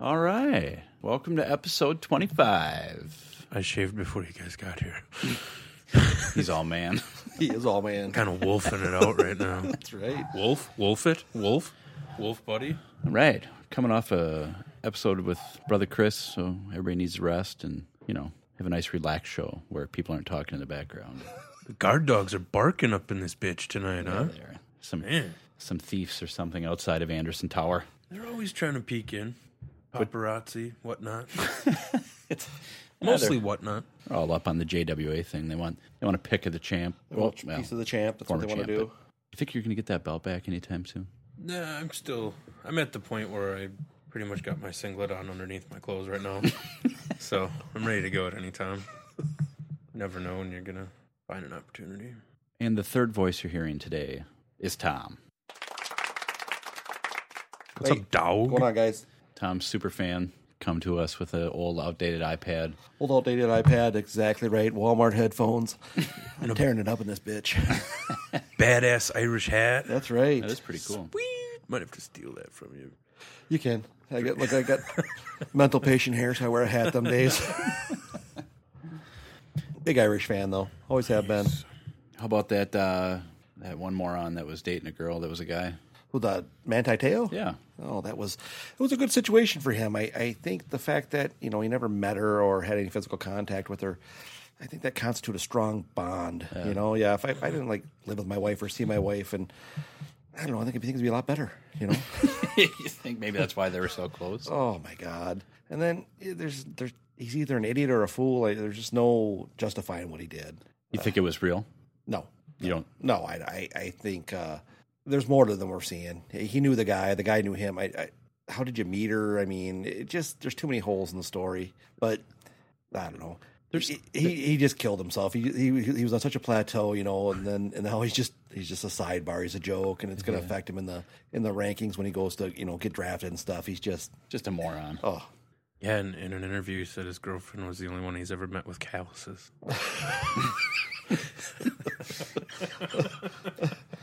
All right. Welcome to episode 25. I shaved before you guys got here. He's all man. He is all man. Kind of wolfing it out right now. That's right. Wolf, wolf it, wolf, wolf buddy. All right. Coming off a episode with brother Chris, so everybody needs rest and, you know, have a nice relaxed show where people aren't talking in the background. The guard dogs are barking up in this bitch tonight, huh? There. Some Man, some thieves or something outside of Anderson Tower. they're always trying to peek in. Paparazzi, whatnot. It's Mostly whatnot. they're all up on the JWA thing. They want they want a pick of the champ. Well, well, Piece of the champ. That's what former they want to champ, do. but You think you're going to get that belt back anytime soon? Nah, I'm still. I'm at the point where I pretty much got my singlet on underneath my clothes right now, so I'm ready to go at any time. Never know when you're gonna find an opportunity. And the third voice you're hearing today is Tom. What's Hey, up, dog? Going on, guys. Tom's super fan come to us with an old outdated iPad. Old outdated iPad. Exactly right. Walmart headphones. I'm tearing it up in this bitch. Badass Irish hat. That's right. That is pretty cool. Might have to steal that from you. you can. I got like I got mental patient hair, so I wear a hat them days. Big Irish fan though. Always have been. How about that uh that one moron that was dating a girl that was a guy? Who the Manti Teo? Yeah. Oh, that was it was a good situation for him. I, I think the fact that, you know, he never met her or had any physical contact with her, I think that constitutes a strong bond. You know, yeah. If I, if I didn't like live with my wife or see my wife and I don't know, I think things would be a lot better, you know. you think maybe that's why they were so close? oh my God. And then eh, there's there's he's either an idiot or a fool. Like, there's just no justifying what he did. You think it was real? No. You don't No, I I, I think uh, there's more to than we're seeing. He knew the guy. The guy knew him. I, I how did you meet her? I mean, it just there's too many holes in the story. But I don't know. There's, he, he he just killed himself. He, he he was on such a plateau, you know, and then and now he's just he's just a sidebar. He's a joke, and it's going to affect him in the in the rankings when he goes to you know get drafted and stuff. He's just just a moron. oh Yeah, in, in an interview, he said his girlfriend was the only one he's ever met with calluses.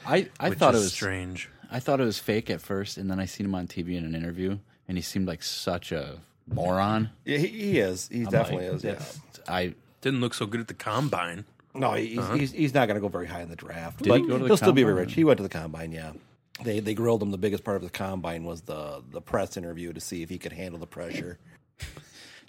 I, I which thought it is was strange. I thought it was fake at first and then I seen him on TV in an interview and he seemed like such a moron. yeah, he, he is. He definitely is. Yeah. I Didn't look so good at the combine. No, he's, he's, he's not going to go very high in the draft. Uh-huh. Did but he go to the he'll still be combine? rich. He went to the combine, yeah. They they grilled him. The biggest part of the combine was the the press interview to see if he could handle the pressure.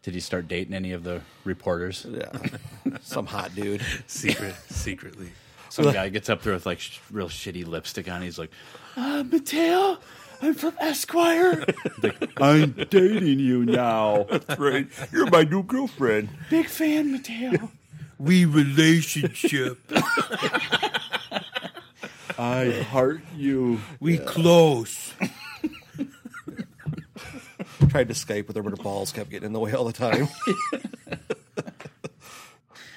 did he start dating any of the reporters? Yeah, some hot dude. Secret, secretly. Some guy gets up there with like sh- real shitty lipstick on. He's like, uh, Mateo, I'm from Esquire. like, I'm dating you now. Right, you're my new girlfriend. Big fan, Mateo. We relationship. I heart you. we close. Tried to Skype with her, but her balls kept getting in the way all the time.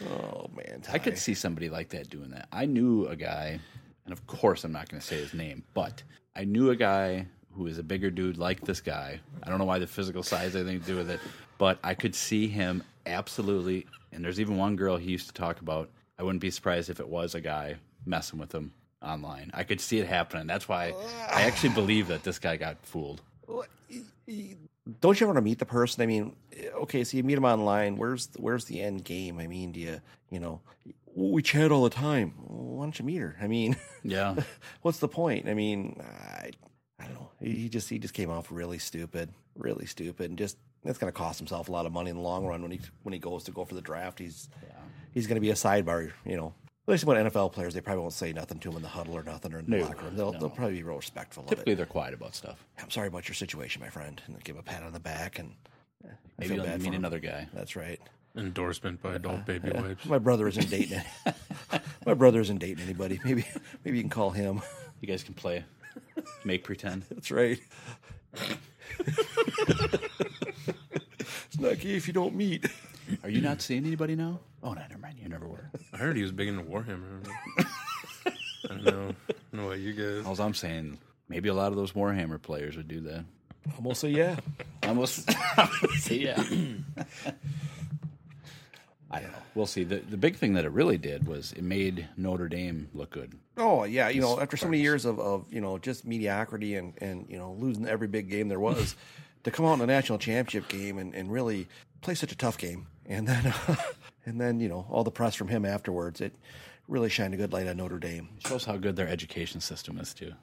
oh man, I could see somebody like that doing that. I knew a guy, and of course I'm not going to say his name, but I knew a guy who is a bigger dude like this guy. I don't know why the physical size had anything to do with it, but I could see him absolutely. And there's even one girl he used to talk about. I wouldn't be surprised if it was a guy messing with him online. I could see it happening. That's why I actually believe that this guy got fooled. don't you ever want to meet the person? I mean, okay, so you meet them online. Where's where's the end game? I mean, do you you know we chat all the time? Why don't you meet her? I mean, Yeah. what's the point? I mean, I, I don't know. He he just he just came off really stupid, really stupid, and just that's going to cost himself a lot of money in the long run when he when he goes to go for the draft. He's he's going to be a sidebar, you know. At least when NFL players, they probably won't say nothing to him in the huddle or nothing or in the No, locker room. They'll, no. they'll probably be real respectful of it. Typically, they're quiet about stuff. I'm sorry about your situation, my friend, and give a pat on the back and eh, I Maybe you'll meet him. another guy. That's right. Endorsement by adult baby wipes. My brother isn't dating. my brother isn't dating anybody. Maybe maybe you can call him. You guys can play, make pretend. That's right. it's not gay if you don't meet. Are you not seeing anybody now? Oh, no, never mind. You never were. I heard he was big into Warhammer. I don't know. I don't know what you guys. All I'm saying, maybe a lot of those Warhammer players would do that. I'm gonna say yeah. Almost. see, yeah. I don't know. We'll see. The, the big thing that it really did was it made Notre Dame look good. Oh yeah, you know, after so many years of, of you know just mediocrity and and you know losing every big game there was, to come out in the national championship game and, and really play such a tough game, and then and then you know all the press from him afterwards, it really shined a good light on Notre Dame. Shows how good their education system is, too.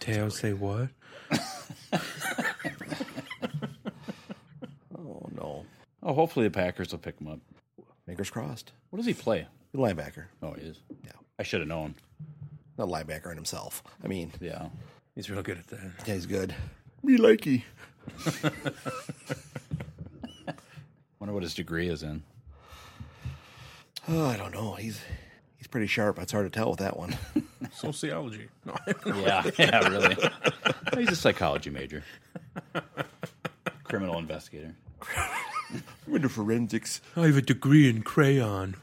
Teo say what? Oh no, Oh, hopefully the Packers will pick him up. fingers crossed. What does he play? Linebacker, Oh, he is. Yeah. I should have known. not linebacker in himself. I mean, Yeah. He's real good at that. yeah, he's good. Me likey. Wonder what his degree is in. Oh, I don't know. He's he's pretty sharp. It's hard to tell with that one. Sociology. No, Yeah, yeah, really. He's a psychology major, criminal investigator. I'm into forensics. I have a degree in crayon.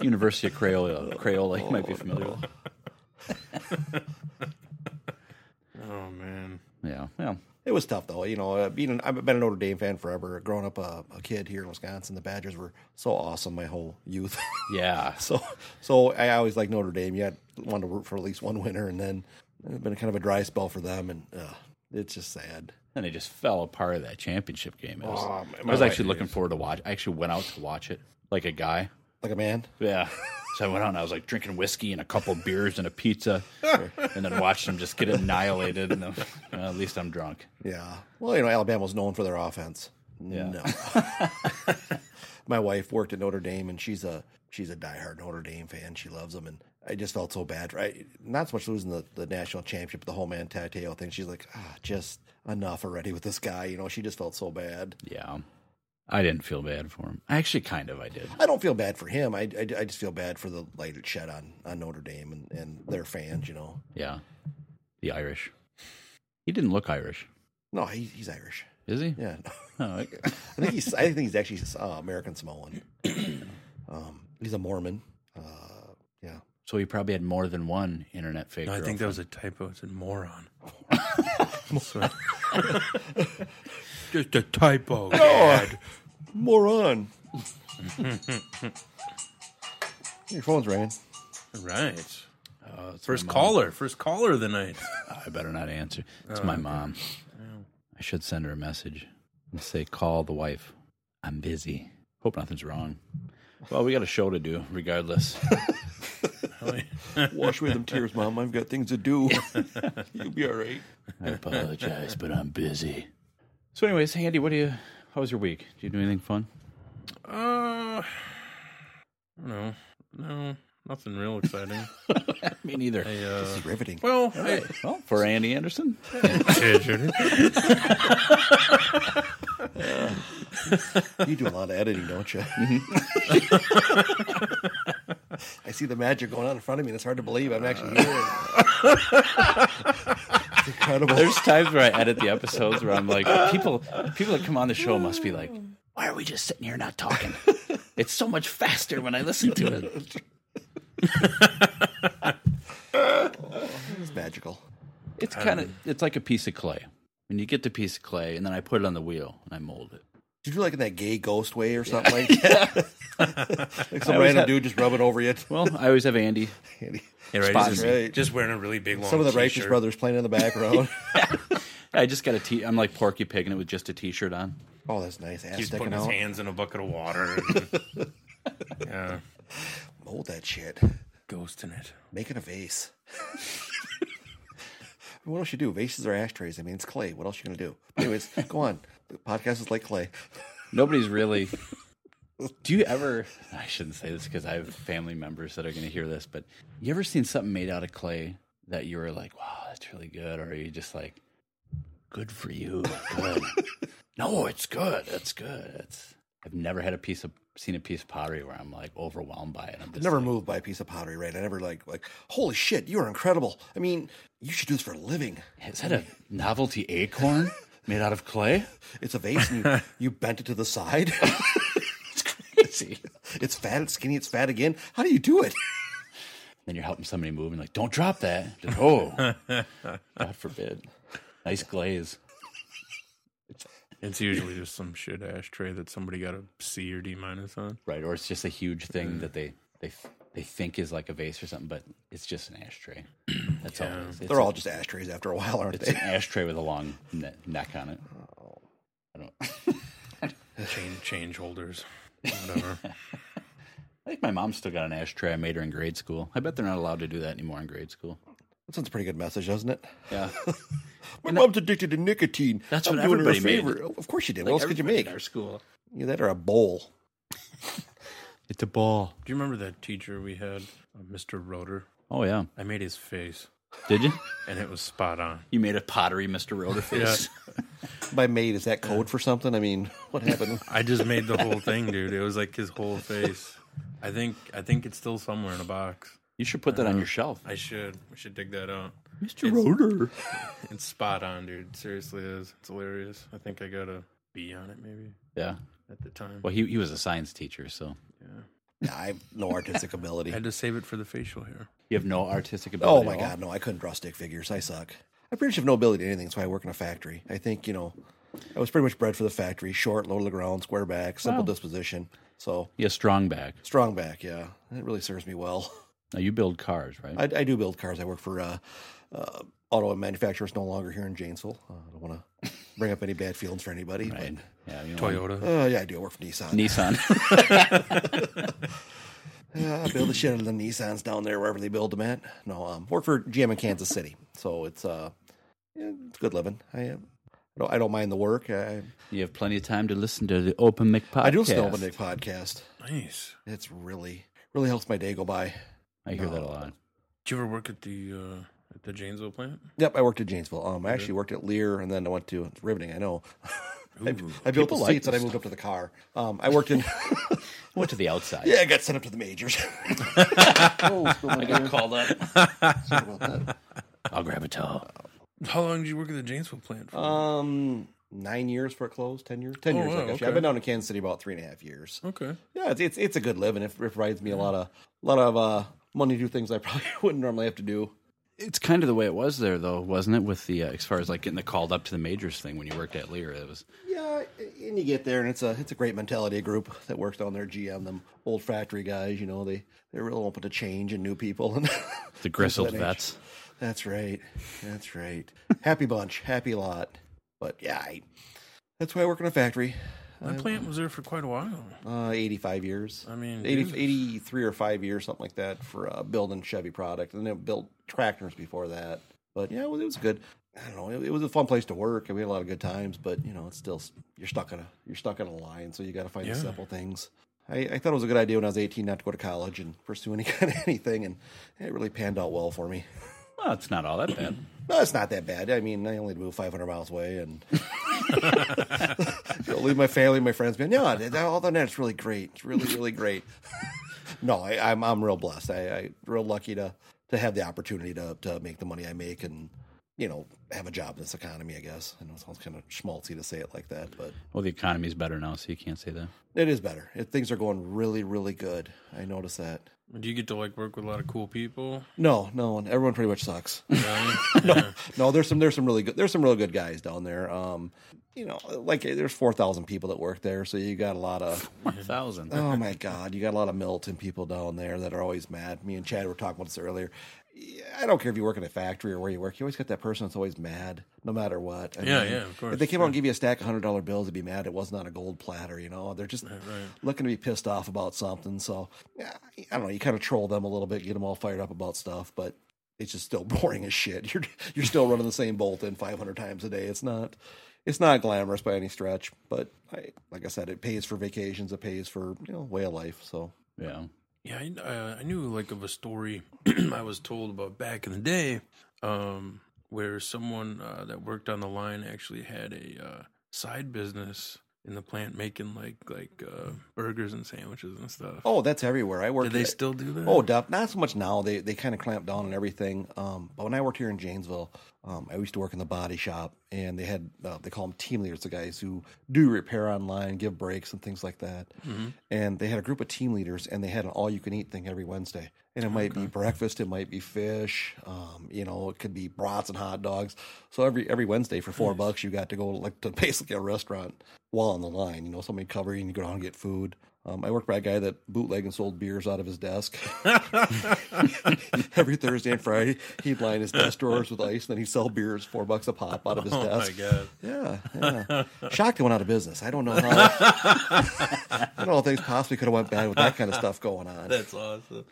University of Crayola. Crayola, you might be familiar with. Oh man. Yeah, yeah. It was tough though, you know. Uh, being an, I've been a Notre Dame fan forever. Growing up a, a kid here in Wisconsin, the Badgers were so awesome my whole youth. Yeah. so, so I always liked Notre Dame. You had wanted to root for at least one winner, and then it's been kind of a dry spell for them, and uh, it's just sad. And they just fell apart at that championship game. It was, Oh, Um, I was actually looking forward to watch. I actually went out to watch it like a guy. Like a man, Yeah. So I went out and I was like drinking whiskey and a couple beers and a pizza, and then watched them just get annihilated. And then, well, at least I'm drunk. yeah. Well, you know, Alabama's known for their offense. Yeah. No. my wife worked at Notre Dame, and she's a she's a diehard Notre Dame fan. She loves them, and I just felt so bad. Right, not so much losing the, the national championship, the whole man Tateo thing. She's like, ah, just enough already with this guy. You know, she just felt so bad. Yeah. I didn't feel bad for him. Actually, kind of. I did. I don't feel bad for him. I, I, I just feel bad for the light it shed on, on Notre Dame and, and their fans. You know, Yeah. The Irish. He didn't look Irish, no, he, he's Irish. is he? Yeah, Oh, I- I think he's I think he's actually uh, American Samoan. Um, he's a Mormon. Uh, yeah, so he probably had more than one internet fake. No, I think that girlfriend. was a typo. It's a moron. So- Just a typo. Dad. moron. Your phone's ringing. Right. Oh, it's my First mom. caller. First caller of the night. I better not answer. Oh, It's my mom. I should send her a message and say, "Call the wife. I'm busy. Hope nothing's wrong." Well, we got a show to do, regardless. Wash away them tears, Mom. I've got things to do. You'll be all right. I apologize, but I'm busy. So, anyways, Andy, what do you? How was your week? Did you do anything fun? Uh, no, no, nothing real exciting. Me neither. I, uh, It's riveting. well, I, Well, for Andy Anderson, You do a lot of editing, don't you? I see the magic going on in front of me, and it's hard to believe I'm actually here. it's incredible. There's times where I edit the episodes where I'm like, people people that come on the show must be like, why are we just sitting here not talking? It's so much faster when I listen to it. It's magical. It's kind of it's like a piece of clay. And you get the piece of clay, and then I put it on the wheel and I mold it. Did you do like in that gay ghost way or something like that? like some random had- dude just rubbing over you. Well, I always have Andy. hey, right, Spot he's just, right. just wearing a really big long. Some of the Righteous t-shirt. Brothers playing in the background. I just got a t. I'm like Porky Pig, and it was just a T-shirt on. Oh, that's nice. Ass He's sticking putting his out. hands in a bucket of water. and- yeah, Mold that shit. ghosting it. Make it a vase. what else you do? Vases are ashtrays. I mean, it's clay. What else you gonna do? Anyways, go on. The podcast is like clay. Nobody's really. Do you ever? I shouldn't say this because I have family members that are going to hear this, but you ever seen something made out of clay that you were like, "Wow, that's really good," or are you just like, "Good for you, good." no, it's good. It's good. It's. I've never had a piece of seen a piece of pottery where I'm like overwhelmed by it. I'm just Never like, moved by a piece of pottery, right? I never like like. Holy shit, you are incredible. I mean, you should do this for a living. Is that a novelty acorn made out of clay? It's a vase, and you, you bent it to the side. It's crazy. it's fat. It's skinny. It's fat again. How do you do it? then you're helping somebody move and like, don't drop that. Just, oh, God forbid. Nice glaze. It's usually just some shit ashtray that somebody got a C or D minus on. Right. Or it's just a huge thing that they, they, they think is like a vase or something, but it's just an ashtray. That's all it is. It's They're all just ashtrays after a while, aren't It's an they? ashtray with a long ne- neck on it. I don't. Change change holders, whatever. I think my mom still got an ashtray I made her in grade school. I bet they're not allowed to do that anymore in grade school. That sounds a pretty good message, doesn't it? Yeah, My mom's addicted to nicotine. That's I'm what doing her a everybody made. favor. Of course you did. what else could you Everybody make? in our school. Either that or a bowl. It's a ball. Do you remember that teacher we had, uh, Mr. Roeder? Oh yeah. I made his face, Did you? and it was spot on. You made a pottery, Mister Roder face. By made, is that code for something? I mean, what happened? I just made the whole thing, dude. It was like his whole face. I think I think it's still somewhere in a box. You should put that on your shelf, I should we should dig that out. Mister Roder. It's spot on, dude. Seriously, it is. It's hilarious. I think I got a B on it maybe Yeah. at the time. Well, he he was a science teacher, so Nah, I have no artistic ability. I had to save it for the facial hair. you have no artistic ability. Oh my at all? god, no! I couldn't draw stick figures. I suck. I pretty much have no ability to anything. That's why I work in a factory. I think you know, I was pretty much bred for the factory: short, low to the ground, square back, simple disposition. So Yeah, strong back. strong back, yeah, it really serves me well. Now you build cars, right? I, I do build cars. I work for uh, uh, auto manufacturers, no longer here in Janesville. Uh, I don't want to bring up any bad feelings for anybody. Right. Yeah. You know, Toyota. But, uh, yeah, I do. I work for Nissan. Nissan. Uh, I build the shit out of the Nissans down there wherever they build them at. No, um, work for GM in Kansas City, so it's uh, yeah, it's good living. I, uh, I don't, I don't mind the work. I, you have plenty of time to listen to the Open Mic podcast. I do listen to Open Nick podcast. Nice. It's really really helps my day go by. I hear that a lot. Did you ever work at the uh, at the Janesville plant? Yep, I worked at Janesville. Um, I actually worked at Lear, and then I went to it's riveting. I know. I, I built the People like seats, and I moved up to the car. Um, I worked in. I went to the outside. yeah, I got sent up to the majors. oh, I got called up. I'll grab a towel. How long did you work at the Janesville plant for? Um, nine years for it closed. Ten years. Ten Oh, years. wow, I guess. okay. I've been down to Kansas City about three and a half years. okay. Yeah, it's it's, it's a good living. It, it provides me a lot of lot of uh, money to do things I probably wouldn't normally have to do. It's kind of the way it was there, though, wasn't it? With the uh, as far as like getting the called up to the majors thing when you worked at Lear, it was Yeah, and you get there, and it's a it's a great mentality group that works down there. GM, them old factory guys, you know they they're real open to change and new people. And the gristled age. vets. that's right, that's right. happy bunch, happy lot. But yeah, I, that's why I work in a factory. That plant was there for quite a while. Uh, 85 years. I mean, 80, dude. 83 or 5 years, something like that, for uh, building Chevy product. And then it built tractors before that. But yeah, well, it was good. I don't know. It, it was a fun place to work, and we had a lot of good times. But you know, it's still you're stuck in a you're stuck in a line, so you got to find the Yeah. simple things. I, I thought it was a good idea when I was 18 not to go to college and pursue any kind of anything, and it really panned out well for me. Well, it's not all that bad. No, it's not that bad. I mean, I only moved 500 miles away and you know, leave my family, my friends. behind. no, that, all that it's really great. It's really, really great. no, I, I'm I'm real blessed. I, I real lucky to to have the opportunity to to make the money I make and you know have a job in this economy. I guess I know it sounds kind of schmaltzy to say it like that, but Well, the economy's better now, so you can't say that. it is better. It, things are going really, really good. I notice that. Do you get to like work with a lot of cool people? No, no, and everyone pretty much sucks. Yeah. Yeah. No, there's some there's some really good there's some real good guys down there. Um, you know, like eh, there's four thousand people that work there, so you got a lot of One thousand. oh my god, you got a lot of Milton people down there that are always mad. Me and Chad were talking about this earlier. I don't care if you work in a factory or where you work. You always got that person that's always mad, no matter what. I Yeah, yeah, of course, If they came out sure. and gave you a stack of hundred dollar bills, they'd be mad it wasn't on a gold platter. You know, they're just looking to be pissed off about something. So yeah, I don't know. You kind of troll them a little bit, get them all fired up about stuff, but it's just still boring as shit. You're you're still running the same bolt in five hundred times a day. It's not. It's not glamorous by any stretch, but I, like I said, it pays for vacations. It pays for you know way of life. So Yeah. Yeah, I, uh, I knew like of a story I was told about back in the day, um, where someone uh, that worked on the line actually had a uh, side business in the plant making like like uh, burgers and sandwiches and stuff. oh, that's everywhere. I work. Do they still do that? Oh, def- not so much now. They they kind of clamp down on everything. Um, but when I worked here in Janesville, um, I used to work in the body shop, and they had uh, they call them team leaders, the guys who do repair online, give breaks and things like that. And they had a group of team leaders, and they had an all you can eat thing every Wednesday. And it might be breakfast, it might be fish, um, you know, it could be brats and hot dogs. So every every Wednesday for four bucks, you got to go like to basically a restaurant while on the line. You know, somebody cover you, and you go down and get food. Um, I worked by a guy that bootlegged and sold beers out of his desk every Thursday and Friday. He'd line his desk drawers with ice, and then he'd sell beers four bucks a pop out of his Oh my desk. god! Yeah, yeah. Shocked it went out of business. I don't know how. I don't know how things possibly could have went bad with that kind of stuff going on. That's awesome.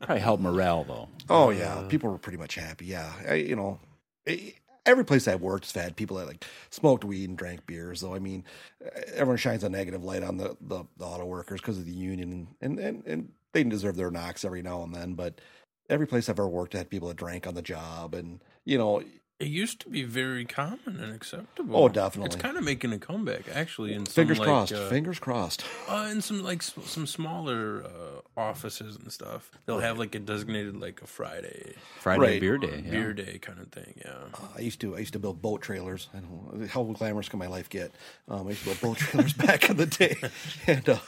Probably help morale though. Oh Uh, yeah, people were pretty much happy. Yeah, I, you know, I- every place I've worked has had people that like smoked weed and drank beers. Though I mean, e, everyone shines a negative light on the the, the auto workers because of the union, and and and they deserve their knocks every now and then. But every place I've ever worked had people that drank on the job, and you know, It used to be very common and acceptable. Oh, definitely. It's kind of making a comeback, actually. In some, fingers like, crossed, uh, fingers crossed. uh, in some like s- some smaller uh, offices and stuff, they'll have like a designated like a Friday Friday Right. beer day. Yeah. beer day kind of thing. Yeah. I used to I used to build boat trailers. I don't know how glamorous can my life get. Um, I used to build boat trailers back in the day, and uh,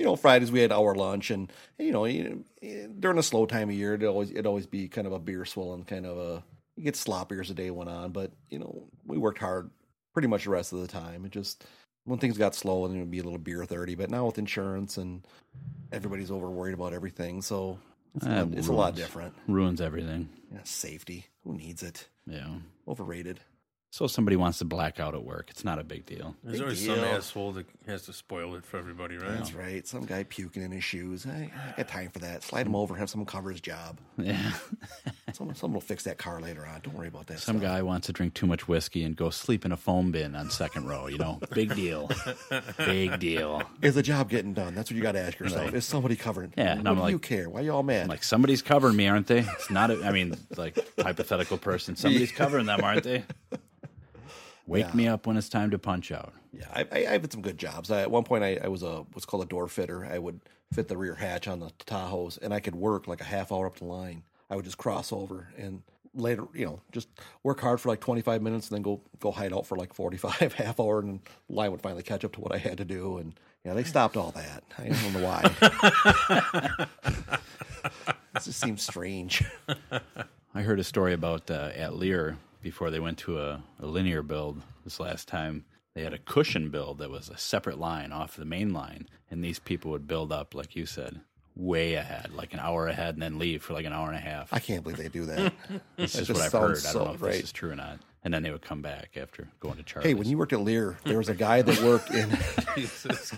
you know Fridays we had our lunch, and you know you- during a slow time of year it always it always be kind of a beer swilling kind of a you get sloppier as the day went on, but you know we worked hard pretty much the rest of the time. It just when things got slow and it would be a little beer thirty, but now with insurance and everybody's over worried about everything, so it's, a Ah, lot- it's a lot rules. different. Ruins everything. Yeah, safety, who needs it? Yeah. Overrated. So if somebody wants to black out at work, it's not a big deal. There's Big always some deal. asshole that has to spoil it for everybody, right? That's right. Some guy puking in his shoes. I, I got time for that. Slide him over. Have someone cover his job. Yeah. Someone, someone will fix that car later on. Don't worry about that. Some stuff. guy wants to drink too much whiskey and go sleep in a foam bin on second row, you know? Big deal. big deal. Is the job getting done? That's what you got to ask yourself. Is somebody covering? Yeah, and What I'm do like- you care? Why y'all mad? Like somebody's covering me, aren't they? It's not a I mean, like hypothetical person. Somebody's covering them, aren't they? Wake me up when it's time to punch out. yeah, I, I, I've had some good jobs. I, at one point, I, I was a what's called a door fitter. I would fit the rear hatch on the Tahoes, and I could work like a half hour up the line. I would just cross over and later, you know, just work hard for like 25 minutes, and then go go hide out for like 45, half hour, and line would finally catch up to what I had to do. And yeah, they stopped all that. I don't know why. this just seems strange. I heard a story about uh, at Lear before they went to a, a linear build this last time. They had a cushion build that was a separate line off the main line, and these people would build up, like you said, way ahead, like an hour ahead, and then leave for like an hour and a half. I can't believe they do that. This is just what I've heard. sounds I don't so know if right. this is true or not. And then they would come back after going to Charlie's. Hey, when you worked at Lear, there was a guy that worked in. Jesus.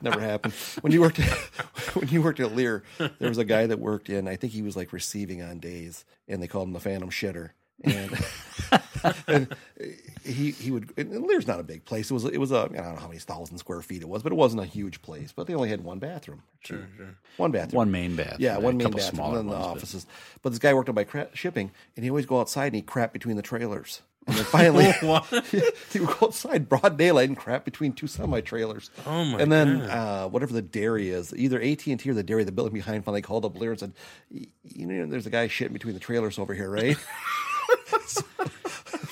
never happened. When you worked when you worked at Lear, there was a guy that worked in. I think he was like receiving on days, and they called him the Phantom Shitter. And, and he he would. And Lear's not a big place. It was it was a I don't know how many thousand square feet it was, but it wasn't a huge place. But they only had one bathroom. Sure, sure. One bathroom. one main bath, Yeah, one a main couple bathroom, and smaller then the ones, but- offices. But, this guy worked on by cra- shipping, and he always go outside and he crap between the trailers. And then finally, he would go outside broad daylight and crap between two semi trailers. Oh, my And then uh, whatever the dairy is, either AT and T or the dairy, the building behind, finally called up Lear and said, "Y- "You know, there's a guy shitting between the trailers over here, right?"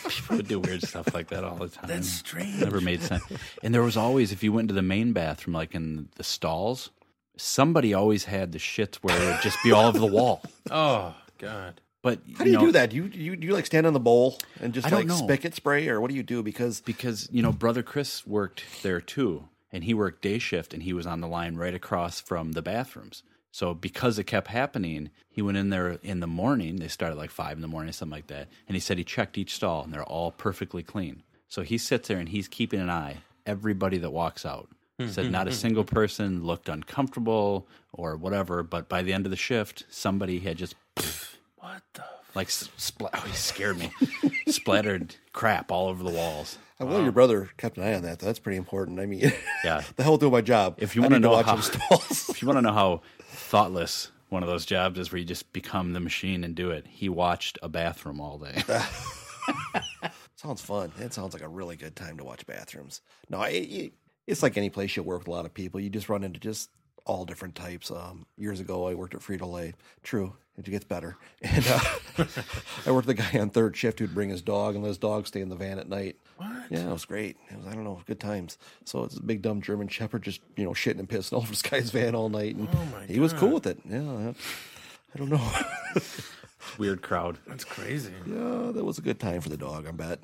people would do weird stuff like that all the time. That's strange. Never made sense. And there was always, if you went to the main bathroom, like in the stalls, somebody always had the shits where it would just be all over the wall. oh God. But How do you do that? Do you, do you do you like stand on the bowl and just I don't like know. spigot spray, or what do you do? Because Because you know, brother Chris worked there too, and he worked day shift, and he was on the line right across from the bathrooms. So because it kept happening, he went in there in the morning. They started like five in the morning, something like that. And he said he checked each stall and they're all perfectly clean. So he sits there and he's keeping an eye everybody that walks out. He said not a single person looked uncomfortable or whatever. But by the end of the shift, somebody had just What the? F- like s- spl- oh, he scared me, splattered crap all over the walls. I love your brother kept an eye on that. Though. That's pretty important. I mean, Yeah. the hell do my job. If you I want to need know watch how, them stalls. if you want to know how thoughtless one of those jobs is, where you just become the machine and do it, he watched a bathroom all day. Sounds fun. That sounds like a really good time to watch bathrooms. No, I- it, it's like any place you work with a lot of people. You just run into just all different types. Um, years ago, I worked at Frito Lay. True, it gets better. And uh, I worked with a guy on third shift who'd bring his dog and let his dog stay in the van at night. what? Yeah, it was great. It was, I don't know, good times. So it's a big dumb German Shepherd just you know shitting and pissing all over this guy's van all night, and Oh my he was cool with it. Yeah, I- I don't know. Weird crowd. That's crazy. yeah, that was a good time for the dog. I bet.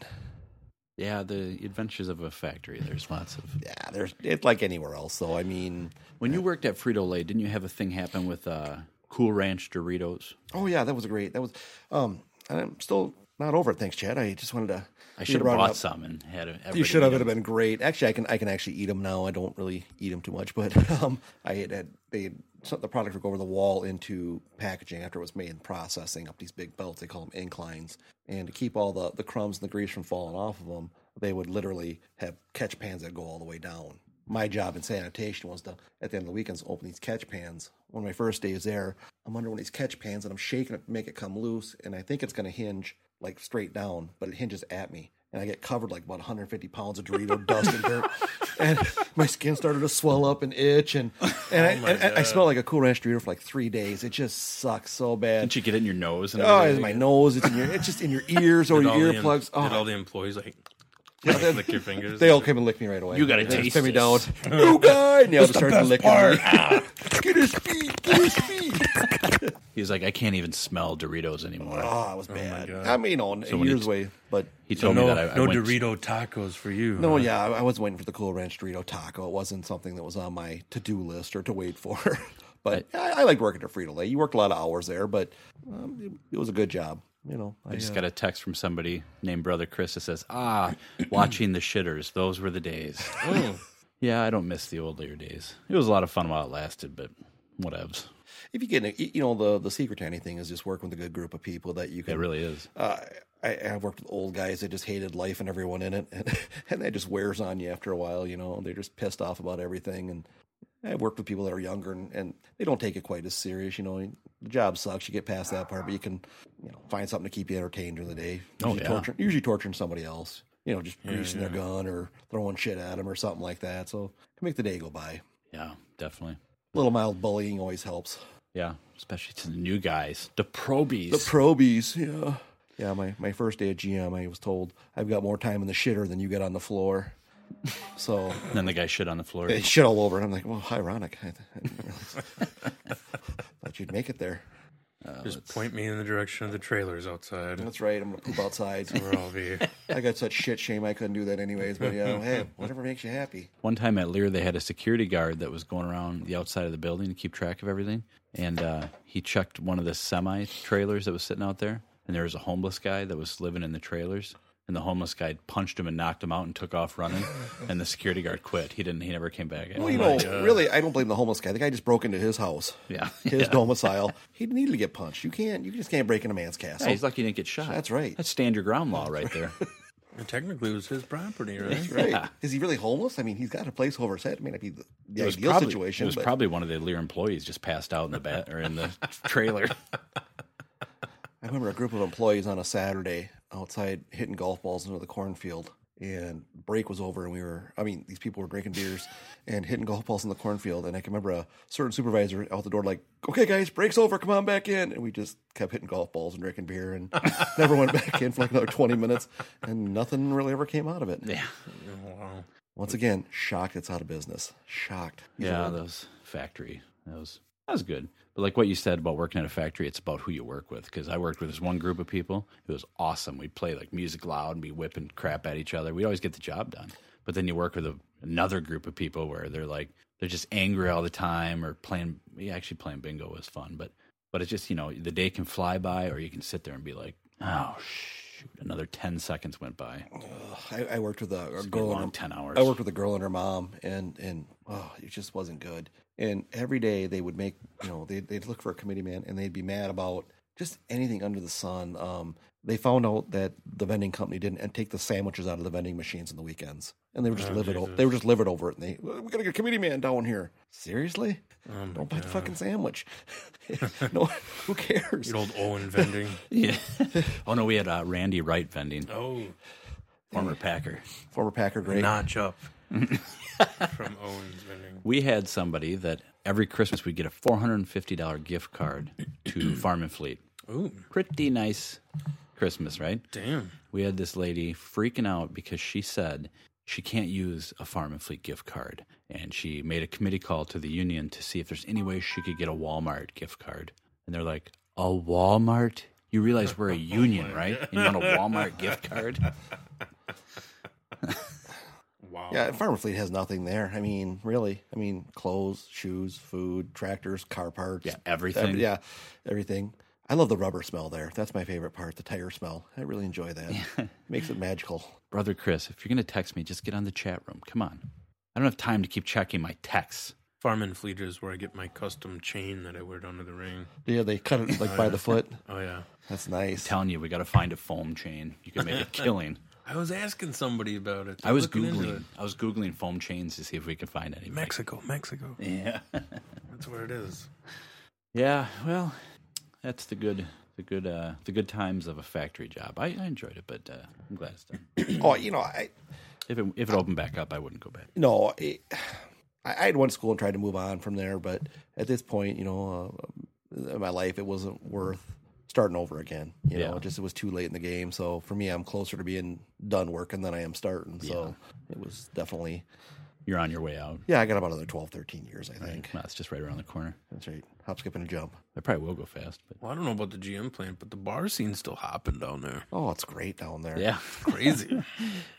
Yeah, the adventures of a factory. There's lots of. Yeah, there's it's like anywhere else. though. I mean, When you worked at Frito Lay, didn't you have a thing happen with uh, Cool Ranch Doritos? oh yeah, that was great. That was, um, and I'm still not over it. Thanks, Chad. I just wanted to. I you should have brought it bought up. some and had. everybody You should have. eat It would have 'em. been great. Actually, I can. I can actually eat them now. I don't really eat them too much, but um, I had, had they had, so the product would go over the wall into packaging after it was made and processing up these big belts. They call them inclines, and to keep all the the crumbs and the grease from falling off of them, they would literally have catch pans that go all the way down. My job in sanitation was to, at the end of the weekends, open these catch pans. One of my first days there, I'm under one of these catch pans and I'm shaking it to make it come loose, and I think it's going to hinge like straight down, but it hinges at me. And I get covered like about 150 pounds of Dorito dust and dirt. And my skin started to swell up and itch. And, Oh and, I, and I- I smelled like a Cool Ranch Dorito for like three days. It just sucks so bad. Didn't you get it in your nose? And Oh, everything? it's in my nose. It's in your. It's just in your ears or Did your all the em- earplugs. Did all Oh, the employees like Yeah, like, they- lick your fingers? they all came and licked me right away. You gotta They just taste put me down. this. New guy. And they all just started licking me. get his feet. Get his feet. He's like, I can't even smell Doritos anymore. Oh, it was bad. God. I mean, on when years he- away, but he Uh-huh. told no, me that I, I no went- Dorito tacos for you. No, huh? yeah, I, I was waiting for the Cool Ranch Dorito Taco. It wasn't something that was on my to do list or to wait for. but I, I like working at Frito Lay. You worked a lot of hours there, but um, it, it was a good job. You know, I, I just got a text from somebody named Brother Chris that says, "Ah, watching the shitters. Those were the days." Oh, Yeah, I don't miss the older days. It was a lot of fun while it lasted, but whatevs. if you get, in a, you know, the the secret to anything is just work with a good group of people that you can It really is. uh, I, I worked with old guys that just hated life and everyone in it, and, and that just wears on you after a while. You know, they're just pissed off about everything. And I worked with people that are younger, and, and they don't take it quite as serious. You know, the job sucks. You get past that part, but you can, you know, find something to keep you entertained during the day. Oh, Usually yeah. torturing, usually torturing somebody else. You know, just greasing their gun or throwing shit at them or something like that. So it can make the day go by. Yeah, definitely. Little mild bullying always helps. Yeah, especially to the new guys, the probies. The probies, yeah. Yeah, my, my first day at GM, I was told I've got more time in the shitter than you get on the floor. So and then the guy shit on the floor. they shit all over. And I'm like, well, ironic. I, I didn't realize. Thought you'd make it there. just point me in the direction of the trailers outside. That's right. I'm going to poop outside. We're all be. I got such shit shame I couldn't do that anyways. But yeah, hey, whatever makes you happy. One time at Lear, they had a security guard that was going around the outside of the building to keep track of everything. And uh, he checked one of the semi trailers that was sitting out there. And there was a homeless guy that was living in the trailers. And the homeless guy punched him and knocked him out and took off running. and the security guard quit. He didn't. He never came back. Well, you know, really, I don't blame the homeless guy. The guy just broke into his house, yeah. his domicile. He needed to get punched. You can't, you just can't break into a man's castle. He's lucky he didn't get shot. That's right. That's stand your ground law right there. And technically, it was his property, right? Right. Is he really homeless? I mean, he's got a place over his head. It may not be the, the It was ideal probably, situation. It was but probably one of the Lear employees just passed out in the bat or in the trailer. I remember a group of employees on a Saturday outside hitting golf balls into the cornfield. And break was over, and we were, I mean, these people were drinking beers and hitting golf balls in the cornfield. And I can remember a certain supervisor out the door, like, okay, guys, break's over, come on back in. And we just kept hitting golf balls and drinking beer and never went back in for like another 20 minutes. And nothing really ever came out of it. yeah. Wow. Once again, shocked it's out of business. Shocked. Yeah, those factory. That was that was good. But like what you said about working at a factory, it's about who you work with. Because I worked with this one group of people. It was awesome. We'd play like music loud and be whipping crap at each other. We'd always get the job done. But then you work with a, another group of people where they're like they're just angry all the time or playing yeah, actually playing bingo was fun, but but it's just you know the day can fly by, or you can sit there and be like, oh shoot, another ten seconds went by. I, I worked with a, a It's been a girl. and long her- ten hours. I worked with a girl and her mom, and and oh, it just wasn't good. And every day they would make you know they'd, they'd look for a committee man, and they'd be mad about just anything under the sun. Um, they found out that the vending company didn't and take the sandwiches out of the vending machines on the weekends, and they were just Oh, livid. o- Jesus. They were just livid over it. And they we gotta get a committee man down here. Seriously, Um, don't buy the fucking sandwich. no, who cares? good old Owen vending. yeah. oh no, we had uh, Randy Wright vending, oh, former Packer. Former Packer great. notch up from Owen's vending. We had somebody that every Christmas we'd get a four hundred and fifty dollar gift card to Farm and Fleet. Ooh, Pretty nice Christmas, right? damn. we had this lady freaking out because she said she can't use a farm and fleet gift card and she made a committee call to the union to see if there's any way she could get a walmart gift card and they're like a walmart you realize we're a union right and you want a walmart gift card Wow. Yeah, Farmer Fleet has nothing there. I mean, really. I mean, clothes, shoes, food, tractors, car parts. Yeah, everything. Every- yeah, everything. I love the rubber smell there. That's my favorite part, the tire smell. I really enjoy that. Makes it magical. brother chris if you're going to text me just get on the chat room come on i don't have time to keep checking my texts Farm and Fleet is where I get my custom chain that I wear down to the ring. Yeah, they cut it like by the foot. Oh yeah. That's nice. telling you we got to find a foam chain you can make a killing I was asking somebody about it. i was Looking into googling it. i was googling foam chains to see if we could find any Mexico, Mexico. yeah That's where it is. Yeah, well, that's the good, the good, uh, the good times of a factory job. I, I enjoyed it, but uh, I'm glad it's done. oh, you know, I If it if it opened back up, I wouldn't go back. no, it, I, I had one school and tried to move on from there, but at this point, you know, uh, in my life, it wasn't worth starting over again. You know, Yeah. just it was too late in the game. So for me, I'm closer to being done working than I am starting. So it was definitely, You're on your way out. yeah, I got about another 12, 13 years, I think. Well, it's just right around the corner. That's right. Hop, skip, and a jump. I probably will go fast, but Well, I don't know about the GM plant, but the bar scene's still hopping down there. Oh, it's great down there. yeah, Crazy.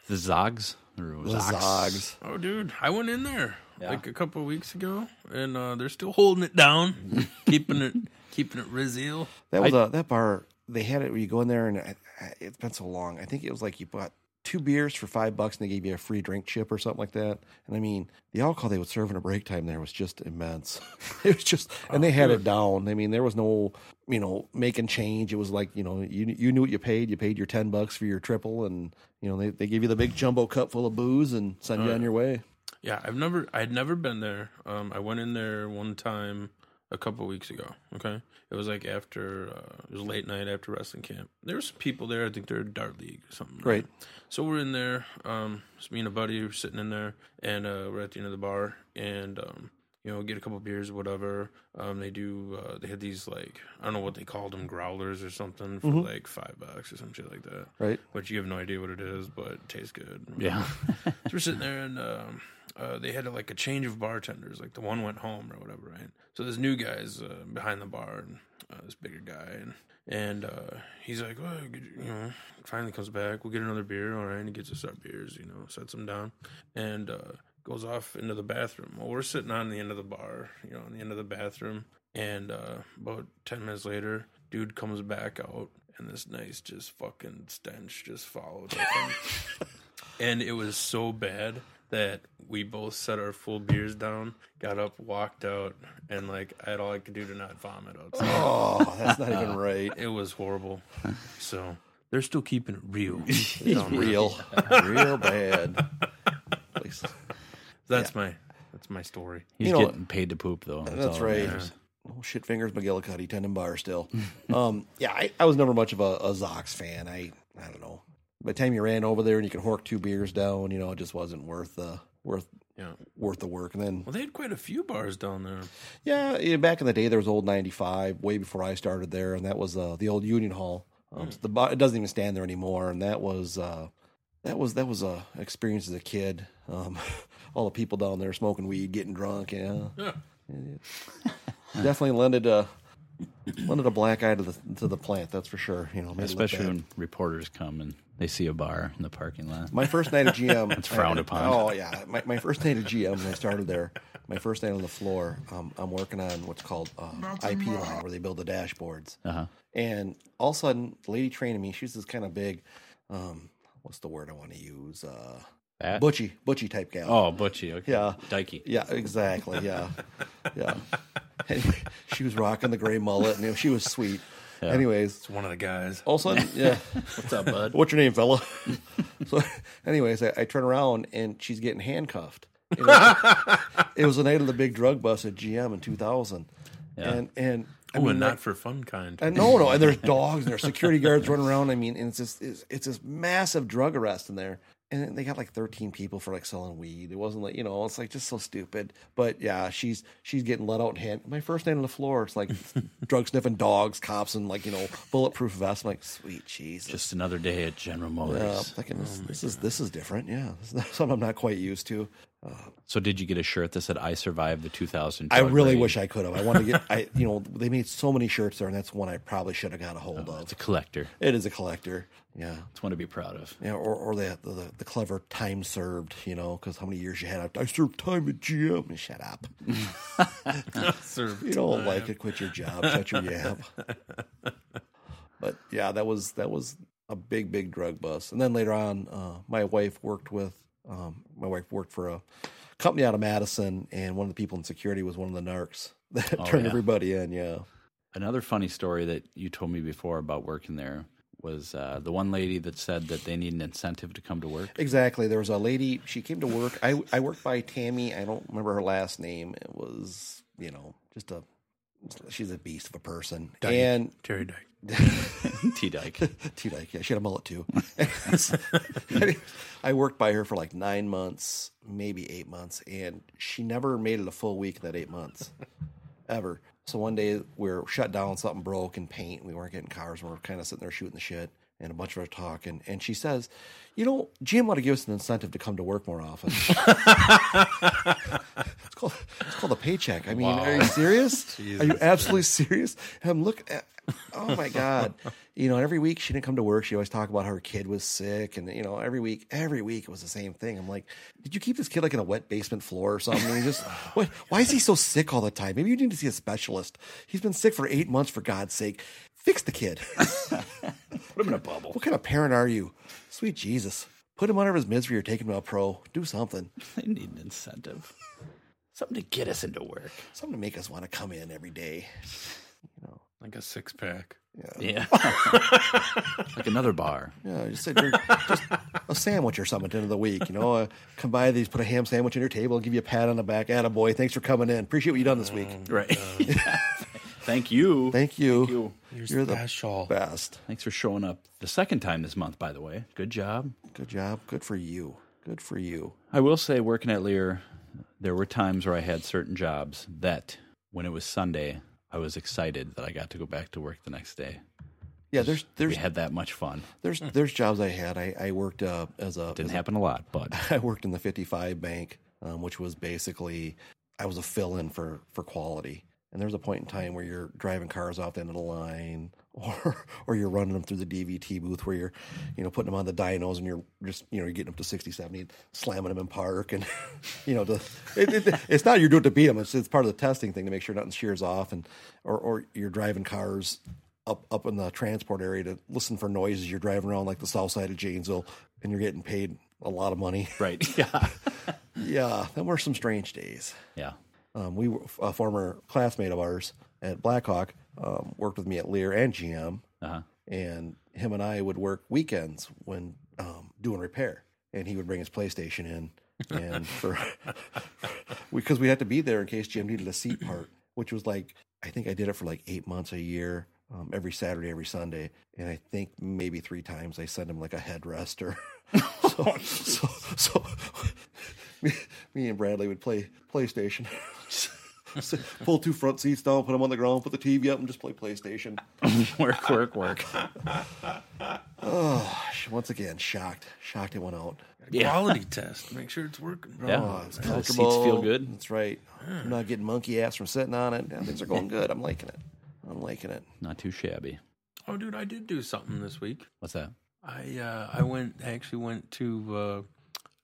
the Zogs. or The Zogs. oh, dude, I went in there Yeah. like a couple of weeks ago, and uh, they're still holding it down, keeping it, keeping it Rizil. That was a that bar. They had it where you go in there, and I, I, it's been so long. I think it was like you bought two beers for five bucks, and they gave you a free drink chip or something like that. And I mean, the alcohol they would serve in a break time there was just immense. it was just, and they had it down. I mean, there was no, you know, making change. It was like you know, you you knew what you paid. You paid your ten bucks for your triple, and you know, they they give you the big jumbo cup full of booze and send you on your way. Yeah, I've never, I had never been there. Um, I went in there one time a couple weeks ago. Okay, it was like after uh, it was late night after wrestling camp. There was people there. I think they're at dart league or something. Right. So we're in there. Um, it's me and a buddy were sitting in there, and uh, we're at the end of the bar, and um, you know, get a couple beers, or whatever. Um, they do. Uh, they had these like I don't know what they called them, growlers or something, for like five bucks or some shit like that. Mm-hmm. Right. Which you have no idea what it is, but it tastes good. Yeah, So we're sitting there, and um, uh, they had like a change of bartenders. Like the one went home or whatever, right? So this new guy's uh, behind the bar, and uh, this bigger guy, and and uh, he's like, well, could you, you know, finally comes back. We'll get another beer, all right? And he gets us our beers, you know, sets them down, and uh, goes off into the bathroom. Well, we're sitting on the end of the bar, you know, on the end of the bathroom, and uh, about ten minutes later, dude comes back out. And this nice, just fucking stench just followed him. And it was so bad that we both set our full beers down, got up, walked out, and like I had all I could do to not vomit outside. Oh, that's not even right. it was horrible. So they're still keeping it real. It's real, real bad. Place- That's my that's my story. he's You know- getting paid to poop though. That's all that right. matters. Oh, shit fingers McGillicuddy, tendon bar still. um, yeah, I, I was never much of a, a Zox fan. I I don't know. By the time you ran over there and you could hork two beers down, you know, it just wasn't worth the worth Yeah. worth the work. And then Well, they had quite a few bars down there. yeah, yeah, back in the day there was old ninety five, way before I started there, and that was uh, the old Union Hall. Um, Hmm. so the bar, it doesn't even stand there anymore, and that was uh, that was that was a experience as a kid. Um, all the people down there smoking weed, getting drunk, yeah. Yeah. Definitely lended a One of the black eye to the to the plant, that's for sure. You know, made it look Especially bad. when reporters come and they see a bar in the parking lot. My first night at GM. It's frowned upon. Oh yeah, my, my first night at GM when I started there. My first night on the floor. Um, I'm working on what's called um, IP line, where they build the dashboards. Uh-huh. And all of a sudden, the lady training me, she's this kind of big. Um, what's the word I want to use? Uh, Fat? butchy, butchy type gal. Oh, Butchie. Okay. Yeah. Dikey. Yeah, exactly. Yeah, yeah. Anyway, she was rocking the gray mullet, and you know, she was sweet. Anyways, It's one of the guys. all of a sudden, yeah. What's up, bud? What's your name, fella? so, anyways, I, I turn around and she's getting handcuffed. It was, it was the night of the big drug bust at GM in 2000, and and I Ooh, mean, and not for fun kind. and no, no, and there's dogs and there's security guards running around. I mean, and it's just it's, it's this massive drug arrest in there, and they got like 13 people for like selling weed. It wasn't like you know, it's like just so stupid. But yeah, she's she's getting let out in hand. My first night on the floor, it's like drug sniffing dogs, cops, and like you know, bulletproof vests. I'm like, sweet Jesus. Just another day at General Motors. Uh, thinking this, this is this is different. Yeah, this is something I'm not quite used to. So did you get a shirt that said "I survived the 2000"? I drug really raid"? wish I could have. I wanted to get. I you know they made so many shirts there, and that's one I probably should have got a hold of. It's a collector. It is a collector. Yeah. It's one to be proud of. Yeah, or, or the, the the clever time served, you know, because how many years you had? I served time at GM. Shut up! Serve You don't like it. Quit your job. Shut your yap. But yeah, that was that was a big big drug bust. And then later on, uh, my wife worked with um, my wife worked for a company out of Madison, and one of the people in security was one of the narcs that turned yeah. everybody in. Yeah, Another funny story that you told me before about working there was uh, the one lady that said that they need an incentive to come to work. exactly. There was a lady. She came to work. I I worked by Tammy. I don't remember her last name. It was you know just a she's a beast of a person. And Terry Dyke. T Dyke. T Dyke, yeah, she had a mullet too. I worked by her for like nine months, maybe eight months, and she never made it a full week in that eight months, ever. So one day we were shut down, something broke in paint, we weren't getting cars, and we were kind of sitting there shooting the shit, and a bunch of us talking. And she says, "You know, Jim ought to give us an incentive to come to work more often." it's called it's called a paycheck. I mean, are you serious? are you absolutely serious? And I'm look. At, oh my god! You know, and every week she didn't come to work. She always talked about how her kid was sick, and you know, every week, every week it was the same thing. I'm like, did you keep this kid like in a wet basement floor or something? And he just what? Why is he so sick all the time? Maybe you need to see a specialist. He's been sick for eight months. For God's sake, fix the kid. Put him in a bubble. what kind of parent are you? Sweet Jesus, put him out of his misery or take him to a pro. Do something. They need an incentive. Something to get us into work. Something to make us want to come in every day. Like a six pack. Yeah. like another bar. Yeah, just, said you're just a sandwich or something at the end of the week. You know, uh, come by these, put a ham sandwich on your table, and give you a pat on the back. Attaboy, thanks for coming in. Appreciate what you done this week. Right. Mm. Thank you. Thank you. you. You're the special. best. Thanks for showing up the second time this month, by the way. Good job. Good job. Good for you. Good for you. I will say, working at Lear, there were times where I had certain jobs that, when it was Sunday, I was excited that I got to go back to work the next day. Yeah, there's We there's had that much fun. there's there's jobs I had. I I worked uh, as a Didn't happen a lot, but I worked in the 55 bank, um, which was basically I was a fill in for for quality. And there was a point in time where you're driving cars off the end of the line, or or you're running them through the DVT booth where you're, you know, putting them on the dynos and you're just you know you're getting up to 60, 70, and slamming them in park, and you know, the, it, it, it's not you're doing it to beat them. It's, it's part of the testing thing to make sure nothing shears off, and or or you're driving cars up up in the transport area to listen for noises. You're driving around like the south side of Janesville, and you're getting paid a lot of money. right. Yeah. yeah, there were some strange days. Yeah. Um, we were a former classmate of ours at Blackhawk um, worked with me at Lear and GM, Uh-huh. and him and I would work weekends when um, doing repair, and he would bring his PlayStation in, and for because we had to be there in case GM needed a seat part, which was like I think I did it for like eight months a year. Um, every Saturday, every Sunday, and I think maybe three times I sent him like a headrest or so. so, so me, me and Bradley would play PlayStation. Sit- Pull two front seats down, put them on the ground, put the TV up, and just play PlayStation. work, work, work. Gosh, Once again, shocked, shocked it went out. Yeah. Quality test. Make sure it's working. Bro. Yeah. Oh, it's Uh, the seats comfortable. feel good. That's right. I'm not getting monkey ass from sitting on it. Yeah, things are going good. I'm liking it. I'm liking it. Not too shabby. Oh, dude, I did do something this week. What's that? I uh, I went actually went to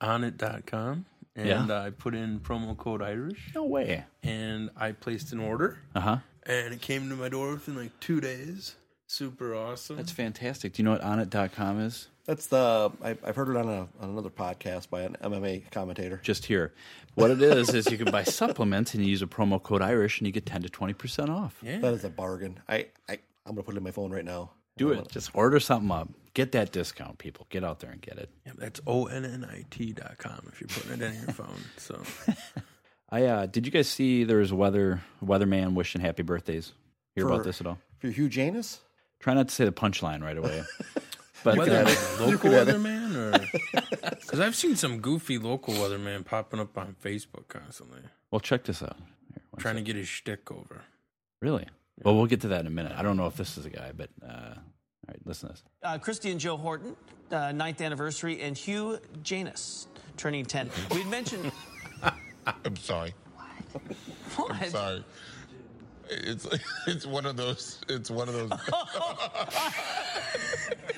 uh, onit.com and I put in promo code Irish No way. and I placed an order Uh huh. and it came to my door within like two days. Super awesome. That's fantastic. Do you know what onit.com is? That's the I, I've heard it on, a, on another podcast by an MMA commentator. Just here. What it is is you can buy supplements and you use a promo code Irish and you get ten to twenty percent off. That is a bargain. I, I I'm gonna put it in my phone right now. Do it. Just order something up. Get that discount, people. Get out there and get it. Yeah, that's onnit.com if you're putting it in your phone. So I uh, did you guys see there was a weather weatherman wishing happy birthdays? Hear about For- this at all? For Hugh Janus, Try not to say the punchline right away. But uh, weather, local weatherman or because I've seen some goofy local weatherman popping up on Facebook constantly well, check this out. Here, one trying to get his shtick over. sec. really? Well, we'll get to that in a minute. I don't know if this is a guy, but uh, all right, listen to this. uh, Christy and Joe Horton, uh, ninth anniversary, and Hugh Janus turning 10. We'd mentioned. I'm sorry. What? Sorry. It's it's one of those. It's one of those.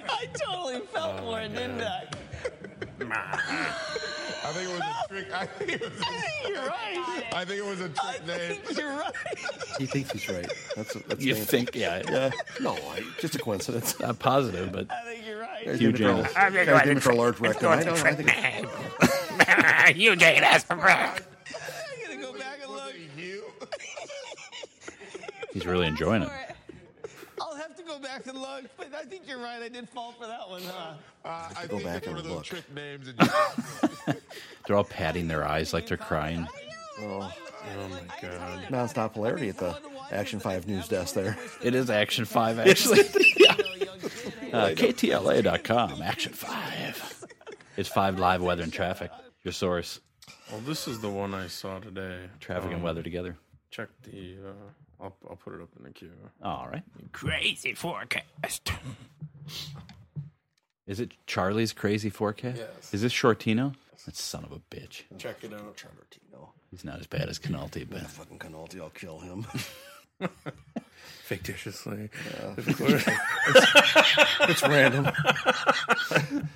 I totally Oh, felt one, didn't I? I think it was a trick. I think it was. I think you're right. A, I think it was a I trick name. think you're right. he thinks he's right. That's that's You fancy. think? Yeah, Yeah. No, I, just a coincidence. not positive, but I think you're right. Guys Hugh give me for a- Janus. guys give me for a large rectum. I don't know, I think it's- you take it as a brag. I'm going to go back and look. You? Uh, he's really enjoying it. for it. I'll have to go back and look, but I think you're right. I did fall for that one, huh? Uh, I go think back it's one of and those look. trick names. And you, They're all patting their eyes like they're crying. Oh, my God. nonstop hilarity at the Action Five news desk there. It is Action 5, actually. Uh, KTLA.com, Action 5. It's 5 Live Weather and Traffic, your source. Well, this is the one I saw today. Traffic and Um, weather together. Check the. Uh, I'll I'll put it up in the queue. All right. Crazy forecast. Is it Charlie's crazy forecast? Is this Shortino? That son of a bitch. Check it out. Tarantino. He's not as bad as Canalti, but Fucking Canalti, I'll kill him. Fictitiously. it's random. I don't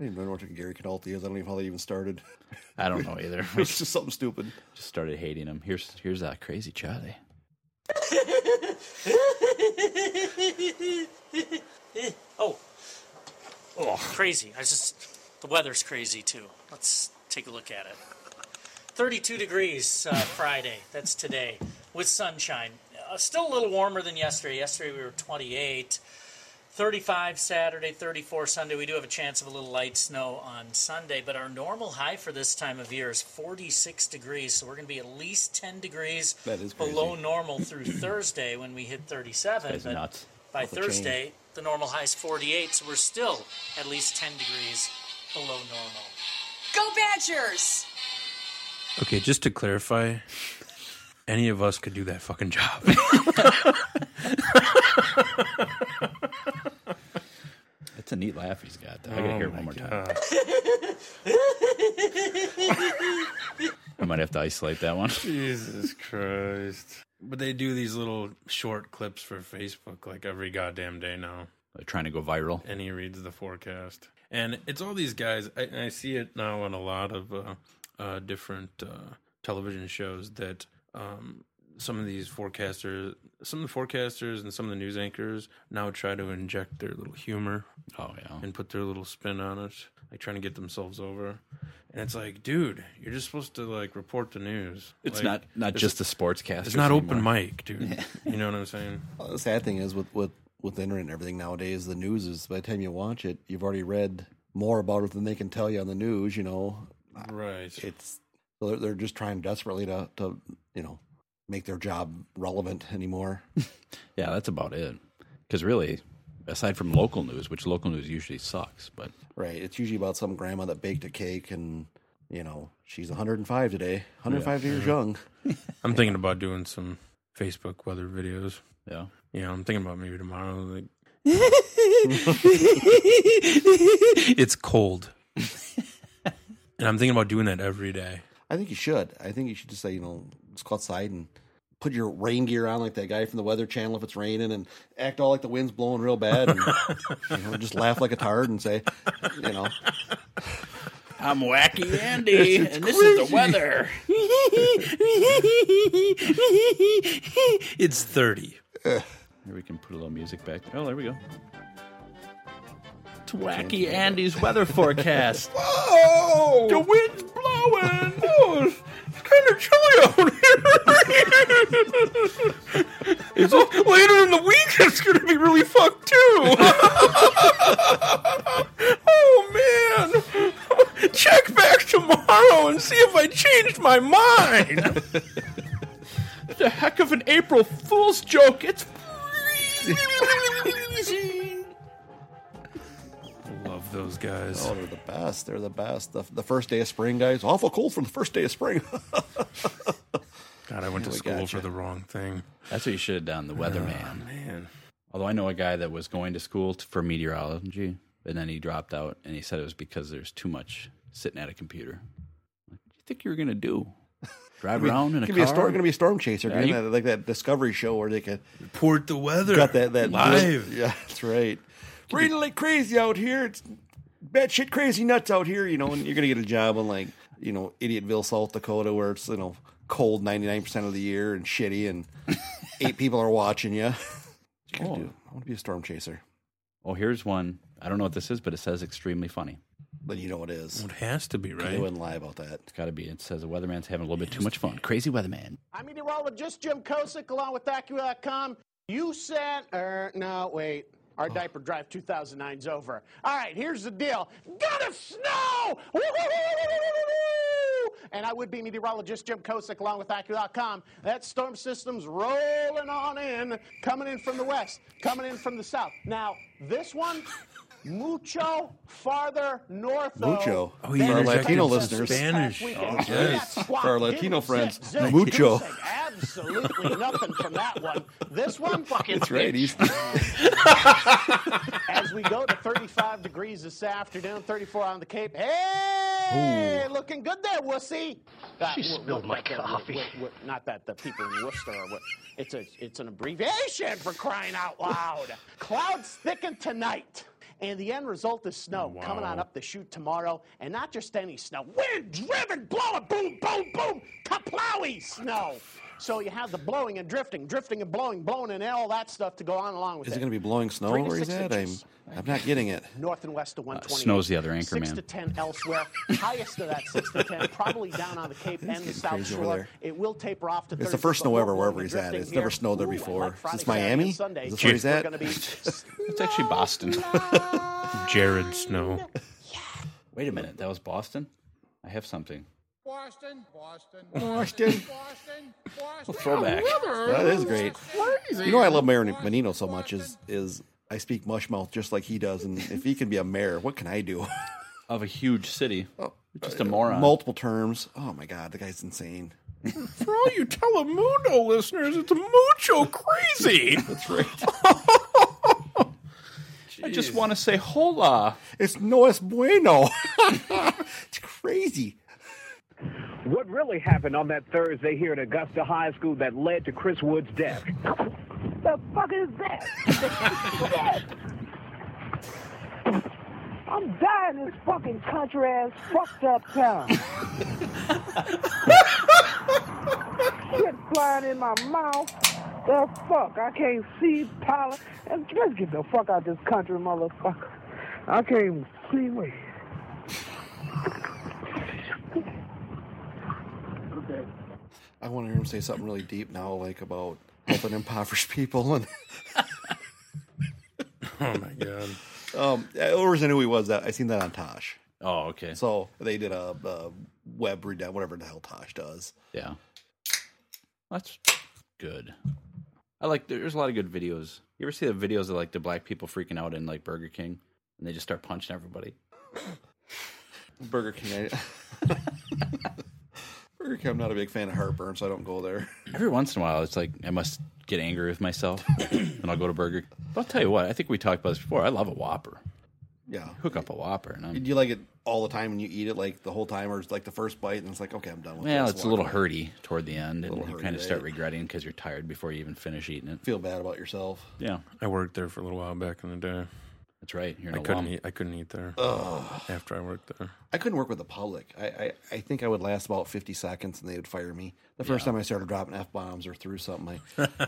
even know what Gary Canalti is. I don't even know how they even started. I don't know either. I It's just something stupid. just started hating him. Here's here's that crazy Charlie. Oh. Oh, crazy. I just, the weather's crazy too. Let's take a look at it. 32 degrees uh, Friday, that's today, with sunshine. Uh, still a little warmer than yesterday. Yesterday we were 28. 35 Saturday, 34 Sunday. We do have a chance of a little light snow on Sunday, but our normal high for this time of year is 46 degrees, so we're going to be at least 10 degrees That is below crazy. normal through Thursday when we hit 37. That's but nuts. by the chain. Thursday, the normal high is 48, so we're still at least 10 degrees below normal. Go Badgers! Okay, just to clarify, any of us could do that fucking job. That's a neat laugh he's got. Though. I Oh gotta hear it one more time. I might have to isolate that one. Jesus Christ. But they do these little short clips for Facebook like every goddamn day now. They're trying to go viral. and he reads the forecast. And it's all these guys. I, I see it now on a lot of uh, uh, different uh, television shows that um, some of these forecasters, some of the forecasters, and some of the news anchors now try to inject their little humor Oh yeah. and put their little spin on it, like trying to get themselves over. And it's like, dude, you're just supposed to like report the news. It's Like, not not just the sportscast. It's not open mic, dude. You know what I'm saying? Well, the sad thing is with with with the internet and everything nowadays, the news is by the time you watch it, you've already read more about it than they can tell you on the news. You know, Right. it's so they're, they're just trying desperately to to you know make their job relevant anymore. Yeah, that's about it. Because really, aside from local news, which local news usually sucks, but right? It's usually about some grandma that baked a cake and you know she's 105 today, 105 Mm-hmm. years young. I'm thinking about doing some Facebook weather videos. yeah, Yeah, I'm thinking about maybe tomorrow. Like, it's cold, and I'm thinking about doing that every day. I think you should. I think you should just say you know just go outside and put your rain gear on like that guy from the Weather Channel if it's raining, and act all like the wind's blowing real bad, and you know, just laugh like a tard and say, you know, I'm Wacky Andy, and this is the weather. It's 30. Here we can put a little music back. Oh, there we go. It's Wacky Andy's weather forecast. Whoa! The wind's blowing. Oh, it's kind of chilly out here. Oh, Later in the week, it's going to be really fucked too. oh, man. Check back tomorrow and see if I changed my mind. the heck of an April Fool's joke. It's freezing. Love those guys. oh, they're the best. They're the best. The, the first day of spring, guys, awful cold from the first day of spring. God, I went to we school gotcha. for the wrong thing. That's what you should have done, the weatherman. Man. Although I know a guy that was going to school t- for meteorology, and then he dropped out, and he said it was because there's too much sitting at a computer. What do you think you were gonna do? Drive around in a car? Gonna be a storm. Gonna be a storm chaser. Yeah, dude, you- that- like that Discovery show where they could Report the weather. got that that live. Yeah, that's right. Raining like crazy out here. It's batshit crazy nuts out here. You know, and you're gonna get a job in like you know Idiotville, South Dakota, where it's you know cold 99 percent of the year and shitty, and eight people are watching you. What you gonna do? I want to be a storm chaser. oh, here's one. I don't know what this is, but it says extremely funny. Then you know it is. It has to be, They right? wouldn't lie about that. It's got to be. It says the weatherman's having a little bit too much fun. Crazy weatherman. I'm meteorologist Jim Kosick along with Acura.com. You sent, er, no, wait. Our diaper drive 2009's over. All right, here's the deal. Gonna snow! Woo-hoo-hoo-hoo-hoo-hoo-hoo! And I would be meteorologist Jim Kosick along with Acura.com. That storm system's rolling on in, coming in from the west, coming in from the south. Now, this one, mucho farther north. though, Mucho. Oh, he For our interjected Latino some listeners. Spanish. Oh, Oh, yes. For For our Latino friends, mucho. Absolutely nothing from that one. This one, fucking That's right. He's As we go to 35 degrees this afternoon, 34 on the Cape. Hey, looking good there, wussy. That, she spilled my coffee. not that the people in Worcester are. What, it's a, it's an abbreviation for crying out loud. Clouds thicken tonight. And the end result is snow coming on up the chute tomorrow, and not just any snow. Wind driven, blowing, boom, boom, boom, kaplowy snow. So you have the blowing and drifting, drifting and blowing, blowing and all that stuff to go on along with is it. it gonna be blowing snow Three to where he's six at? I'm inches. I'm not getting it. North and west of 120. uh, snow's the other anchor, Six man. to 10 elsewhere. Highest of that 6 to 10, probably down on the Cape and the South crazy over Shore. there. It will taper off to the 30, first but snow ever we'll wherever be he's at. drifting It's never here. snowed there Ooh, I like before. Friday, It's Saturday, Miami? and Sunday. Is this where he's We're at? gonna be- It's actually Boston. Jared Snow. Wait a minute. That was Boston. I have something. Boston, Boston, Boston. Boston, Boston. Throwback. That is great. You know, I love Mayor Menino so much is is I speak mush mouth just like he does, and if he can be a mayor, what can I do? Of a huge city. Just a moron. Multiple terms. Oh my god, the guy's insane. For all you Telemundo listeners, it's mucho crazy. That's right. I just want to say hola. it's no es bueno. it's crazy. What really happened on that Thursday here at Augusta High School that led to Chris Wood's death? the fuck is that? I'm dying in this fucking country ass fucked up town. Shit flying in my mouth. The fuck? I can't see pollen. Let's get the fuck out this country, motherfucker. I can't even see me. I want to hear him say something really deep now, like about helping impoverished people, and Oh, my God. um, the only reason I knew he was that I seen that on Tosh. Oh, okay. So they did a, a web redo, whatever the hell Tosh does. Yeah. That's good. I like there's a lot of good videos. You ever see the videos of like the black people freaking out in like Burger King and they just start punching everybody? Burger King. I, Burger King. I'm not a big fan of heartburn, so I don't go there. Every once in a while it's like I must get angry with myself and I'll go to Burger But I'll tell you what, I think we talked about this before. I love a Whopper. Yeah. Hook up a Whopper, and Do I'm, you like it all the time when you eat it, like the whole time, or it's like the first bite, and it's like, okay, I'm done with it. well, Let's it's a walk little away. hurdy toward the end, and Little you hurdy, kind of start right? regretting because you're tired before you even finish eating it. Feel bad about yourself. Yeah, I worked there for a little while back in the day. That's right. You're I an couldn't alum. eat. I couldn't eat there Ugh. after I worked there. I couldn't work with the public. I, I, I think I would last about 50 seconds and they would fire me. The first time I started dropping F bombs or threw something, I,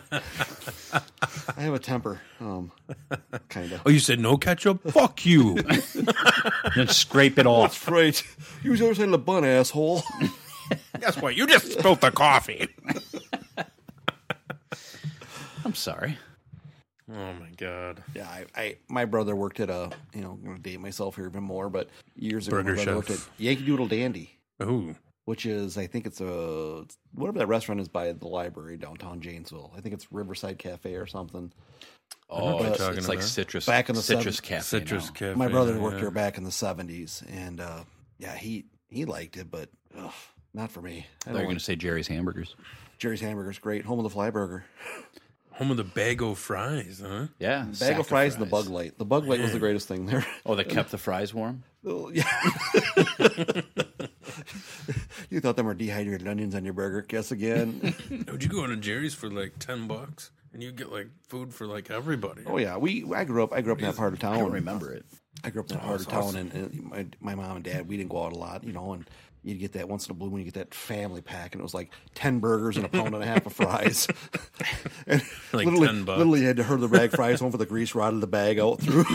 I have a temper. Um, kind of. Oh, you said no ketchup? Fuck you! then scrape it off. That's right. Use the other side of the bun, asshole. Guess what? You just spilled the coffee. I'm sorry. Oh my god! Yeah, I, I my brother worked at a you know I'm gonna date myself here even more, but years ago my Burger brother worked chef. at Yankee Doodle Dandy. Ooh. Which is I think it's a whatever that restaurant is by the library downtown Janesville. I think it's Riverside Cafe or something. know what Oh, you're it's, talking it's like about. citrus. Back in the citrus 70s. cafe. Citrus now. cafe. my brother worked yeah. there back in the seventies and uh yeah, he he liked it, but ugh, not for me. I They're don't going like to say Jerry's hamburgers. Jerry's hamburgers great, home of the fly burger. Home of the bag o' fries, huh? Yeah, Bag sack of fries and the bug light. The bug light was the greatest thing there. Oh, that kept the fries warm. Oh, yeah. you thought them were dehydrated onions on your burger. Guess again. Would you go to Jerry's for like ten bucks and you get like food for like everybody? oh yeah, we. I grew up. I grew up in that part of town. I don't remember it. I grew up in that part of town, and, and my, my mom and dad, we didn't go out a lot, you know. And you'd get that once in a blue moon, you get that family pack, and it was like ten burgers and a pound and a half of fries. and Like literally, 10 bucks. literally had to herd the bag fries home for the grease rotted the bag out through.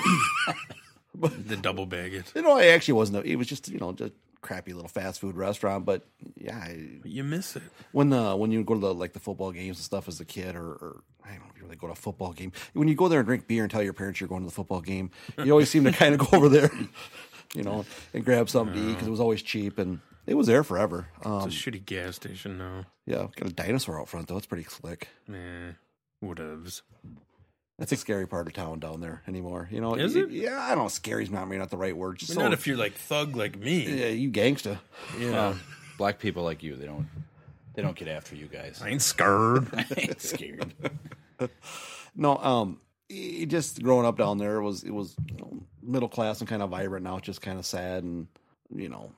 The double bag it. you know, I actually wasn't. It was just you know just crappy little fast food restaurant, but yeah, I, You miss it. when the when you go to the like the football games and stuff as a kid or, or I don't know if you really go to a football game. When you go there and drink beer and tell your parents you're going to the football game, you always seem to kind of go over there, you know, and grab something to eat because it was always cheap and it was there forever. Um, It's a shitty gas station now. yeah, got a dinosaur out front though. It's pretty slick. Nah, whatevs. That's a scary part of town down there anymore. You know, Is y- it? Yeah, I don't. know. Scary's not maybe not the right word. Just so, Not if you're like thug like me. yeah, you gangsta. Yeah. Black people like you, they don't. They don't get after you guys. I ain't scared. ain't scared. No, um, it just growing up down there it was it was you know, middle class and kind of vibrant. Now it's just kind of sad and you know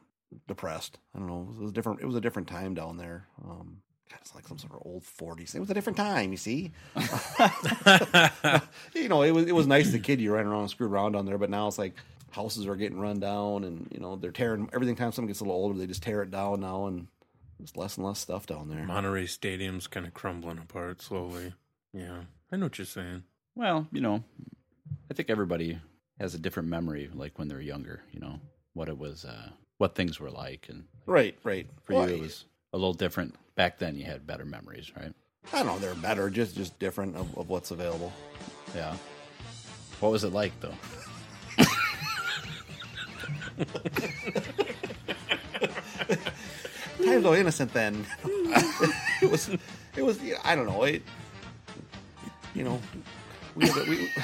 depressed. I don't know. It was a different. It was a different time down there. Um, God, it's like some sort of old forties. It was a different time. You see, you know, it was it was nice as a kid. You ran around and screwed around down there, but now it's like houses are getting run down and you know they're tearing everything. Time someone gets a little older, they just tear it down now and. There's less and less stuff down there. Monterey Stadium's kind of crumbling apart slowly. Yeah, I know what you're saying. Well, you know, I think everybody has a different memory, like when they're younger. You know what it was, uh, what things were like, and Right, right. for Well, you it was a little different. Back then, you had better memories, right? I don't know. They're better, just just different of, of what's available. Yeah. What was it like though? Hmm. times so innocent then. it was, it was. yeah, I don't know. It, you know, we, had a, we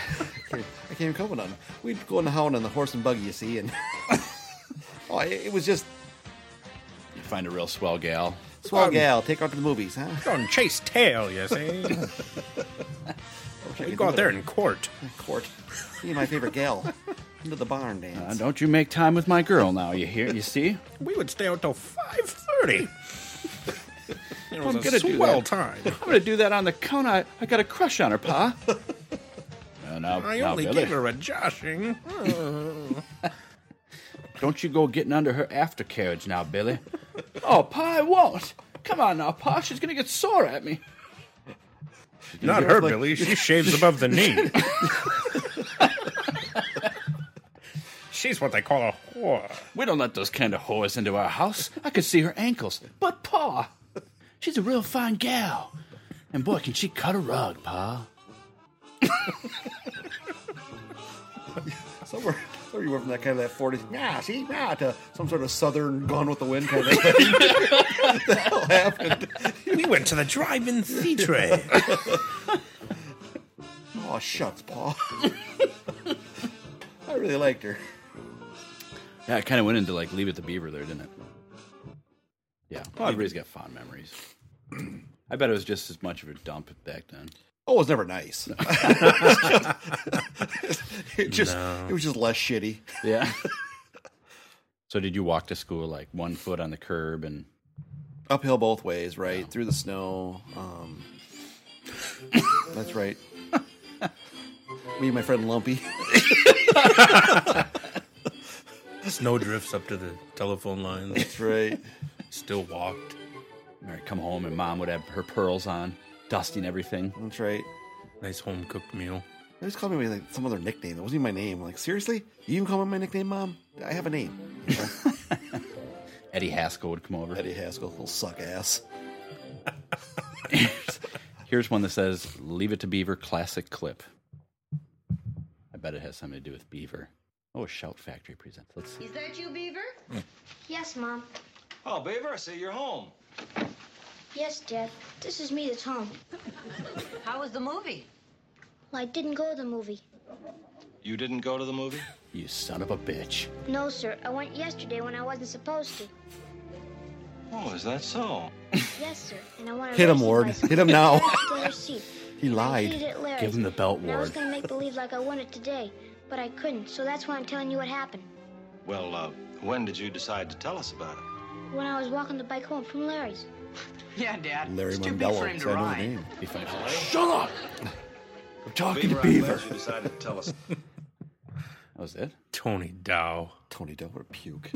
I can't even come with none. We'd go in the hound on the horse and buggy, you see, and oh, it, it was just You find a real swell gal. swell gal. Take her out to the movies, huh? Don't chase tail, you see. we go out there in court. Court. Me and my favorite gal into the barn Uh, dance. don't you make time with my girl now? You hear? You see? We would stay out till five thirty. It was I'm a gonna do swell that. time. I'm gonna do that on the count. I, I got a crush on her, pa. Uh, No, no, I no, only Billy. gave her a joshing. Don't you go getting under her aftercarriage now, Billy. oh, Pa, I won't. Come on now, Pa. She's going to get sore at me. Not her, Billy. She shaves above the knee. She's what they call a whore. We don't let those kind of whores into our house. I could see her ankles. But, Pa, she's a real fine gal. And boy, can she cut a rug, Pa. Somewhere, somewhere you went from that kind of that forties, yeah, see, yeah, to some sort of southern Gone with the Wind kind of thing. that all happened. We went to the drive-in theater. Oh shucks, Paul. I really liked her. Yeah, it kind of went into like Leave It to Beaver there, didn't it? Yeah, everybody's got fond memories. I bet it was just as much of a dump back then. Oh, it was never nice. it just No. it was just less shitty. Yeah. so did you walk to school like one foot on the curb and uphill both ways, right? Through the snow. Um, that's right. Me and my friend Lumpy. Snow drifts up to the telephone line. That's right. Still walked. Mary come home and mom would have her pearls on, dusting everything. That's right. Nice home cooked meal. They always called me by, like some other nickname. That wasn't even my name. Like seriously, you even call me my nickname, Mom? I have a name. You know? Eddie Haskell would come over. Eddie Haskell, little suck ass. Here's one that says Leave It to Beaver classic clip. I bet it has something to do with Beaver. Oh, Shout Factory presents. Let's see. Is that you, Beaver? Mm. Yes, Mom. Oh, Beaver, I see you're home. Yes, Dad. This is me that's home. How was the movie? Well, I didn't go to the movie. You didn't go to the movie? You son of a bitch. No, sir. I went yesterday when I wasn't supposed to. Oh, is that so? Yes, sir. And I wanted Hit him, Ward. Hit him now. He I did lied. it at Larry's, and I was going to make believe like I won it today, but I couldn't, so that's why I'm telling you what happened. Well, uh, when did you decide to tell us about it? When I was walking the bike home from Larry's. Yeah, Dad. Larry it's too big Mondello, for him to so I know the ride. name. He finds out. Shut up! I'm talking Beaver, to Beaver. I'm glad you decided to tell us. That was it. Tony Dow. Tony Dow would puke.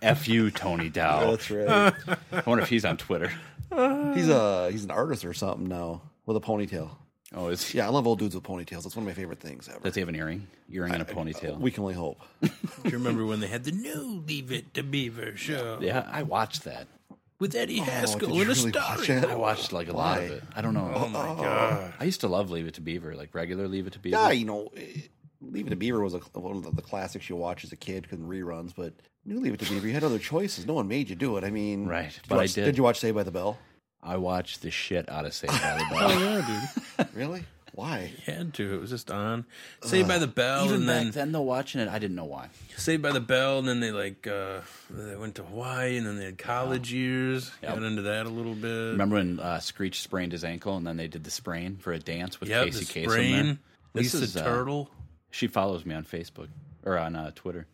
F you, Tony Dow. That's right. I wonder if he's on Twitter. He's a he's an artist or something now with a ponytail. Oh, is yeah. I love old dudes with ponytails. That's one of my favorite things ever. Does he have an earring? Earring and a ponytail. We can only hope. Do you remember when they had the new Leave It to Beaver show? Yeah, I watched that. With Eddie Oh, Haskell and a star. I watched like a lot of it. I don't know. Oh, my God. I used to love Leave It to Beaver, like regular Leave It to Beaver. Yeah, you know, eh, Leave It to Beaver was a, one of the, the classics you watch as a kid because reruns. But you Leave It to Beaver, you had other choices. No one made you do it. I mean, Right, you but I watch- did. Did you watch Saved by the Bell? I watched the shit out of Saved by the Bell. Oh, dude. really? Why? You had to. It was just on. Saved by the Bell. Uh, Even Oh, and back then, then, though, watching it, I didn't know why. Saved by the Bell, and then they like uh they went to Hawaii, and then they had college years. Yep. Got into that a little bit. Remember when uh, Screech sprained his ankle, and then they did the sprain for a dance with Yep, Casey the Kasem. sprain. there? Lisa uh, Turtle. she follows me on Facebook or on uh, Twitter.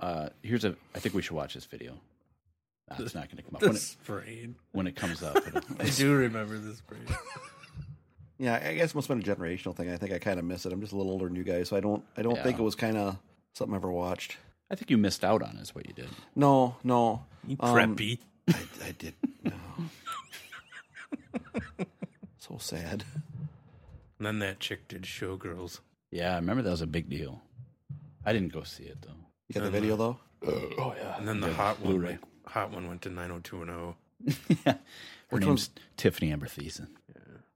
Uh, here's a. I think we should watch this video. Nah, it's not going to come up The when it, sprain. when it comes up. it'll- I do remember this break. Yeah, I guess it must have been a generational thing. I think I kind of miss it. I'm just a little older than you guys, so I don't. I don't Yeah. think it was kind of something I ever watched. I think you missed out on is what you did. No, no. You Um, preppy. I, I did. No. so sad. And then that chick did Showgirls. Yeah, I remember that was a big deal. I didn't go see it though. You got the uh, video though. oh yeah. And then the Yeah, hot one, Blu-ray. like, hot one went to 90210. Her Which name's Tiffany Amber Thiessen.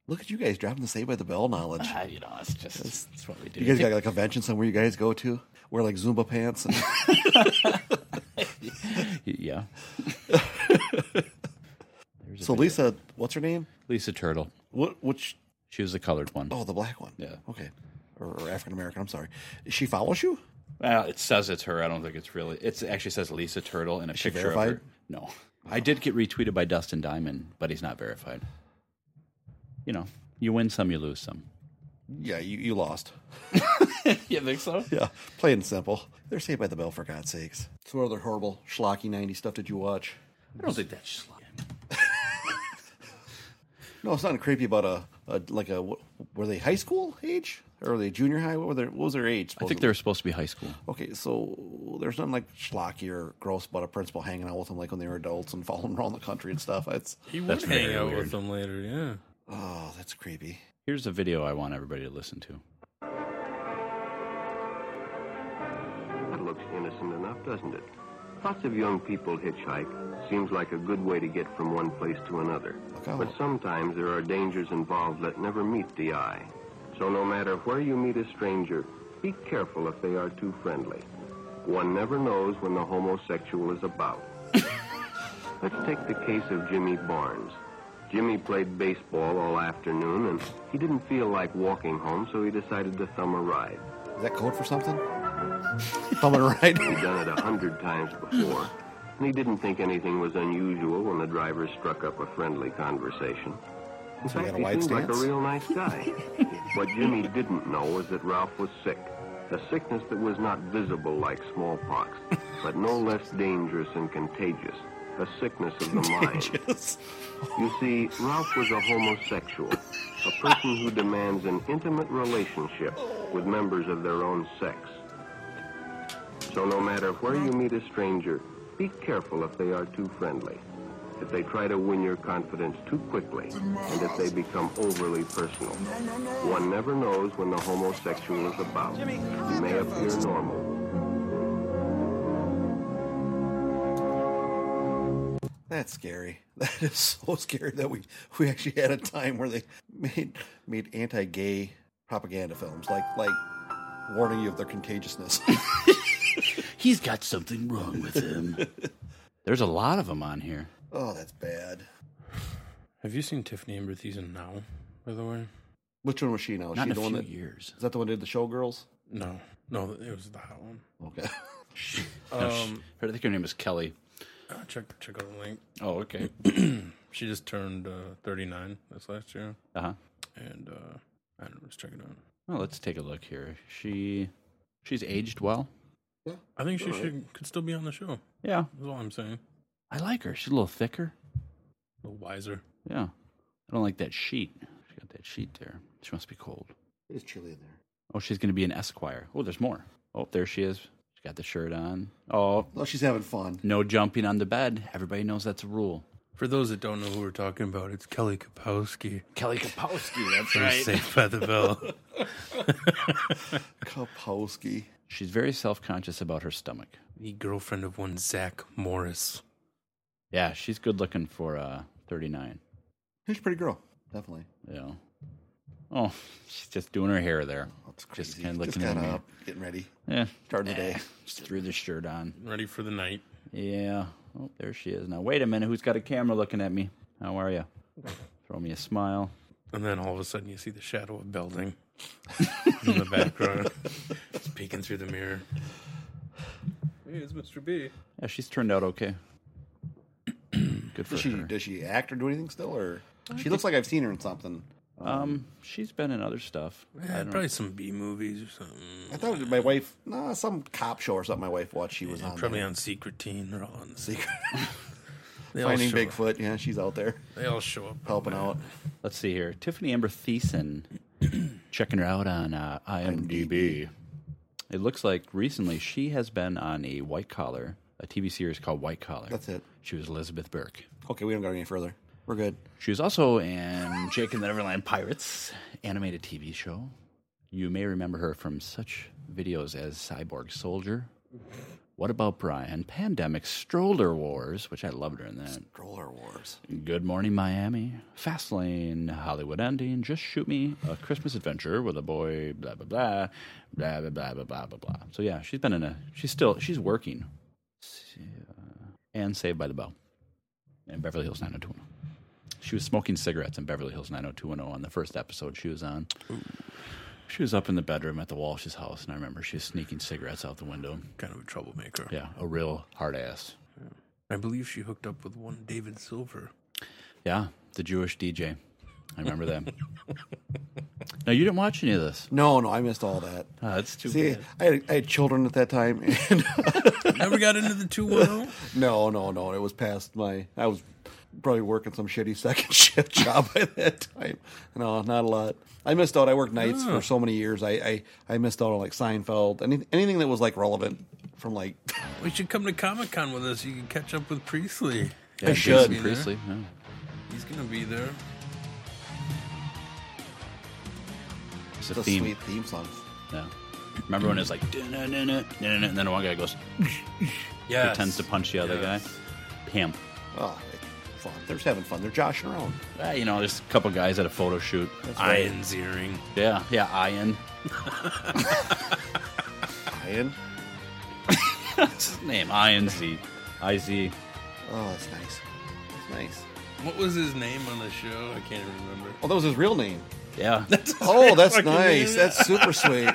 Look at you guys dropping the Saved by the Bell knowledge. Ah, you know, it's just it's what we do. You guys got like a convention somewhere you guys go to? Wear like Zumba pants? And yeah. a video. so Lisa, what's her name? Lisa Turtle. What? Which? She was the colored one. Oh, the black one. Yeah. Okay. Or, or African American. I'm sorry. She follows you? Well, it says it's her. I don't think it's really. It's, it actually says Lisa Turtle in a Is she picture of verified? her. No, I did get retweeted by Dustin Diamond, but he's not verified. You know, you win some, you lose some. Yeah, you, you lost. you think so? Yeah. Plain and simple. They're Saved by the Bell for God's sakes. So what other horrible schlocky '90s stuff did you watch? I don't think that's schlocky. No, it's nothing creepy about a, a like a wh- were they high school age or were they junior high? What were their what was their age? I think they were supposed to be high school. Okay, so there's nothing like schlocky or gross about a principal hanging out with them like when they were adults and following around the country and stuff. That's He would hang out with them later, yeah. Oh, that's creepy. Here's a video I want everybody to listen to. It looks innocent enough, doesn't it? Lots of young people hitchhike. Seems like a good way to get from one place to another. But sometimes there are dangers involved that never meet the eye. So no matter where you meet a stranger, be careful if they are too friendly. One never knows when the homosexual is about. Let's take the case of Jimmy Barnes. Jimmy played baseball all afternoon, and he didn't feel like walking home, so he decided to thumb a ride. Is that code for something? Thumb and ride? He'd done it a hundred times before, and he didn't think anything was unusual when the driver struck up a friendly conversation. In So fact, you got a he wide seemed like a stance? real nice guy. what Jimmy didn't know was that Ralph was sick, a sickness that was not visible like smallpox, but no less dangerous and contagious, a sickness of the mind. You see, Ralph was a homosexual, a person who demands an intimate relationship with members of their own sex. So no matter where you meet a stranger, be careful if they are too friendly, if they try to win your confidence too quickly, and if they become overly personal. One never knows when the homosexual is about. He may appear normal, That's scary. That is so scary that we we actually had a time where they made made anti-gay propaganda films, like like warning you of their contagiousness. He's got something wrong with him. There's a lot of them on here. oh, that's bad. Have you seen Tiffany Amber Thiessen now? By the way, Which one was she now? Is Not she in a the one few that, years. Is that the one that did the showgirls? no, no, it was the hot one. Okay. No, sh- Um, I think her name is Kelly. I'll check check out the link. Oh, okay. she just turned uh, 39 this last year. Uh-huh. And uh, I don't know, let's check it out. Well, let's take a look here. She she's aged well. I think she Alright. should could still be on the show. Yeah. That's all I'm saying. I like her. She's a little thicker. A little wiser. Yeah. I don't like that sheet. She got that sheet there. She must be cold. It's chilly in there. Oh, she's going to be an Esquire. Oh, there's more. Oh, there she is. She got the shirt on. Oh, no, she's having fun. No jumping on the bed. Everybody knows that's a rule. For those that don't know who we're talking about, it's Kelly Kapowski. Kelly Kapowski. That's From right. Saved by the Bell. Kapowski. She's very self conscious about her stomach. the girlfriend of one Zach Morris. Yeah, she's good looking for uh, 39. She's a pretty girl, definitely. Yeah. Oh, she's just doing her hair there. Just kind of Oh, Just looking at got me. up, getting ready. Yeah. Starting the Eh, day. Just threw the shirt on. Ready for the night. Yeah. Oh, there she is. Now, wait a minute. Who's got a camera looking at me? How are you? Throw me a smile. And then all of a sudden you see the shadow of Belding in the background. It's peeking through the mirror. Hey, it's Mr. B. Yeah, she's turned out okay. Good for Uh, Does she her. does she act or do anything still, or she looks like I've seen her in something. Um, she's been in other stuff. Uh, Yeah, probably some B movies or something. Oh, I thought my wife, nah, some cop show or something. My wife watched. She was on Probably there. on Secret Teen or on Secret. They all Finding show up. Bigfoot. Yeah, she's out there. They all show up. helping out. Let's see here. Tiffany Amber Thiessen, checking her out on uh, IMDb. It looks like recently she has been on a White Collar, a TV series called White Collar. That's it. She was Elizabeth Burke. Okay, we don't go any further. We're good. She was also in Jake and the Neverland Pirates animated TV show. You may remember her from such videos as Cyborg Soldier. What about Brian? Pandemic Stroller Wars, which I loved her in that. Stroller Wars. Good Morning Miami, Fastlane, Hollywood Ending, Just Shoot Me, A Christmas Adventure with a Boy, blah blah blah, blah blah blah blah blah blah. blah. So yeah, she's been in a. She's still she's working. She, uh, and Saved by the Bell, and Beverly Hills 90210. She was smoking cigarettes in Beverly Hills 90210 on the first episode she was on. She was up in the bedroom at the Walsh's house, and I remember she was sneaking cigarettes out the window. Kind of a troublemaker. Yeah, a real hard ass. I believe she hooked up with one David Silver. Yeah, the Jewish DJ. I remember that. now you didn't watch any of this. No, no, I missed all that. Ah, that's too See, bad. I had, I had children at that time. And Never got into the oh. 210. no, no, no. It was past my. I was probably working some shitty second shift job by that time. No, not a lot. I missed out. I worked nights Oh. for so many years. I, I, I missed out on like Seinfeld, any, anything that was like relevant from like. We should come to Comic Con with us. You can catch up with Priestley. I should. He's gonna be there. Priestley, yeah. He's gonna be there. It's a The theme. sweet theme songs. Yeah. Remember when it's like "Dun-dun-dun-dun, dun-dun-dun," and then one guy goes Yes. pretends to punch the other guy. Pimp. Oh, fun. They're just having fun. They're joshing around. Ah, you know, there's a couple guys at a photo shoot. Ah, right. Ian's earring. Yeah, yeah, Ian. Ian? That's his name. Ian Z. I Z. Oh, that's nice. That's nice. What was his name on the show? I can't remember. Oh, that was his real name. Yeah. Oh, that's fucking nice. name. That's super sweet.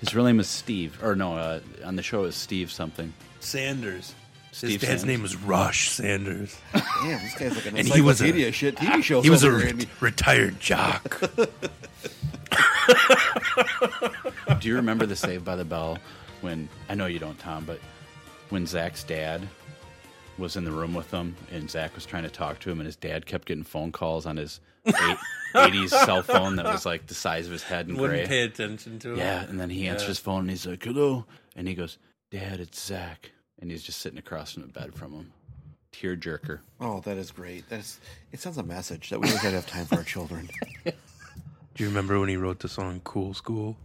His real name is Steve. Or no, uh, on the show is Steve something. Sanders. His Steve dad's Sanders. name was Rush Sanders. Damn, this guy's like an And he was a- encyclopedia of shit TV show. He was a over here, re- Andy. retired jock. Do you remember the Save by the Bell when I know you don't, Tom, but when Zach's dad was in the room with them and Zach was trying to talk to him and his dad kept getting phone calls on his eight, 80s cell phone that was like the size of his head and gray. Wouldn't pay attention to it. Yeah, and then he answers Yeah. his phone and he's like, "Hello," and he goes, "Dad, it's Zach," and he's just sitting across from the bed from him. Tear jerker. Oh, that is great. That's it. Sounds a message that we always gotta have time for our children. Do you remember when he wrote the song Cool School?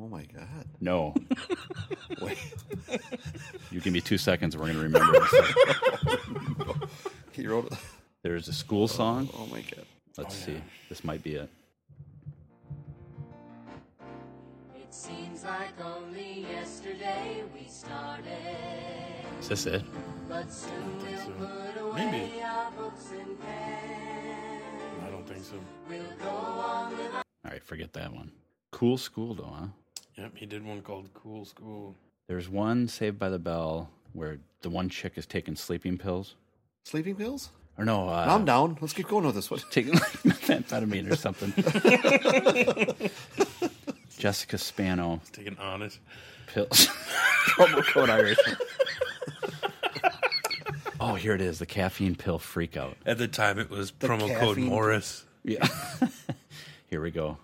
Oh my god. No, Wait. you give me two seconds, we're gonna remember. this. He wrote. There's a school song. Oh, my god. Let's see. This might be it. It seems like only yesterday we started, Is this it? but soon we'll put Maybe. away our books and pens. I don't think so. We'll go on with our All right, forget that one. Cool school though, huh? Yep, he did one called Cool School. There's one Saved by the Bell where the one chick is taking sleeping pills. Sleeping pills? Or no, uh, I'm down. Let's keep going with this one. taking like methamphetamine or something. Jessica Spano Taking honest. pills. Promo code Irish. oh, here it is. The caffeine pill freak out. At the time, it was The promo code caffeine- Morris. Yeah. Here we go.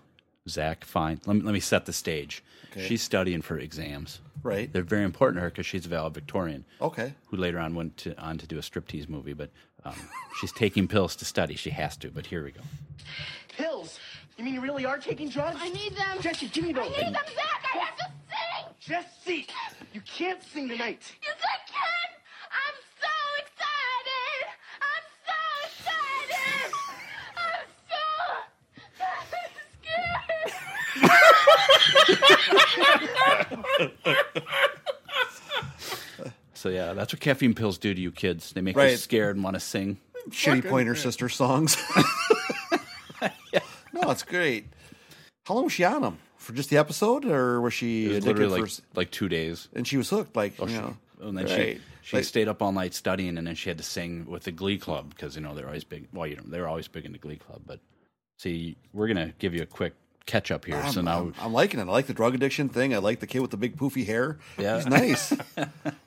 Zach, fine. Let me, let me set the stage. Okay. She's studying for exams. Right. Oh. They're very important to her because she's a valedictorian. Okay. Who later on went to, on to do a striptease movie, but um, she's taking pills to study. She has to, but here we go. pills. You mean you really are taking drugs? I need them. Jesse, give me those. I need them back. I have to sing. Jesse, you can't sing tonight. Yes, I can. I'm so excited. I'm so excited. I'm so So yeah, that's what caffeine pills do to you kids. They make you Right. scared and want to sing. Shitty Pointer Sister songs. No, it's great. How long was she on them? For just the episode, or was she It was addicted literally like, for? like two days. And she was hooked. Like Oh, you she- know. and then right. she she Like- stayed up all night studying, and then she had to sing with the Glee Club because you know they're always big. Well, you know they're always big into Glee Club, but see, we're gonna give you a quick catch up here. I'm, so now, I'm, I'm liking it. I like the drug addiction thing. I like the kid with the big poofy hair. Yeah. he's nice.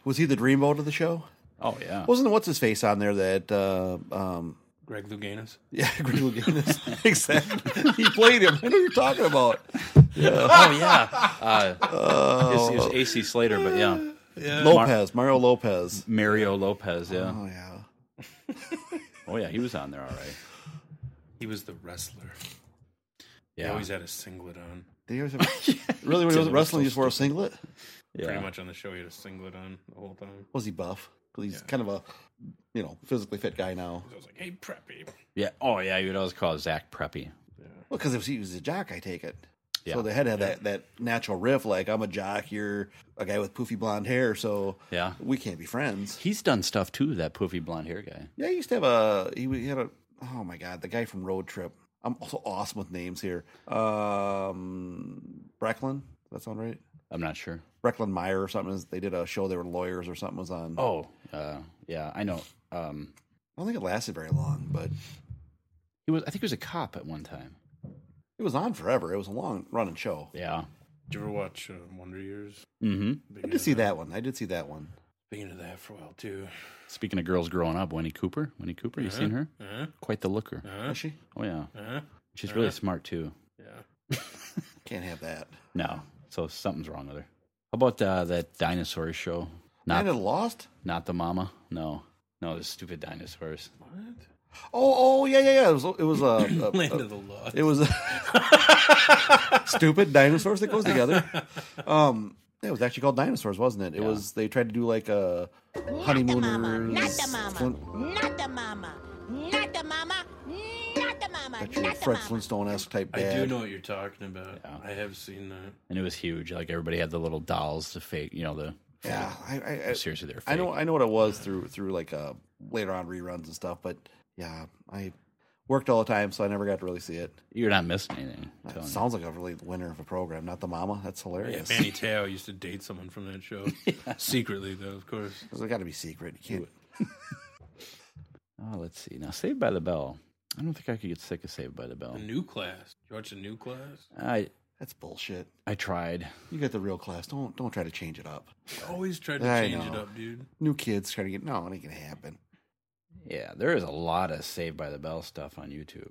was he the dreamboat of the show? oh yeah, Wasn't what's his face on there that? Uh, um, Greg Louganis. yeah, Greg Louganis. exactly. He played him. I know what you're talking about. Yeah. oh yeah, uh, it's- it's, AC Slater, but yeah, Lopez, Mario Lopez. Mario Lopez, yeah, Oh yeah. oh yeah, he was on there all right. He was the wrestler. He Yeah. always had a singlet on. Did he always have- really when he was wrestling, he just wore a singlet. Pretty much on the show, he had a singlet on the whole time. Was he buff? 'Cause He's kind of a, you know, physically fit guy now. I was like, hey, preppy. Yeah, oh yeah, you would always call Zach Preppy. Well, because he was a jock, I take it. Yeah. So they had to have that, that natural riff, like I'm a jock, you're a guy with poofy blonde hair, so Yeah, we can't be friends. he's done stuff too. That poofy blonde hair guy. Yeah, he used to have a he, he had a oh my god, the guy from Road Trip. I'm also awesome with names here. Um, Brecklin, does that sound right? I'm not sure. Brecklin Meyer or something. They did a show. They were lawyers or something was on. Oh, uh, yeah, I know. Um, I don't think it lasted very long, but he was. I think he was a cop at one time. it was on forever. It was a long running show. Yeah. Did you ever watch uh, Wonder Years? Mm-hmm. I did see that one. I did see that one. Been into that for a while, too. Speaking of girls growing up, Winnie Cooper. Winnie Cooper, you seen her? Uh-huh. Quite the looker. Uh-huh. Was she? Oh yeah, Uh-huh. she's really smart too. Yeah. Can't have that. No, so something's wrong with her. How about uh, that dinosaur show? Not Not lost. not the mama. No, no, the stupid dinosaurs. Oh, oh, yeah, yeah, yeah. It was, it was uh, uh, Land uh, of the Lost. It was stupid dinosaurs that goes together. Um, it was actually called dinosaurs, wasn't it? It was they tried to do like a honeymooners. Not the mama. Flin- Not the mama. Not the mama. Not the mama. that's your Not the Fred mama. Flintstone esque type I dad. do know what you're talking about. I have seen that. And it was huge. Like everybody had the little dolls to fake. You know the. Yeah, I, I, I Seriously, they're I know, I know what it was through through like uh, later on reruns and stuff. But yeah, I worked all the time, so I never got to really see it. You're not missing anything. That sounds like a really winner of a program. Not the mama. That's Yeah, hilarious. Manny Tao used to date someone from that show. Secretly, though, of course. It's got to be secret. You can't. Oh, let's see. Now, Saved by the Bell. I don't think I could get sick of Saved by the Bell. The new class. You watch the new class? I That's bullshit. I tried. You got the real class. Don't don't try to change it up. I always tried to I change it know. up, dude. New kids try to get no, it ain't gonna happen. Yeah, there is a lot of Saved by the Bell stuff on YouTube,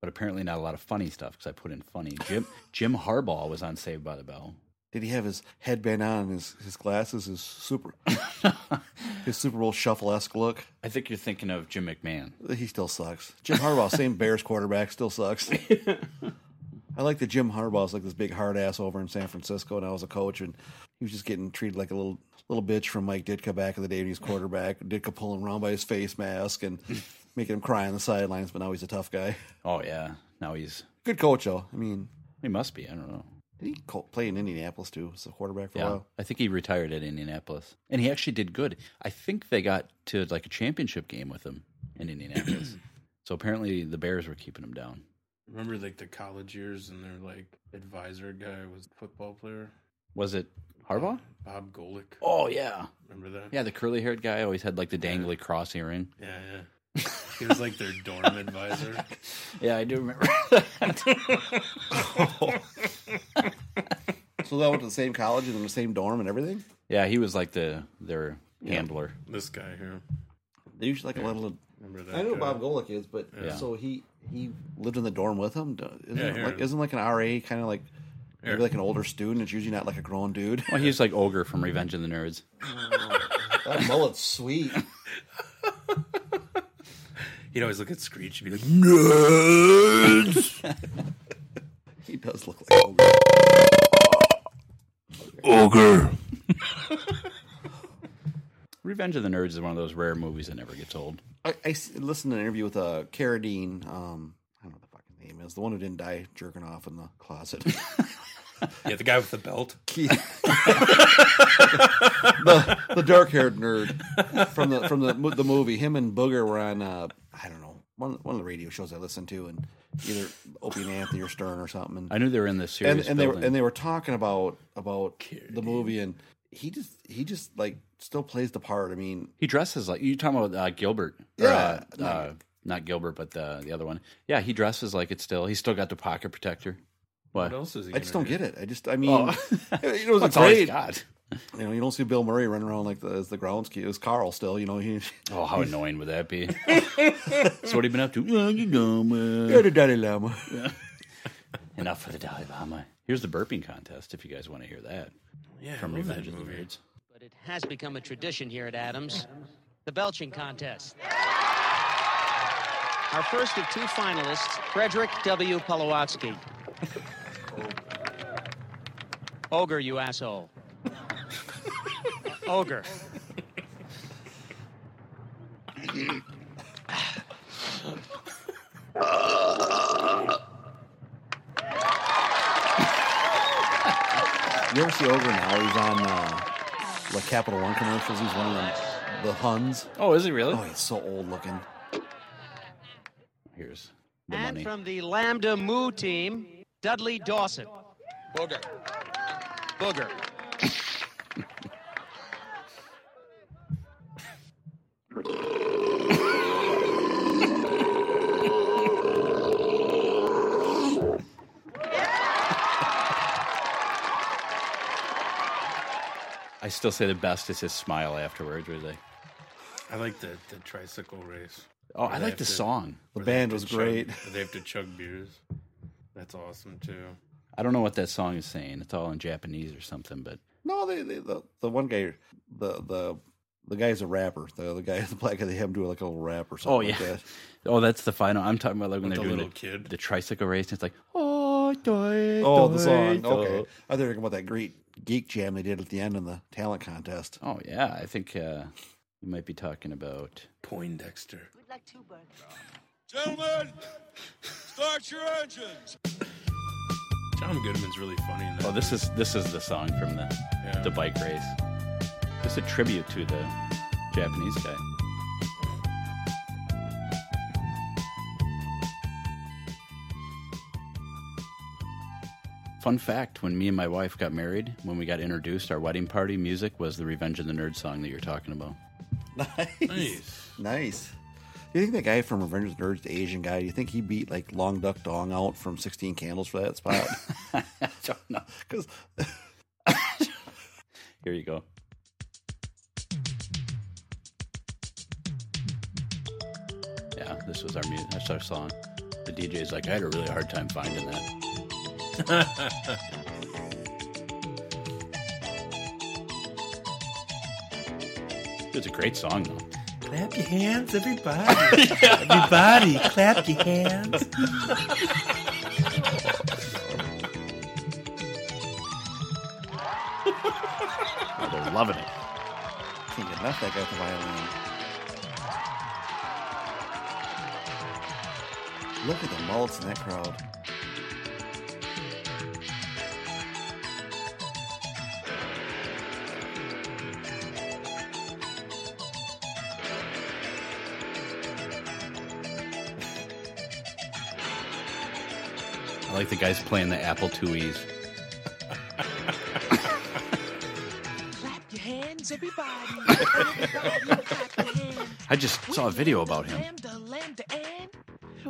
but apparently not a lot of funny stuff because I put in funny. Jim Jim Harbaugh was on Saved by the Bell. Did he have his headband on and his, his glasses, his super his Super Bowl shuffle esque look? I think you're thinking of Jim McMahon. He still sucks. Jim Harbaugh, same Bears quarterback, still sucks. I like that Jim Harbaugh's like this big hard ass over in San Francisco, and I was a coach, and he was just getting treated like a little little bitch from Mike Ditka back in the day when he was quarterback. Ditka pulling him around by his face mask and making him cry on the sidelines, but now he's a tough guy. Oh yeah, now he's Good coach though. I mean, he must be. I don't know. Did he co- play in Indianapolis too? Was a quarterback for a Yeah, while. Um, I think he retired at Indianapolis, and he actually did good. I think they got to like a championship game with him in Indianapolis. so apparently the Bears were keeping him down. Remember, like, the college years and their, like, advisor guy was a football player? Was it Harbaugh? Bob Golick. Oh yeah, Remember that? Yeah, the curly haired guy always had like the dangly cross earring. Yeah, yeah. He was like their dorm advisor. Yeah, I do remember. So they all went to the same college and in the same dorm and everything. yeah, he was like the their handler. This guy here. They usually like a little. Remember that I know guy? Bob Golick is, but Yeah. so he he lived in the dorm with him. Do- Isn't, Yeah, it here. like, isn't like an RA kind of like maybe Here. like an older student? It's usually not like a grown dude. Well, he's like ogre from Revenge of the Nerds. that mullet's sweet. He'd always look at Screech and be like, Nerds! he does look like ogre. Ogre. Revenge of the Nerds is one of those rare movies that never gets old. I, I s- listened to an interview with uh, Cara Dean. Um, I don't know what the fucking name is. The one who didn't die jerking off in the closet. Yeah, the guy with the belt. the the dark haired nerd from the from the mo- the movie. Him and Booger were on uh, I don't know one one of the radio shows I listened to, and either Opie and Anthony or Stern or something. And, I knew they were in this and, series. and they were and they were talking about about the movie, and he just he just like still plays the part. I mean, he dresses like you talking about uh, Gilbert. or, Yeah, uh, uh, not Gilbert, but the the other one. Yeah, he dresses like it still. He's still got the pocket protector. What, else is I just don't get it. I just I mean, Oh. you know, it was a That's all he's great- got. You know, you don't see Bill Murray running around like the, as the groundskeeper. As Carl still, you know, he. Oh, how annoying would that be? so what have you been up to? Oh, you know, man. Yeah, the Dalai Lama. Enough for the Dalai Lama. Here's the burping contest if you guys want to hear that. Yeah, I from love that Revenge of the Nerds. But it has become a tradition here at Adams the belching contest. Our first of two finalists, Frederick W. Polowatsky. Ogre, you asshole. Ogre. You ever see Ogre now? He's on uh, like Capital One commercials. He's one of them, the Huns. Oh, is he really? Oh, he's so old looking. Here's And from the Lambda Mu team, Dudley Dawson. Booger. Booger. I still say the best is his smile afterwards, where he's like, I like the, the tricycle race. Oh, I Where they like have the song. The where they have band to was chug- great. where They have to chug beers. That's awesome, too. I don't know what that song is saying. It's all in Japanese or something, but No, they, they the, the one guy, the the the guy's a rapper. The other guy, the black guy, they have him do like a little rap or something. oh yeah, like that. oh that's the final. I'm talking about like when With they're the doing little the, kid. the tricycle race. And it's like, Oh, die, Oh, the song. Okay, I thought you were talking about that great geek jam they did at the end in the talent contest. oh yeah, I think uh, you might be talking about Poindexter. Gentlemen, start your engines. John Goodman's really funny. In that. Oh, this is this is the song from the the bike race. Just a tribute to the Japanese guy. Fun fact when me and my wife got married, when we got introduced, our wedding party music was the Revenge of the Nerd song that you're talking about. Nice. Nice. Do you think that guy from Revenge of the Nerds, the Asian guy, do you think he beat like Long Duck Dong out from 16 Candles for that spot? I don't know. Because Here you go. Yeah, this was our music. That's our song. The DJ's like, I had a really hard time finding that. it's a great song, though. Clap your hands, everybody. everybody, clap your hands. Oh, they're loving it. Can't get enough of that guy with the violin. Look at the mullets in that crowd. I like the guys playing the Apple IIe's. Clap your hands, everybody. everybody clap your hands. I just saw a video about him. Lambda, lambda, and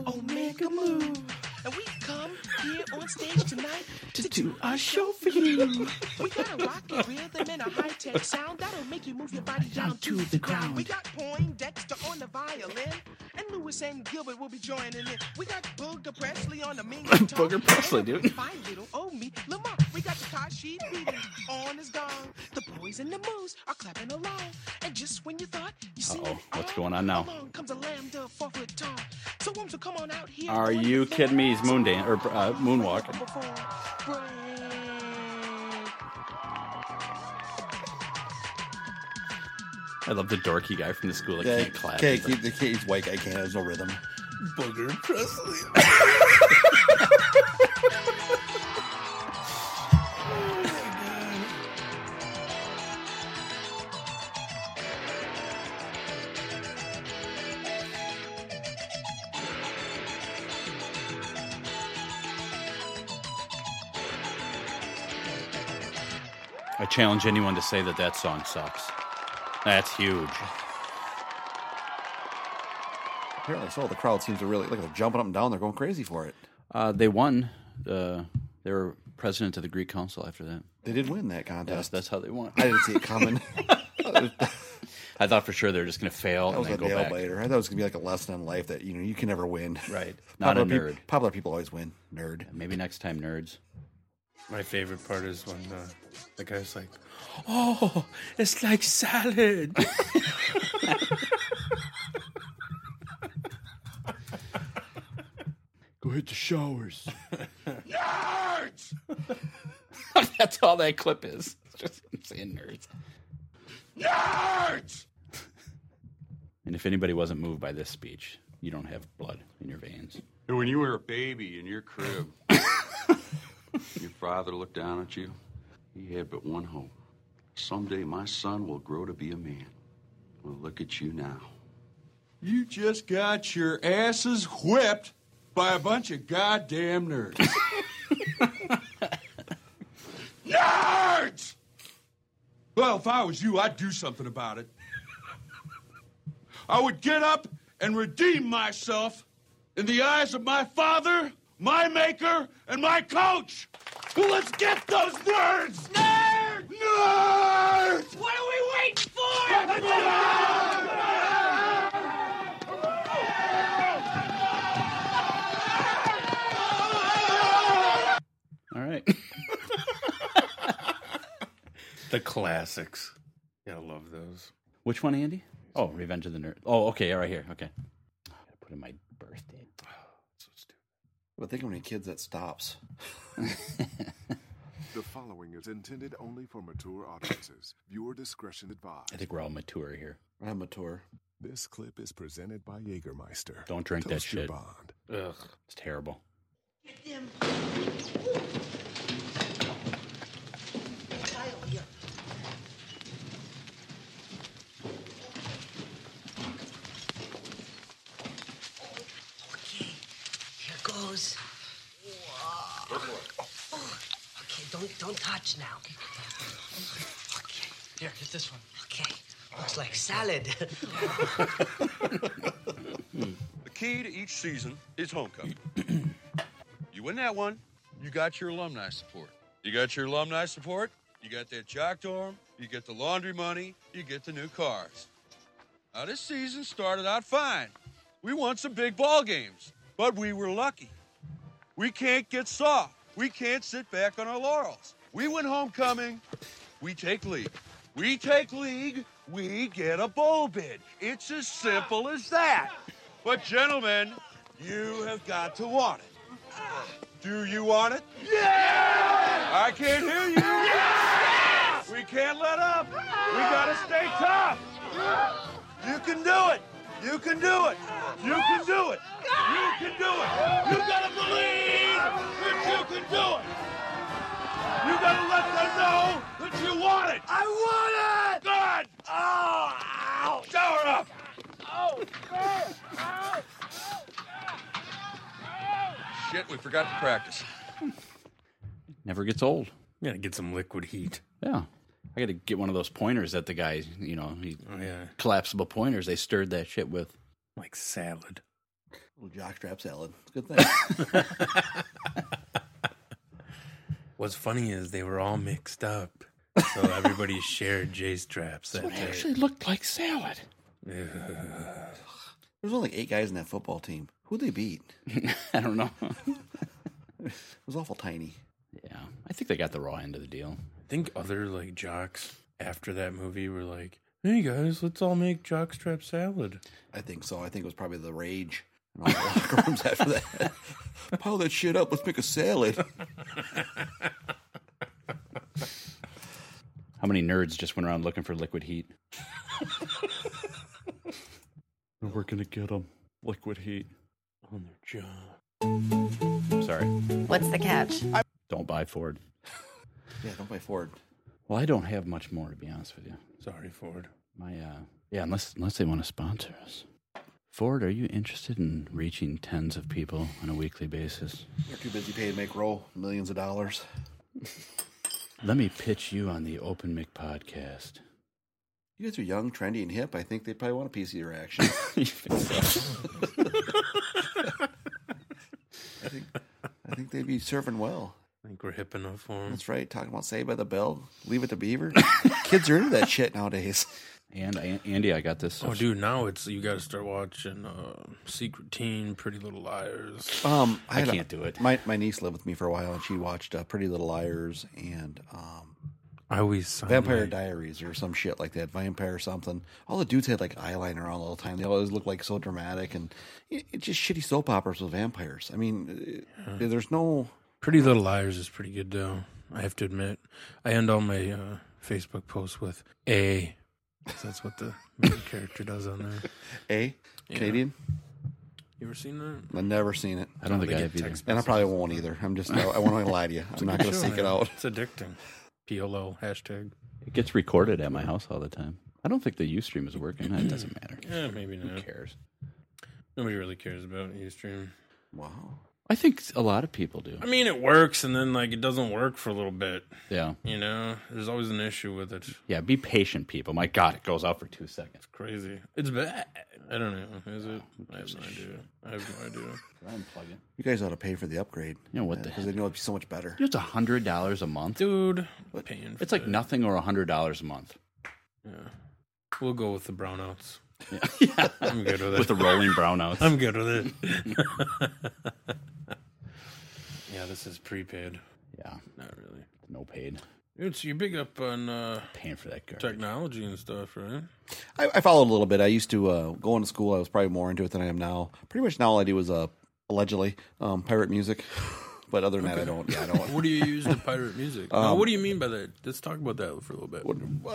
Omega Move. And Oh, we come here on stage tonight to do a show for you. We got a rocky rhythm and a high-tech sound that'll make you move your body down to the ground. We got Poindexter on the violin. And Lewis and Gilbert will be joining in. We got Booger Presley on the mean guitar. Booger Presley, dude. My little Omi Lamar. We got Takashi beating on his gong. The boys and the moves are clapping along. And just when you thought you Uh see oh, what's going on now? along comes a lambda four foot tall. So won't you come on out here? Are on you the floor? kidding me? He's moon dan- or uh, moonwalking. Number four, I love the dorky guy from the school that can't clap. Can't He's like, keep the can't, he's white guy can't. There's no rhythm. Booger Presley. I challenge anyone to say that that song sucks. That's huge. Apparently so. The crowd seems to really look. They're jumping up and down. They're going crazy for it. Uh, they won. Uh, they were president of the Greek Council after that. They did win that Yes, contest. that's how they won. I didn't see it coming. I thought for sure they were just going to fail That and was a then go nail back. biter. I thought it was gonna be like a lesson in life that you know you can never win. Right. Not a popular peop- nerd. popular people always win. Nerd. Maybe next time, nerds. My favorite part is when uh, the guy's like, Oh, it's like salad. Go hit the showers. Nerds! That's all that clip is. It's just him saying nerds. Nerds! And if anybody wasn't moved by this speech, you don't have blood in your veins. When you were a baby in your crib, your father looked down at you. He had but one hope. Someday my son will grow to be a man. Well, look at you now. You just got your asses whipped by a bunch of goddamn nerds. nerds! Well, if I was you, I'd do something about it. I would get up and redeem myself in the eyes of my father, my maker, and my coach. Well, let's get those nerds! Nerds! Nerds! What are we waiting for? All right. the classics. Yeah, I love those. Which one, Andy? Oh, Revenge of the Nerd. Oh, okay, all right, here. Okay. I gotta put in my birthday. But think how many kids that stops. The following is intended only for mature audiences. Viewer discretion advised. I think we're all mature here. I'm mature. This clip is presented by Jägermeister. Don't drink that Toast your shit. bond. Ugh. It's terrible. Here goes. Oh, Don't don't touch now. Okay. Here, get this one. Okay. Looks like salad. The key to each season is homecoming. you win that one, you got your alumni support. You got your alumni support, you got that jock dorm, you get the laundry money, you get the new cars. Now, this season started out fine. We won some big ball games, but we were lucky. We can't get soft. We can't sit back on our laurels. We win homecoming, we take league. We take league, we get a bowl bid. It's as simple as that. But, gentlemen, you have got to want it. Do you want it? Yeah! I can't hear you. We can't let up. We gotta stay tough. You can do it. You can do it. You can do it. You can do it. You gotta believe that you can do it. You gotta let them know that you want it. I want it. Good. Oh, ow. Shower up. Shit, we forgot to practice. Never gets old. You gotta get some liquid heat. Yeah. I got to get one of those pointers that the guy, you know, he, Oh, collapsible pointers. They stirred that shit with. Like salad. Little jockstrap salad. It's a good thing. What's funny is they were all mixed up, so everybody shared Jay's traps that day. looked like salad. There's only like eight guys in that football team. Who'd they beat? I don't know. it was awful tiny. Yeah. I think they got the raw end of the deal. I think other like jocks after that movie were like, "Hey guys, let's all make jockstrap salad." I think so. I think it was probably the rage in all the locker rooms after that. Pile that shit up. Let's make a salad. How many nerds just went around looking for liquid heat? We're going to get them. Liquid heat. On their jaw. Sorry. What's the catch? Don't buy Ford. Yeah, don't buy Ford. Well, I don't have much more to be honest with you. Sorry, Ford. My uh Yeah, unless unless they want to sponsor us. Ford, are you interested in reaching tens of people on a weekly basis? They're too busy paying make roll millions of dollars. Let me pitch you on the Open Mic podcast. You guys are young, trendy, and hip. I think they probably want a piece of your action. I think I think they'd be serving well. I think we're hip enough for them. That's right. Talking about Saved by the Bell, Leave It to Beaver. Kids are into that shit nowadays. And Andy, I got this. Oh, dude, now it's you got to start watching uh, Secret Teen, Pretty Little Liars. Um, I, had a- can't do it. My my niece lived with me for a while, and she watched uh, Pretty Little Liars and um, I always sound Vampire like- Diaries or some shit like that. Vampire something. All the dudes had like eyeliner on all the time. They always looked like so dramatic and it, it's just shitty soap operas with vampires. I mean, it- there's no Pretty Little Liars is pretty good though. I have to admit, I end all my uh, Facebook posts with A. 'cause That's what the main character does on there. a Yeah. Canadian. You ever seen that? I've never seen it. I don't think They I get have either. text and I probably won't either. I'm just I, I want to lie to you. It's I'm a not good going to show, seek it man. out. It's addicting. PLO hashtag. It gets recorded at my house all the time. I don't think the Ustream is working. It doesn't matter. Yeah, maybe not. Who cares? Nobody really cares about Ustream. Wow. I think a lot of people do. I mean, it works, and then like it doesn't work for a little bit. Yeah. You know, there's always an issue with it. Yeah, be patient, people. My God, it goes out for two seconds. Crazy. It's bad. I don't know. Is it? I have no idea. I have no idea. Unplug it. You guys ought to pay for the upgrade. Uh, You know what the Because they know it'd be so much better. It's a hundred dollars a month, dude. Paying It's like nothing or a hundred dollars a month We'll go with the brownouts. Yeah. I'm good with it. With the rolling brownouts. I'm good with it. yeah, this is prepaid. Yeah. Not really. No paid. Dude, so you're big up on uh, paying for that technology and stuff, right? I, I followed a little bit. I used to uh, going to school. I was probably more into it than I am now. Pretty much now, all I do is uh, allegedly um, pirate music. but other than that, I don't. Yeah, I don't. what do you use to pirate music? Now, Um, what do you mean by that? Let's talk about that for a little bit.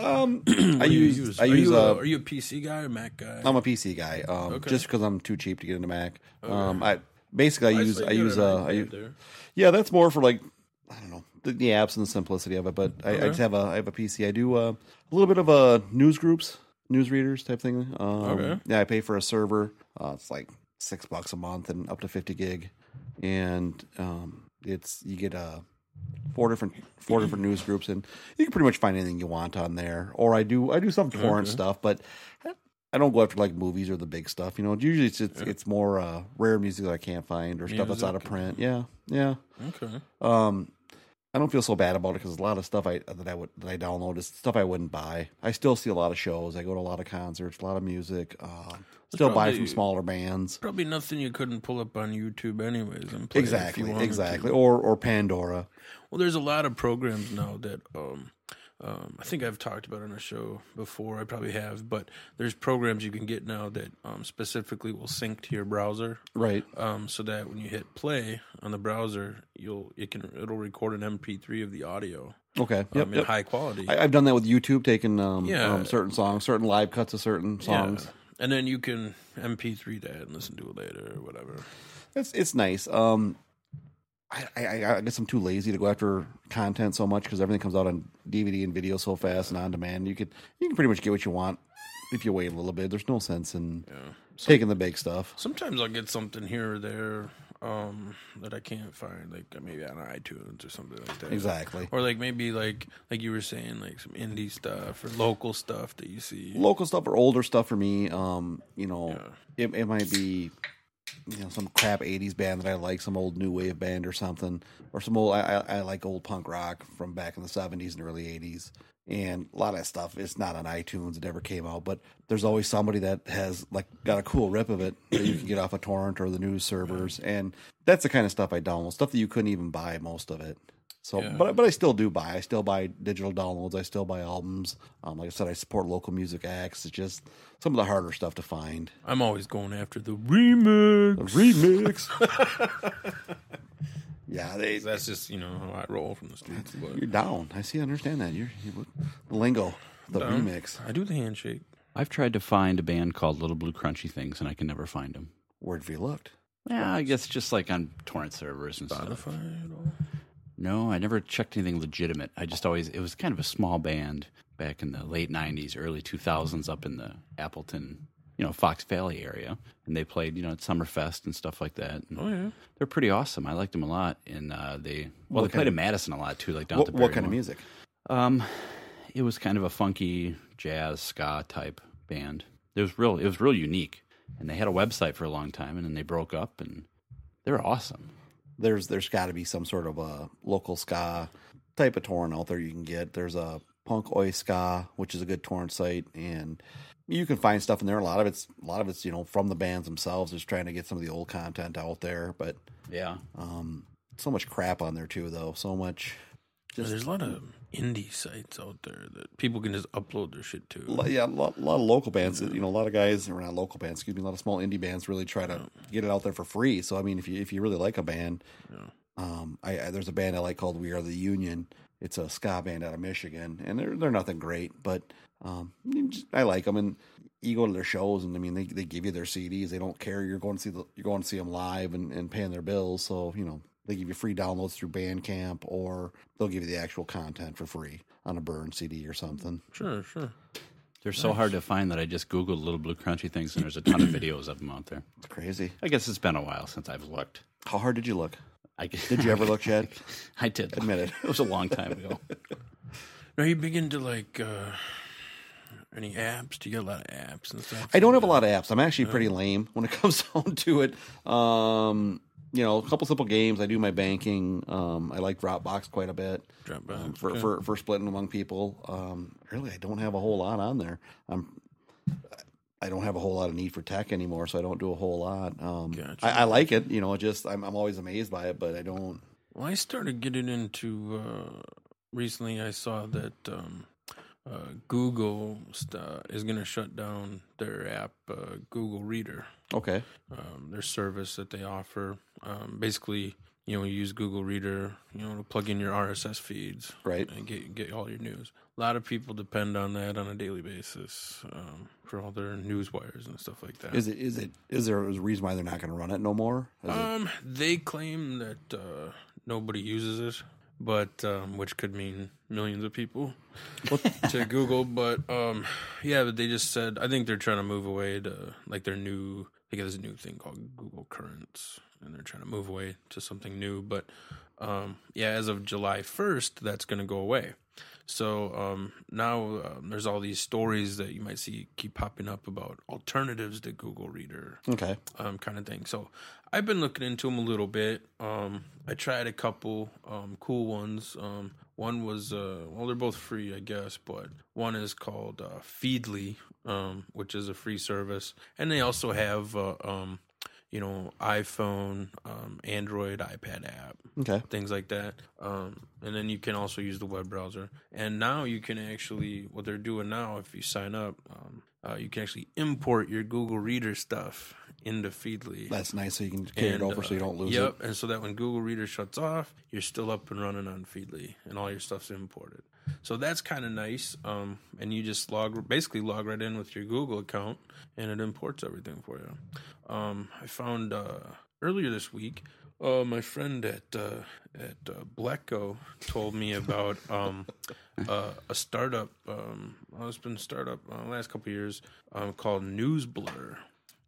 um, What do I you use- I are use, you a, uh, are you a PC guy or Mac guy? I'm a PC guy. Um, Okay. just because I'm too cheap to get into Mac. Um, I basically I use see I you got use an uh, I iPad use, there. yeah, that's more for like I don't know the, the apps and the simplicity of it. But I, I Okay. just have a I have a PC. I do uh, a little bit of uh, news groups, news readers type thing. Um, Okay. Yeah, I pay for a server. Uh, it's like six bucks a month and up to fifty gig, and um, it's you get a four different four different news groups, and you can pretty much find anything you want on there. Or I do I do some torrent Okay. stuff, but I- I don't go after like movies or the big stuff. You know, usually it's it's, it's more uh, rare music that I can't find or stuff that's out Music. of print. Yeah, yeah. Okay. Um, I don't feel so bad about it because a lot of stuff I that I would that I download is stuff I wouldn't buy. I still see a lot of shows. I go to a lot of concerts, a lot of music. Uh, still buy from probably- smaller bands. Probably nothing you couldn't pull up on YouTube anyways. And play if you Exactly, wanted to. exactly. Or or Pandora. Well, there's a lot of programs now that um, um, I think I've talked about on a show before. I probably have, but there's programs you can get now that um, specifically will sync to your browser, Right. Um, so that when you hit play on the browser, you'll it can it'll record an MP3 of the audio. Okay. um, Yep. in yep. high quality. I, I've done that with YouTube, taking um, Yeah. um, certain songs, certain live cuts of certain songs. and then you can MP3 that and listen to it later or whatever. It's it's nice. Um, I, I I guess I'm too lazy to go after content so much because everything comes out on DVD and video so fast and on demand. You could you can pretty much get what you want if you wait a little bit. There's no sense in taking the big stuff. Sometimes I'll get something here or there um, that I can't find, like uh, maybe on iTunes or something like that. Exactly. Or like maybe like like you were saying, like some indie stuff or local stuff that you see. Local stuff or older stuff for me. Um, you know, it it might be you know some crap '80s band that I like, some old new wave band or something, or some old. I, I, I like old punk rock from back in the '70s and early '80s, and a lot of that stuff. It's not on iTunes; it never came out, but there's always somebody that has like got a cool rip of it that you can get off a torrent or the news servers, and that's the kind of stuff I download. Stuff that you couldn't even buy most of it. So, Yeah. but but I still do buy. I still buy digital downloads. I still buy albums. Um, like I said, I support local music acts. It's just some of the harder stuff to find. I'm always going after the remix. remix. yeah, they, that's just you know how I roll from the streets. But You're down. I see. I understand that. You're, you the lingo, the Down. remix. um, I do the handshake. I've tried to find a band called Little Blue Crunchy Things, and I can never find them. Where'd we looked? Yeah, I guess just like on torrent servers and stuff. No, I never checked anything legitimate. I just always it was kind of a small band back in the late '90s, early 2000s, up in the Appleton, you know, Fox Valley area, and they played, you know, at Summerfest and stuff like that. And Oh, yeah. they're pretty awesome. I liked them a lot, and uh, they well, What they played kind in of- Madison a lot too, like down What- at the what kind of Barrymore. music? Um, it was kind of a funky jazz ska type band. It was real. It was real unique, and they had a website for a long time, and then they broke up, and they're awesome. There's there's got to be some sort of a local ska type of torrent out there you can get. There's a Punk Oi Ska, which is a good torrent site, and you can find stuff in there. A lot of it's a lot of it's you know from the bands themselves, just trying to get some of the old content out there. But yeah, um, so much crap on there too, though. So much. There's a lot of indie sites out there that people can just upload their shit to. Lo- yeah, a lot, lot of local bands. You know, a lot of guys, or not local bands, excuse me, a lot of small indie bands really try to get it out there for free. So I mean, if you if you really like a band, um, I, I there's a band I like called We Are the Union. It's a ska band out of Michigan, and they're they're nothing great, but um, you just- I like them. And you go to their shows, and I mean, they, they give you their CDs. They don't care. You're going to see the you're going to see them live and, and paying their bills. So you know, they give you free downloads through Bandcamp, or they'll give you the actual content for free on a burn CD or something. Sure, sure. They're so hard to find that I just googled Little Blue Crunchy Things, and there's a ton of videos of them out there. It's crazy. I guess it's been a while since I've looked. How hard did you look? I Did you ever look, Chad? I did. Admit it. It was a long time ago. Are you big into like uh, any apps? Do you get a lot of apps and stuff? I don't have a lot of apps. I'm actually pretty lame when it comes down to it. Um, you know, a couple simple games. I do my banking. Um, I like Dropbox quite a bit. Dropbox um, for, okay. for for splitting among people. Um, really, I don't have a whole lot on there. I'm I don't have a whole lot of need for tech anymore, so I don't do a whole lot. Um, I, I like it. You know, it just I'm I'm always amazed by it, but I don't. Well, I started getting into uh, recently. I saw that um, uh, Google st- uh, is going to shut down their app, uh, Google Reader. Okay. Um, their service that they offer. Um, basically, you know, you use Google Reader, you know, to plug in your RSS feeds, right, and get get all your news. A lot of people depend on that on a daily basis um, for all their news wires and stuff like that. Is it is it is there a reason why they're not going to run it no more? Is it- Um, they claim that uh, nobody uses it, but um, which could mean millions of people to Google. But um, yeah, but they just said I think they're trying to move away to like their new. They got this new thing called Google Currents, and they're trying to move away to something new. But um, yeah, as of July 1st, that's going to go away. So um, now um, there's all these stories that you might see keep popping up about alternatives to Google Reader, Okay. um, kind of thing. So I've been looking into them a little bit. Um, I tried a couple um, cool ones. Um, one was uh, well, they're both free, I guess, but one is called uh, Feedly, um, which is a free service, and they also have uh, um, you know iPhone, um, Android, iPad app, Okay. things like that. Um, and then you can also use the web browser. And now you can actually, what they're doing now, if you sign up, um, uh, you can actually import your Google Reader stuff into Feedly. That's nice, so you can carry it over so you don't lose uh, yep, and so that when Google Reader shuts off, you're still up and running on Feedly, and all your stuff's imported. So that's kind of nice. Um, and you just log, basically log right in with your Google account, and it imports everything for you. Um, I found uh, earlier this week, uh, my friend at uh, at uh, Blacko told me about um, uh, a startup. Um, well, it's been a startup uh, last couple of years um, called NewsBlur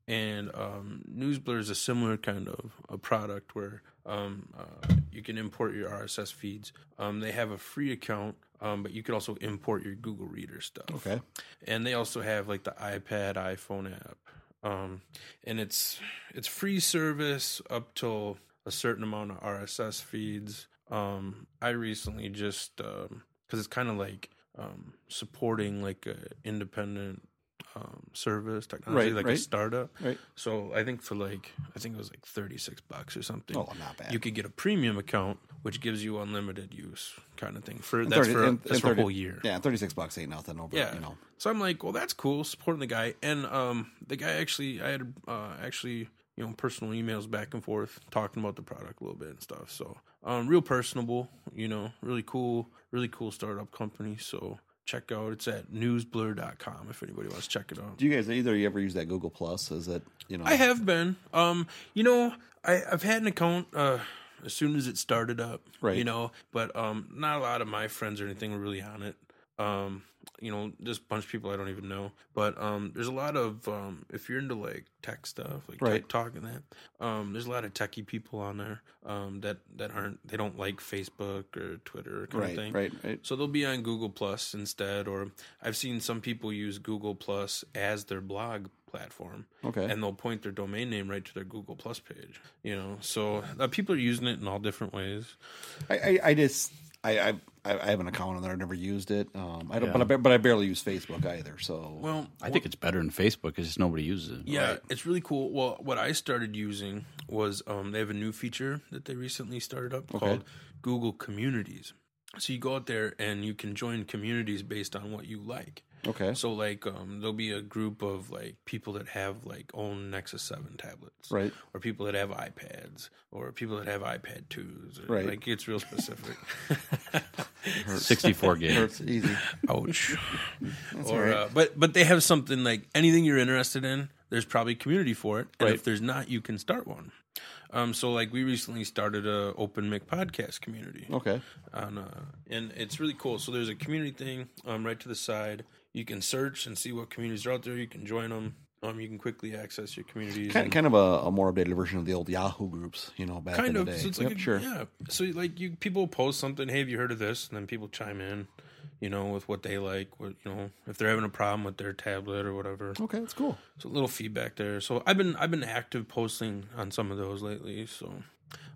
and um, NewsBlur is a similar kind of a product where um, uh, you can import your RSS feeds. Um, they have a free account, um, but you can also import your Google Reader stuff. Okay. and they also have like the iPad, iPhone app, um, and it's it's free service up till a certain amount of RSS feeds. Um, I recently just because it's kind of like um, supporting like a independent um, service technology, Right, like a right. startup. Right. So I think for like I think it was like thirty six bucks or something. Oh, not bad. You could get a premium account, which gives you unlimited use, kind of thing. For And that's 30 for and- that's and for 30 a whole year. Yeah, thirty six bucks ain't nothing over. Yeah. you know. So I'm like, well, that's cool, supporting the guy. And um, the guy actually, I had uh, actually, you know, personal emails back and forth talking about the product a little bit and stuff. So um, real personable, you know, really cool, really cool startup company. So check out, it's at newsblur.com if anybody wants to check it out. Do you guys either you ever use that Google Plus? Is that you know? I have been. Um, you know, I, I've had an account uh, as soon as it started up. Right. You know, but um, not a lot of my friends or anything were really on it. Um, you know, just a bunch of people I don't even know. But um, there's a lot of um, if you're into like tech stuff, like Right. tech talk and that, um, there's a lot of techie people on there um, that that aren't they don't like Facebook or Twitter or kind Right, of thing. right, right. So they'll be on Google Plus instead, or I've seen some people use Google Plus as their blog platform. Okay. And they'll point their domain name right to their Google Plus page. You know, so uh, people are using it in all different ways. I, I, I just I, I I have an account on there. I never used it. Um, I don't, Yeah. but I ba- but I barely use Facebook either. So Well, I think it's better than Facebook because just nobody uses it. Yeah, it's really cool. Well, what I started using was um, they have a new feature that they recently started up Okay. called Google Communities. So you go out there and you can join communities based on what you like. Okay. So like, um, there'll be a group of like people that have like own Nexus Seven tablets, Right. Or people that have iPads, or people that have iPad twos, or- Right. Like it's real specific. 64 gig. It's Hurts easy. Ouch. That's or all right. uh, but but they have something like anything you're interested in. There's probably community for it, and if Right. there's not, you can start one. Um, so like we recently started a open mic podcast community. Oh. Okay. On uh, and it's really cool. So there's a community thing um right to the side. You can search and see what communities are out there. You can join them. Um, you can quickly access your communities. kind, and- kind of a, a more updated version of the old Yahoo groups. You know, back in kind the of. day. So it's like Yep, a- sure. Yeah. So like you people post something. Hey, have you heard of this? And then people chime in. You know, with what they like, what you know, if they're having a problem with their tablet or whatever. Okay, that's cool. So a little feedback there. So I've been I've been active posting on some of those lately. So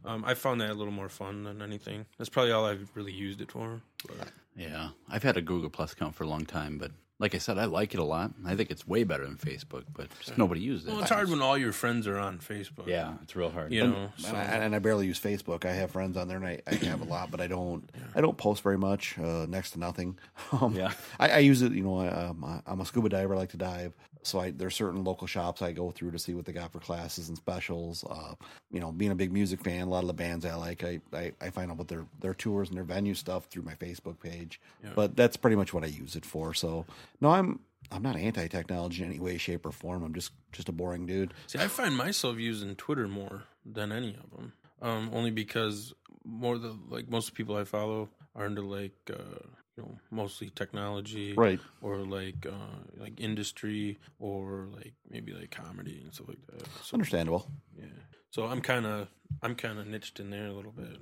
um, I found that a little more fun than anything. That's probably all I've really used it for. But Yeah, I've had a Google Plus account for a long time, but like I said, I like it a lot. I think it's way better than Facebook, but just nobody uses it. well, it's hard when all your friends are on Facebook. Yeah, it's real hard. You and, know, and so- I, and I barely use Facebook. I have friends on there, and I, I have a lot, but I don't. I don't post very much, uh, next to nothing. Um, yeah, I, I use it. You know, I, um, I- I'm a scuba diver. I like to dive, so I, there's certain local shops I go through to see what they got for classes and specials. Uh, you know, being a big music fan, a lot of the bands I like, I, I, I find out what their their tours and their venue stuff through my Facebook page. Yeah. But that's pretty much what I use it for. So no, I'm. I'm not anti-technology in any way, shape, or form. I'm just just a boring dude. See, I find myself using Twitter more than any of them. Um, only because more the like most people I follow are into like uh, you know mostly technology, Right. Or like uh, like industry, or like maybe like comedy and stuff like that. So, Understandable. Yeah. So I'm kind of I'm kind of niched in there a little bit.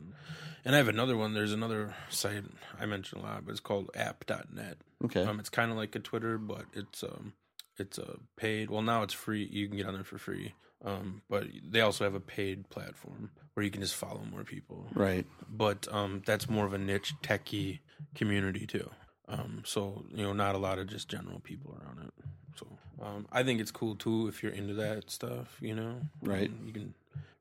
And I have another one. There's another site I mentioned a lot, but it's called app.net. Okay. Um, it's kind of like a Twitter, but it's um, it's a paid. Well, now it's free. You can get on there for free. Um, but they also have a paid platform where you can just follow more people. Right. But um, that's more of a niche techie community too. Um, so you know, not a lot of just general people around it. So um, I think it's cool too if you're into that stuff. You know, Right. Um, You can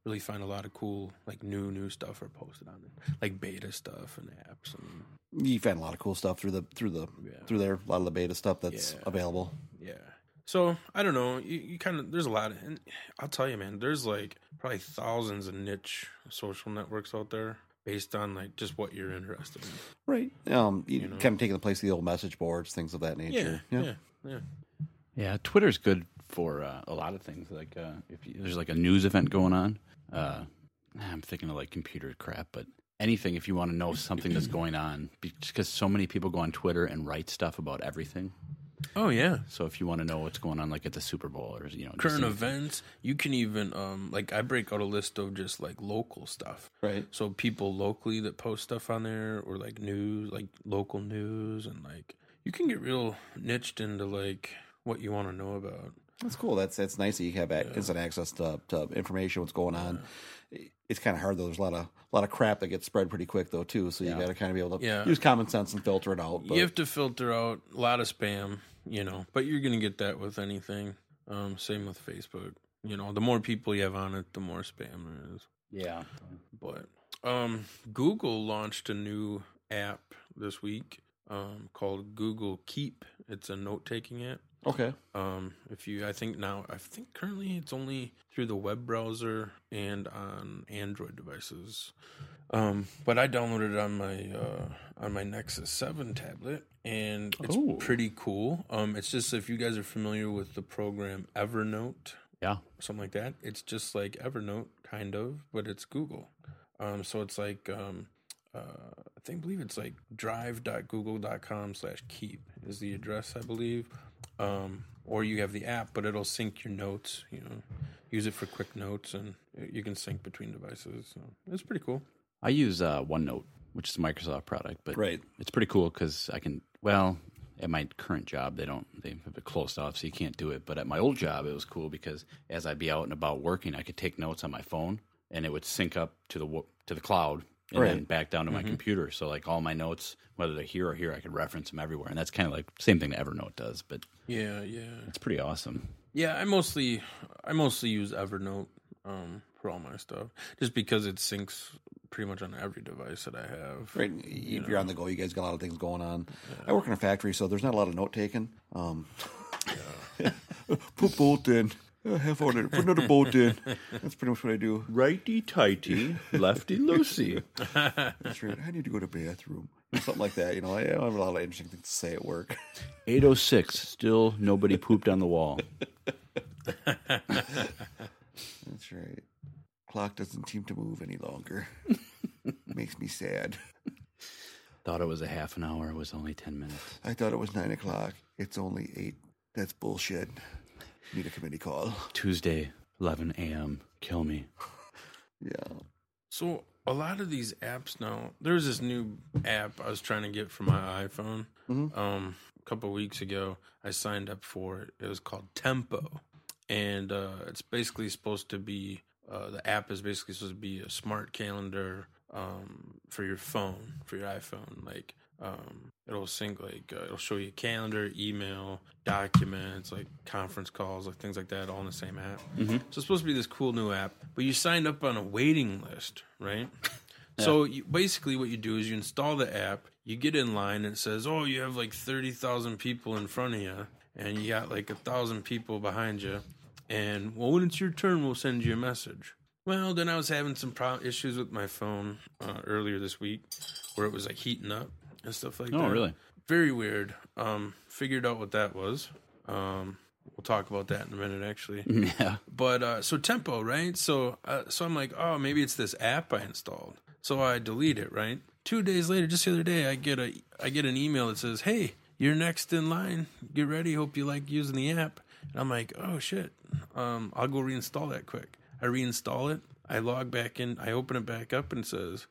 really find a lot of cool, like new new stuff are posted on it, like beta stuff and apps. And You find a lot of cool stuff through the through the through there. A lot of the beta stuff that's Yeah. available. yeah. So I don't know. You, you kind of there's a lot, of, and I'll tell you, man. There's like probably thousands of niche social networks out there based on like just what you're interested in. Right. Um, you You know. kind of taking the place of the old message boards, things of that nature. Yeah, yeah, yeah. Yeah, Twitter's good for uh, a lot of things. Like uh, if you, there's like a news event going on, uh, I'm thinking of like computer crap, but anything if you want to know something that's going on, because so many people go on Twitter and write stuff about everything. Oh yeah. So if you want to know what's going on, like at the Super Bowl or you know just current anything. events. You can even um like I break out a list of just like local stuff. Right. So people locally that post stuff on there or like news, like local news and like you can get real niched into like what you want to know about. That's cool. That's that's nice that you have ac instant access to, to information, what's going on. It's kind of hard though. There's a lot of a lot of crap that gets spread pretty quick though too. So you Yeah. got to kind of be able to Yeah. use common sense and filter it out. But You have to filter out a lot of spam, you know, but you're going to get that with anything. Um same with Facebook. You know, the more people you have on it, the more spam there is. Yeah. But um, Google launched a new app this week um, called Google Keep. It's a note-taking app. Okay. Um, if you, I think now, I think currently it's only through the web browser and on Android devices. Um, but I downloaded it on my uh, on my Nexus Seven tablet, and it's Ooh. pretty cool. Um, it's just if you guys are familiar with the program Evernote, Yeah. something like that. It's just like Evernote, kind of, but it's Google. Um, so it's like um, uh, I think believe it's like drive.google.com slash keep is the address I believe, um, or you have the app, but it'll sync your notes. You know, use it for quick notes, and you can sync between devices. So it's pretty cool. I use uh, OneNote, which is a Microsoft product, but it's pretty cool because I can. Well, at my current job, they don't they have it closed off, so you can't do it. But at my old job, it was cool because as I'd be out and about working, I could take notes on my phone, and it would sync up to the wo- to the cloud and then Right. back down to my Mhm. computer. So like all my notes, whether they're here or here, I could reference them everywhere, and that's kind of like same thing that Evernote does, but Yeah, yeah. it's pretty awesome. Yeah, I mostly I mostly use Evernote um, for all my stuff, just because it syncs pretty much on every device that I have. Right. If you are on the go, you guys got a lot of things going on. I work in a factory, so there's not a lot of note taking. Um, put bolt in. Uh, Half order. Put another bolt in. That's pretty much what I do. Righty tighty, lefty loosey. That's right. I need to go to bathroom. Something like that. You know, I don't have a lot of interesting things to say at work. Eight oh six, still nobody pooped on the wall. That's right. Clock doesn't seem to move any longer. Makes me sad. Thought it was a half an hour. It was only 10 minutes. I thought it was nine o'clock. It's only eight. That's bullshit. Need a committee call. Tuesday, 11 a.m. Kill me. Yeah. So a lot of these apps now. There's this new app I was trying to get for my iPhone. Um, a couple weeks ago, I signed up for it. It was called Tempo, and uh, it's basically supposed to be uh, the app is basically supposed to be a smart calendar um, for your phone, for your iPhone. Like um, it'll sync, like uh, it'll show you calendar, email, documents, like conference calls, like things like that, all in the same app. Mhm. So it's supposed to be this cool new app, but you signed up on a waiting list, right? So you, basically, what you do is you install the app, you get in line, and it says, "Oh, you have like thirty thousand people in front of you, and you got like a thousand people behind you." And well, when it's your turn, we'll send you a message. Well, then I was having some pro- issues with my phone uh, earlier this week, where it was like heating up and stuff like Oh, that. really? Very weird. Um, figured out what that was. Um, we'll talk about that in a minute, actually. Yeah. But uh, so tempo, right? So uh, so I'm like, oh, maybe it's this app I installed. So I delete it, right? Two days later, just the other day, I get a I get an email that says, hey, you're next in line. Get ready. Hope you like using the app. And I'm like, oh shit, um, I'll go reinstall that quick. I reinstall it. I log back in. I open it back up and it says,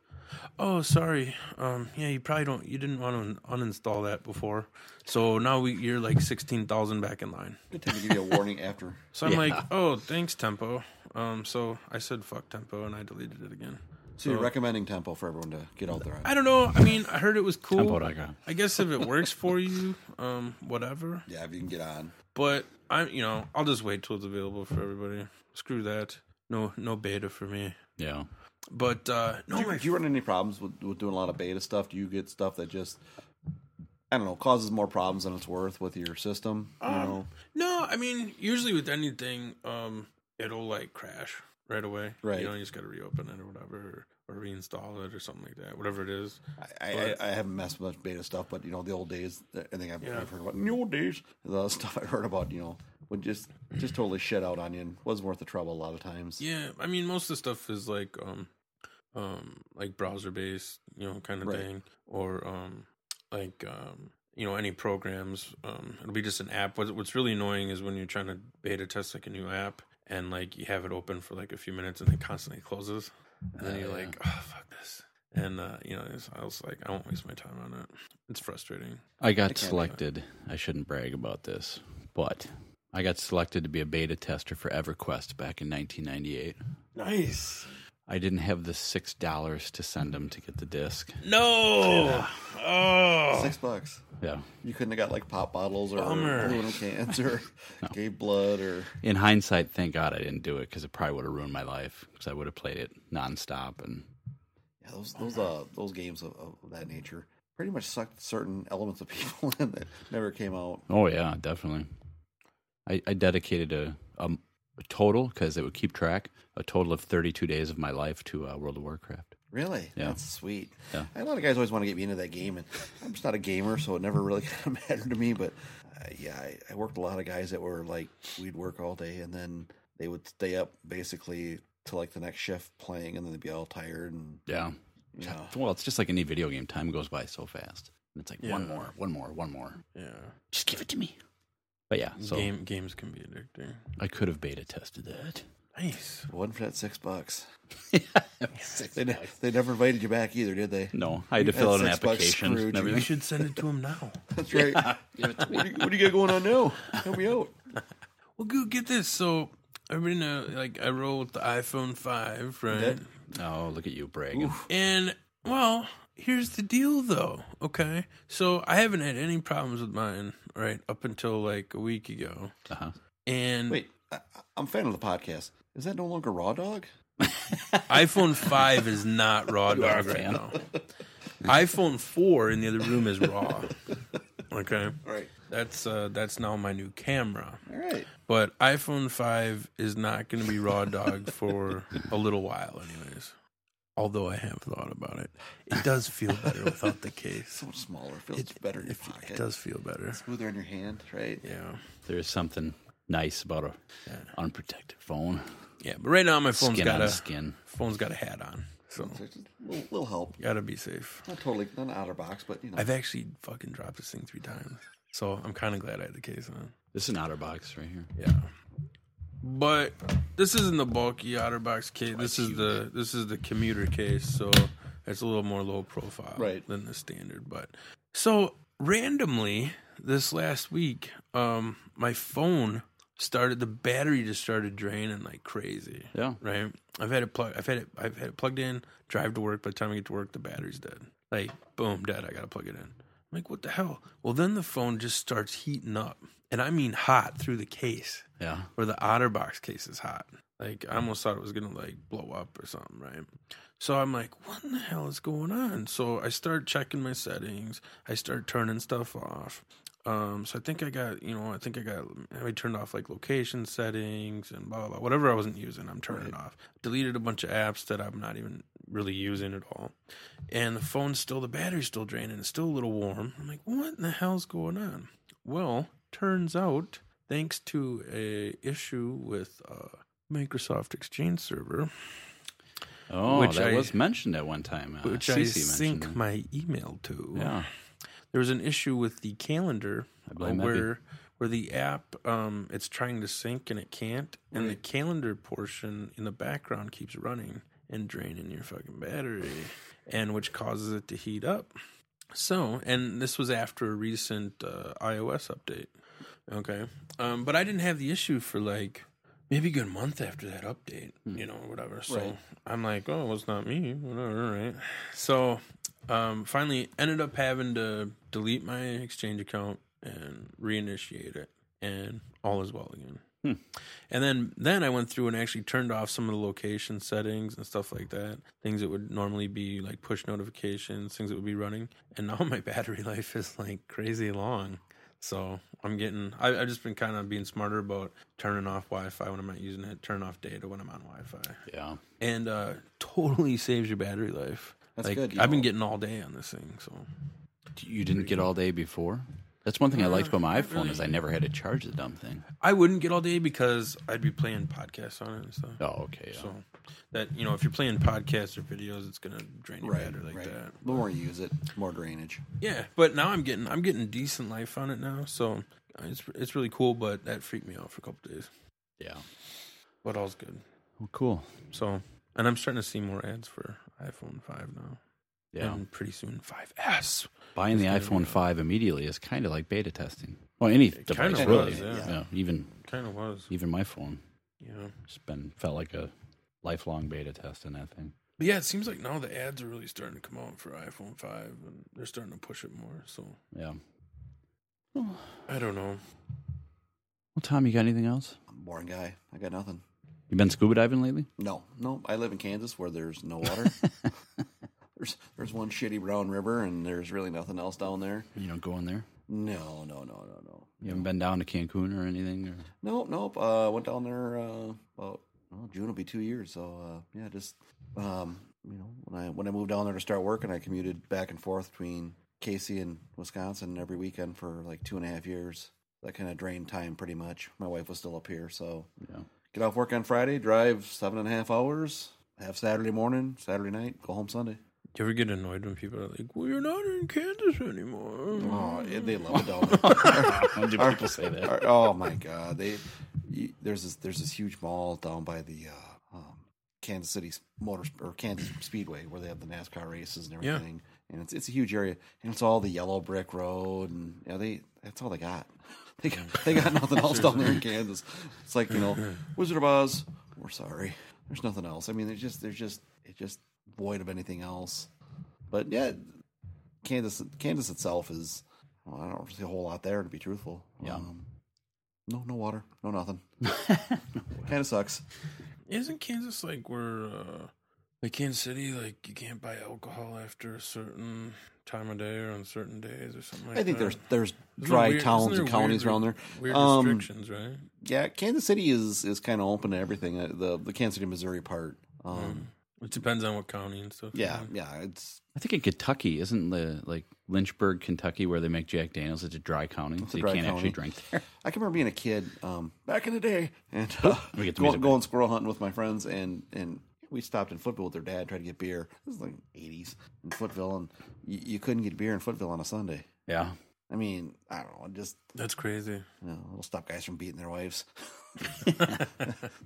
"Oh, sorry. Um, yeah, you probably don't. You didn't want to uninstall that before. So now we, you're like sixteen thousand back in line." They tend to give you a warning after. So I'm like, Yeah. "Oh, thanks, Tempo." Um, so I said, "Fuck Tempo," and I deleted it again. So you're recommending Tempo for everyone to get out there. Oh. I don't know. I mean, I heard it was cool. Tempo.com. I guess if it works for you, um, whatever. Yeah, if you can get on. But I'm, you know, I'll just wait till it's available for everybody. Screw that. No, no beta for me. Yeah. But uh, no, do you, do you run any problems with, with doing a lot of beta stuff? Do you get stuff that just I don't know causes more problems than it's worth with your system? You Um, know, No, I mean, usually with anything, um, it'll like crash right away. Right. You know, you just got to reopen it or whatever, or, reinstall it or something like that. Whatever it is. I, I, I haven't messed with much beta stuff, but you know the old days. I think I've, Yeah. I've heard about in the old days the stuff I heard about. You know, would just just totally shit out on you and wasn't worth the trouble a lot of times. yeah, I mean, most of the stuff is like, um, um, like browser based, you know, kind of Right. thing, or um, like um. You know any programs? Um, it'll be just an app. What, what's really annoying is when you're trying to beta test like a new app and like you have it open for like a few minutes and it constantly closes, and then Yeah, you're yeah. like, oh fuck this, and uh, you know it's- I was like, I won't waste my time on it. It's frustrating. I got can't do it. selected. I shouldn't brag about this, but I got selected to be a beta tester for EverQuest back in 1998. Nice. I didn't have the six dollars to send them to get the disc. No. Oh. Six bucks. Yeah. You couldn't have got like pop bottles or Bummer. aluminum cans or gave blood or In hindsight, thank God I didn't do it because it probably would have ruined my life because I would have played it nonstop and yeah, those those uh those games of, of that nature pretty much sucked certain elements of people in that never came out. Oh yeah, definitely. I, I dedicated a, a m- a total because it would keep track a total of 32 days of my life to uh, World of Warcraft. Really? Yeah. That's sweet. Yeah. A lot of guys always want to get me into that game, and I'm just not a gamer, so it never really kind of mattered to me. But uh, yeah, I, I worked with a lot of guys that were like, we'd work all day, and then they would stay up basically till like the next shift playing, and then they'd be all tired. And Yeah. Yeah. Well, it's just like any video game. Time goes by so fast, and it's like Yeah. one more, one more, one more. Yeah. Just give it to me. But yeah, so Game games can be addicting. I could have beta tested that. Nice. One for that six bucks. they, ne- they never invited you back either, did they? No, I had to You fill out an six bucks application screwed and you. You should send it to him now. That's right. what, do you, what do you got going on now? Help me out. Well, go get this. So I've been uh, like I roll with the iPhone five, right? did? Oh, look at you bragging. And well, here's the deal though, okay? So I haven't had any problems with mine, right, up until like a week ago. Uh-huh. And wait, I, I'm a fan of the podcast. Is that no longer Raw Dog? iPhone 5 is not raw You are a dog right fan. now. iPhone 4 in the other room is raw. Okay. Right. That's uh that's now my new camera. All right. But iPhone 5 is not going to be raw dog for a little while anyways. Although I have thought about it. It does feel better without the case. So much smaller. Feels better in your pocket. It does feel better. Smoother in your hand, right? Yeah. There's something nice about a unprotected phone. Yeah, but right now my phone phone's skin got on a skin. Phone's got a hat on. So little, little help. Got to be safe. Not totally, not an outer box, but you know. I've actually fucking dropped this thing three times. So I'm kind of glad I had the case on. This is an outer box right here. Yeah. But this isn't the bulky OtterBox case. This is the this is the commuter case, so it's a little more low profile Right. than the standard. But so randomly this last week, um, my phone started the battery just started draining like crazy. Yeah. Right. I've had it plug. I've had it. I've had it plugged in. Drive to work. By the time I get to work, the battery's dead. Like boom, dead. I gotta plug it in. I'm like, what the hell? Well, then the phone just starts heating up, and I mean hot through the case. Yeah. Where the OtterBox case is hot. Like I almost thought it was gonna like blow up or something, right? So I'm like, what in the hell is going on? So I start checking my settings. I start turning stuff off. Um, so I think I got, you know, I think I got, I turned off like location settings and blah, blah, blah. Whatever I wasn't using, I'm turning it off. Deleted a bunch of apps that I'm not even really using at all. And the phone's still, the battery's still draining. It's still a little warm. I'm like, what in the hell's going on? Well, turns out, thanks to a issue with uh, Microsoft Exchange Server, Ah, Oh, Which that I- was mentioned at one time. Uh, which Cece I mentioned sync that. my email to. Yeah. There was an issue with the calendar blame uh, Epi. where where the app um it's trying to sync and it can't, and the Right. calendar portion in the background keeps running and draining your fucking battery, and which causes it to heat up. So, and this was after a recent uh, iOS update. Okay, um, but I didn't have the issue for like maybe a good month after that update, you know, or whatever. So Right. I'm like, oh, well, it's not me. Whatever, all right. So um, finally ended up having to delete my Exchange account and reinitiate it, and all is well again. And then then I went through and actually turned off some of the location settings and stuff like that. Things that would normally be like push notifications, things that would be running. And now my battery life is like crazy long. So I'm getting I, I've just been kind of being smarter about turning off Wi-Fi when I'm not using it, turning off data when I'm on Wi-Fi. Yeah. And uh totally saves your battery life. That's like, good, you I've been know. getting all day on this thing, so You didn't get all day before. That's one thing I liked about my Not iPhone is I really. never had to charge the dumb thing. I wouldn't get all day because I'd be playing podcasts on it and stuff. Oh, okay. So that you know, if you're playing podcasts or videos, it's gonna drain your Right, battery like right. that. The more you use it, the more drainage. Yeah, but now I'm getting I'm getting decent life on it now, so uh, it's it's really cool. But that freaked me out for a couple days. Yeah, but all's good. Well, cool. So, and I'm starting to see more ads for iPhone five now. Yeah. and pretty soon 5S. Buying the iPhone five immediately is kind of like beta testing. Well, any device kinda really. was, yeah. even Kinda was. even my phone. Yeah. it's been felt like a lifelong beta test in that thing. But yeah, it seems like now the ads are really starting to come out for iPhone five, and they're starting to push it more. So Yeah. I don't know. Well, Tom, you got anything else? Boring guy. I got nothing. You been scuba diving lately? No, no. I live in Kansas where there's no water. there's there's one shitty brown river, and there's really nothing else down there. You don't go in there. No, no, no, no, no. You haven't been down to Cancun or anything. Or... Nope, nope. Uh, went down there uh, about well, June will be two years. So uh, yeah, just um, you know, when I when I moved down there to start working, I commuted back and forth between Casey and Wisconsin every weekend for like two and a half years. That kind of drained time pretty much. My wife was still up here, so get off work on Friday, drive seven and a half hours, have Saturday morning, Saturday night, go home Sunday. Do you ever get annoyed when people are like, "Well, you're not in Kansas anymore"? Oh, it- they love it down there. How do people say that? Our- oh my god, they you- there's this there's this huge mall down by the uh, um, Kansas City Motor or Kansas Speedway where they have the NASCAR races and Yeah. everything, and it's it's a huge area, and it's all the yellow brick road, and you know, they that's all they got. They got, they got nothing else down there in Kansas. It's like you know, Wizard of Oz. We're sorry, there's nothing else. I mean, there's just there's just it's just void of anything else. But yeah, Kansas Kansas itself is well, I don't see a whole lot there to be truthful. Yeah. Um, no, no water, no nothing. kind of sucks. Isn't Kansas like where, uh, like Kansas City, like you can't buy alcohol after a certain time of day or on certain days or something like that? I think there's there's Isn't dry there weird- towns isn't and there counties weird- around there. Weird Um, restrictions, right? Yeah, Kansas City is is kind of open to everything. uh, The the Kansas City, Missouri part. Um, It depends on what county and stuff. yeah, yeah, it's I think in Kentucky isn't the like Lynchburg, Kentucky, where they make Jack Daniels. It's a dry county, It's so a you dry can't actually county. drink there. I can remember being a kid um, back in the day and uh, we get the go, music going squirrel hunting with my friends, and and we stopped in Footville with their dad, tried to get beer. This is like eighties in Footville, and you, you couldn't get beer in Footville on a Sunday. Yeah, I mean, I don't know, just that's crazy. You know, it'll stop guys from beating their wives.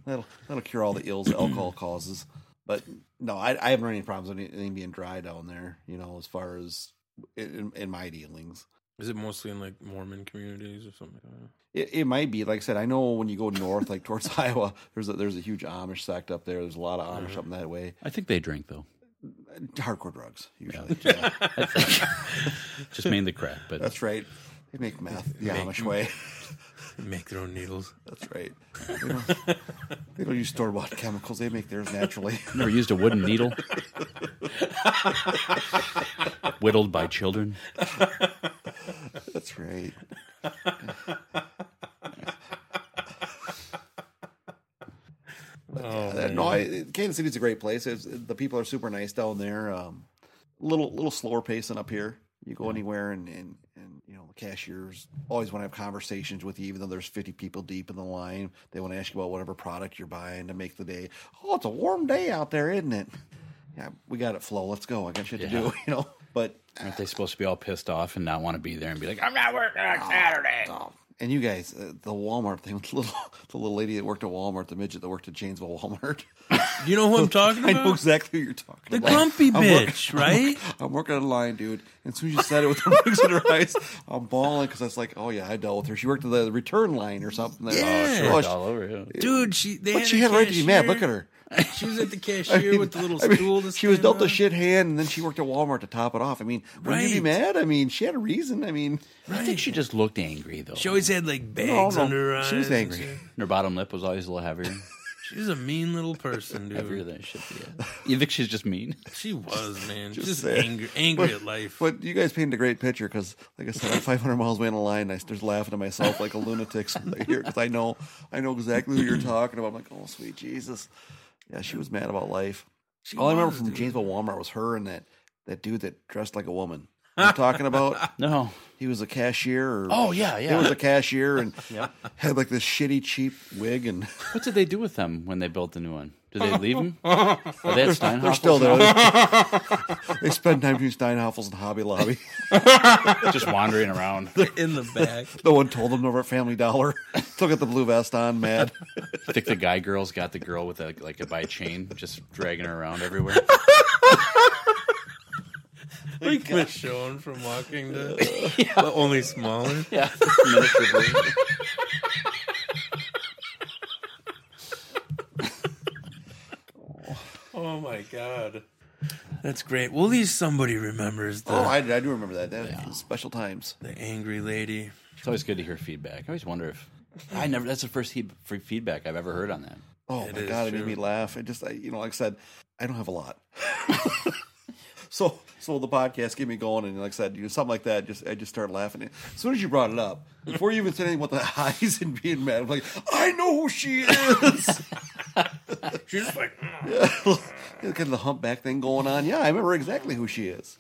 that'll that'll cure all the ills that alcohol causes. But no, I, I haven't had any problems with anything being dry down there. You know, as far as in, in my dealings. Is it mostly in like Mormon communities or something? Like that? It, it might be like I said. I know when you go north, like towards Iowa, there's a, there's a huge Amish sect up there. There's a lot of Amish up in that way. I think they drink though. Hardcore drugs usually. I think. Just mainly crack, but that's right. They make meth the Make- Amish way. Make their own needles. That's right. They don't, they don't use store bought chemicals. They make theirs naturally. Never used a wooden needle. Whittled by children. That's right. Oh. But, yeah, that- no, I, Kansas City's a great place. It's, the people are super nice down there. Um, little little slower pace than up here. You go anywhere, and, and and you know the cashiers always want to have conversations with you, even though there's 50 people deep in the line. They want to ask you about whatever product you're buying to make the day. Oh, it's a warm day out there, isn't it? Yeah, we got it, Flo. Let's go. I got shit to do. Yeah. You know, but Aren't they supposed to be all pissed off and not want to be there and be like, I'm not working on Saturday. Oh, And you guys, uh, the Walmart thing, the little, the little lady that worked at Walmart, the midget that worked at Janesville Walmart. You know who I'm talking I know about? exactly who you're talking The about. grumpy I'm working- bitch, I'm right? working- I'm working on a line, dude. And as soon as you said it with the looks in her eyes, I'm bawling because I was like, oh, yeah, I dealt with her. She worked at the return line or something. Yeah. Oh, sure, it's all over, Dude, she they but had she a had a right to be mad. Look at cashier. her. She was at the I cashier mean- with the little I mean, stool. to she was stand dealt on. a shit hand, and then she worked at Walmart to top it off. I mean, wouldn't you be Right. mad? I mean, she had a reason. I mean, I think she just looked angry though. She always had like bags No, no. under her eyes. She was and angry. shit. Her bottom lip was always a little heavier. She's a mean little person, dude. Heavier than it should be. yeah. You think she's just mean? She was, man. Just, saying. angry, angry But- at life. But you guys painted a great picture because, like I said, I'm 500 miles away in a line. And I just laughing to myself like a lunatic right here because I know, I know exactly who you're talking about. I'm like, oh sweet Jesus, yeah, she was mad about life. She All I remember was, from dude. Janesville Walmart was her and that that dude that dressed like a woman. You know what I'm talking about? no, he was a cashier. Or, Oh, yeah, yeah. He was a cashier and Yeah. had like this shitty cheap wig and. What did they do with them when they built the new one? Did they leave them? Are they They're, at Steinhoffels they're still there. now? they spend time between Steinhoffels and Hobby Lobby. Just wandering around. in the back. No one told them over at Family Dollar. Still got the blue vest on, mad. I think the guy girl's got the girl with a, like a by chain, just dragging her around everywhere. Like Michonne from Walking Dead, but only smaller. Yeah. oh my god, that's great. Well, at least somebody remembers the Oh, Uh, I, I do remember that. That was special times. the angry lady. It's always good to hear feedback. I always wonder if I never. That's the first he, free feedback I've ever heard on that. Oh It my is god, it true. made me laugh. It just, I, you know, like I said, I don't have a lot. so, so the podcast gave me going, and like I said, you know, something like that. Just, I just started laughing. As soon as you brought it up, before you even said anything about the eyes and being mad, I'm like, I know who she is. She's like, yeah, kind of the humpback thing going on. Yeah, I remember exactly who she is.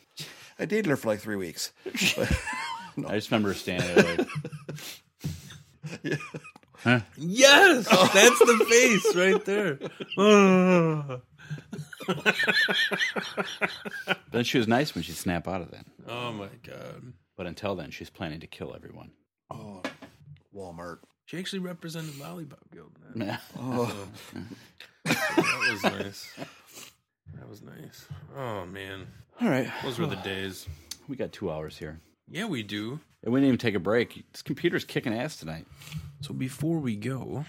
I dated her for like three weeks. I just remember standing there like, huh? Yes, that's the face right there. Oh. But then she was nice when she'd snap out of that. Oh my god. But until then, she's planning to kill everyone. Oh, Walmart. She actually represented Lollipop Guild. Man. Yeah. Oh. So- that was nice. That was nice. Oh man. All right. Those were the days. We got two hours here. Yeah, we do. And we didn't even take a break. This computer's kicking ass tonight. So before we go,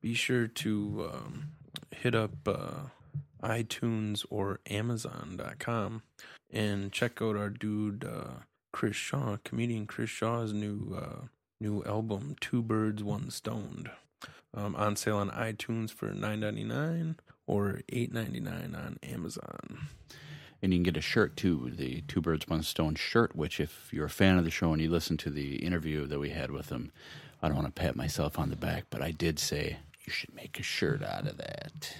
be sure to um, hit up uh, iTunes or Amazon.com and check out our dude uh, Chris Shaw, comedian Chris Shaw's new uh, new album, Two Birds, One Stoned. Um, on sale on iTunes for nine ninety nine or eight ninety nine on Amazon. And you can get a shirt too, the Two Birds One Stone shirt, which if you're a fan of the show and you listen to the interview that we had with him, I don't want to pat myself on the back, but I did say you should make a shirt out of that.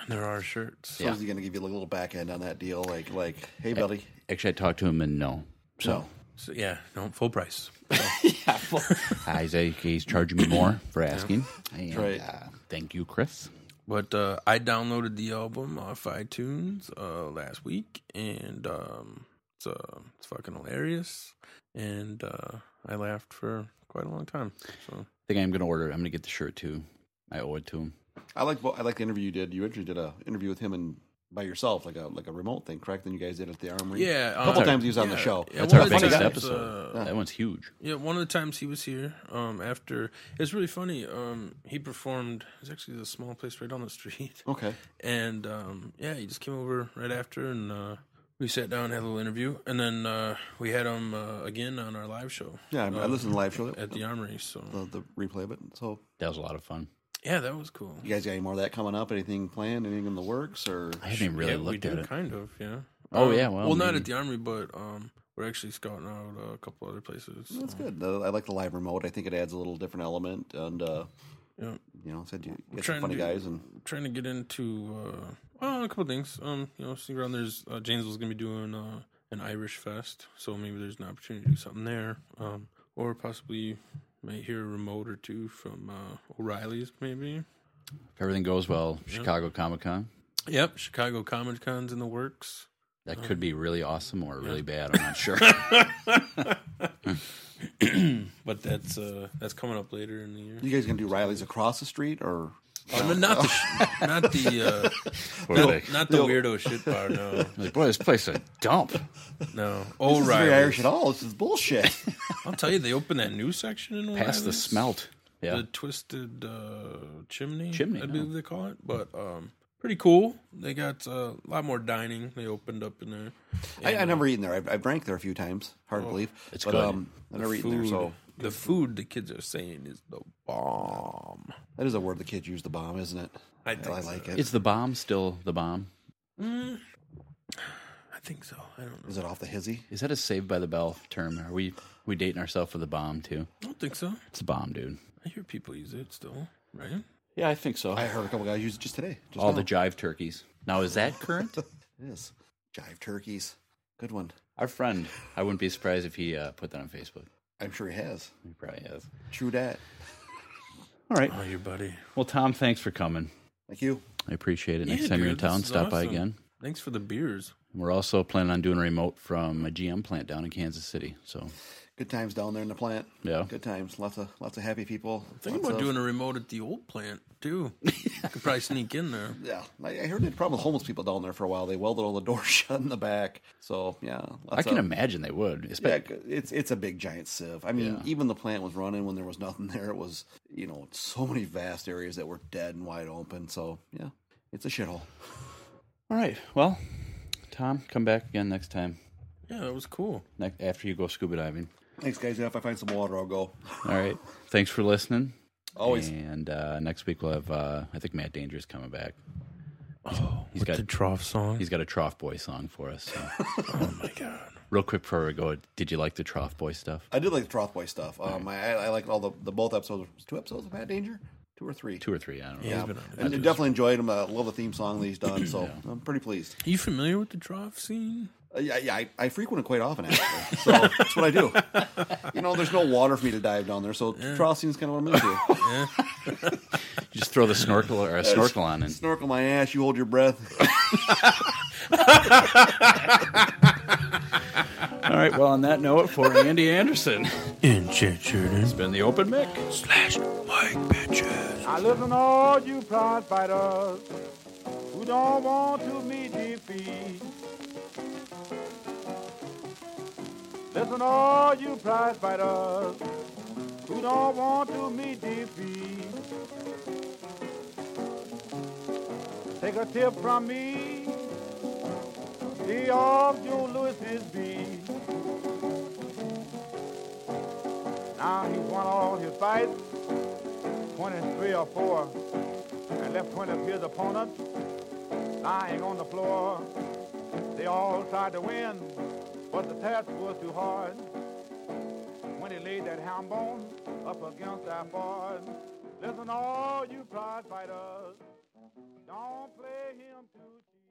And there are shirts. So is he going to give you a little back end on that deal? Like, like, hey, buddy. Actually I talked to him and no. So No. So yeah, no full price. I say he's charging me more for asking. And, right. uh, thank you, Chris. But uh, I downloaded the album off iTunes uh, last week, and um, it's uh, it's fucking hilarious, and uh, I laughed for quite a long time. So I think I'm gonna order it. I'm gonna get the shirt too. I owe it to him. I like I like the interview you did. You actually did a interview with him and by yourself, like a like a remote thing, correct? Then you guys did it at the armory. Yeah, a couple uh, times he was on the yeah, show. yeah, That's one our of the biggest times, episode. uh, that one's huge. yeah, one of the times he was here, um, after it's really funny. Um, he performed. It's actually a small place right on the street. Okay. And um, yeah, he just came over right after, and uh, we sat down, had a little interview, and then uh, we had him uh, again on our live show. Yeah, I, I um, listened to the live show at the Armory. So the, the replay of it. So That was a lot of fun. yeah, that was cool. you guys got any more of that coming up? Anything planned? Anything in the works? Or I haven't even really yeah, looked we at do, it. Kind of, yeah. Oh, Um, yeah, well, well, not maybe. at the army, but um, we're actually scouting out uh, a couple other places. That's so. good. The- I like the live remote. I think it adds a little different element. And uh, Yeah. you know, said you We're get some trying funny to- guys and Trying to get into uh, well, a couple things. Um, you know, see around. There's uh, Janesville's gonna be doing uh, an Irish fest, so maybe there's an opportunity to do something there. Um, or possibly might hear a remote or two from uh, O'Reilly's, maybe. If everything goes well, Yeah. Chicago Comic Con. Yep, Chicago Comic Con's in the works. That Um, could be really awesome or really bad. I'm not sure. but that's uh, that's coming up later in the year. You guys gonna do Riley's across the street or? Oh, no, not the sh- not the, uh, Where are not- they? not the weirdo shit bar, no. Like, boy, this place is a dump. No, This isn't very O'Reilly's. Irish at all. This is bullshit. I'll tell you, they opened that new section in Past the O'Reilly's. smelt. Yeah. the twisted uh, chimney. Chimney, I no. believe they call it. But um, pretty cool. They got uh, a lot more dining. They opened up in there. I, I And, never eaten there. I've, I've drank there a few times. Hard to Oh, believe. it's but, good. Um, I've The never eaten there, so food- the food the kids are saying is the bomb. That is a word the kids use. The bomb, isn't it? I think so. like it. Is the bomb still the bomb? Mm, I think so. I don't know. Is it off the hizzy? Is that a Saved by the Bell term? Are we we dating ourselves with the bomb too? I don't think so. It's a bomb, dude. I hear people use it still, right? Yeah, I think so. I heard a couple guys use it just today. Just All now. the jive turkeys. Now is that current? It is jive turkeys. Good one. Our friend. I wouldn't be surprised if he uh, put that on Facebook. I'm sure he has. He probably has. True dat. All right. Oh, your buddy. Well, Tom, thanks for coming. Thank you. I appreciate it. Next Yeah, time you're in dude, this town, is stop by awesome. again. Thanks for the beers. We're also planning on doing a remote from a GM plant down in Kansas City. So Good times down there in the plant. Yeah. Good times. Lots of lots of happy people. Thinking Lots about of- doing a remote at the old plant too. Could probably sneak in there. Yeah, I, I heard they had a problem with homeless people down there for a while. They welded all the doors shut in the back. So yeah, I can imagine they would. Yeah, Espe- it's it's a big giant sieve. I mean, Yeah. even the plant was running when there was nothing there. It was you know so many vast areas that were dead and wide open. So yeah, it's a shithole. All right. Well, Tom, come back again next time. Yeah, that was cool. Next, after you go scuba diving. Thanks, guys. If I find some water, I'll go. All right. Thanks for listening. Always. And uh, next week we'll have, uh, I think Matt Danger's coming back. oh, he's got the trough song. He's got a trough boy song for us. So. oh my god! Real quick before we go, did you like the trough boy stuff? I did like the Troth Boy stuff. Um, I, I liked all the, the both episodes. Two episodes of Bad Danger, two or three. Two or three? I don't know. Yeah, and I definitely enjoyed him. I love the theme song that he's done, so I'm pretty pleased. Are you familiar with the trough scene? Uh, yeah, yeah, I, I frequent it quite often, actually. So that's what I do. You know, there's no water for me to dive down there, so crossing is kind of what I'm into. You just throw the snorkel or a Yes. snorkel on and Snorkel my ass, you hold your breath. All right. Well, on that note, for Andy Anderson and Chad Sheridan, it's been the open mic slash Mike Bitches. I listen to all you prize fighters who don't want to meet defeat. Listen to all you prize fighters who don't want to meet defeat. Take a tip from me, be off Joe Lewis's beat. Now he's won all his fights. 23 or 4 and left 20 of his opponents lying on the floor. They all tried to win, but the task was too hard. When he laid that hound bone up against that board, listen, all you prize fighters, don't play him too cheap.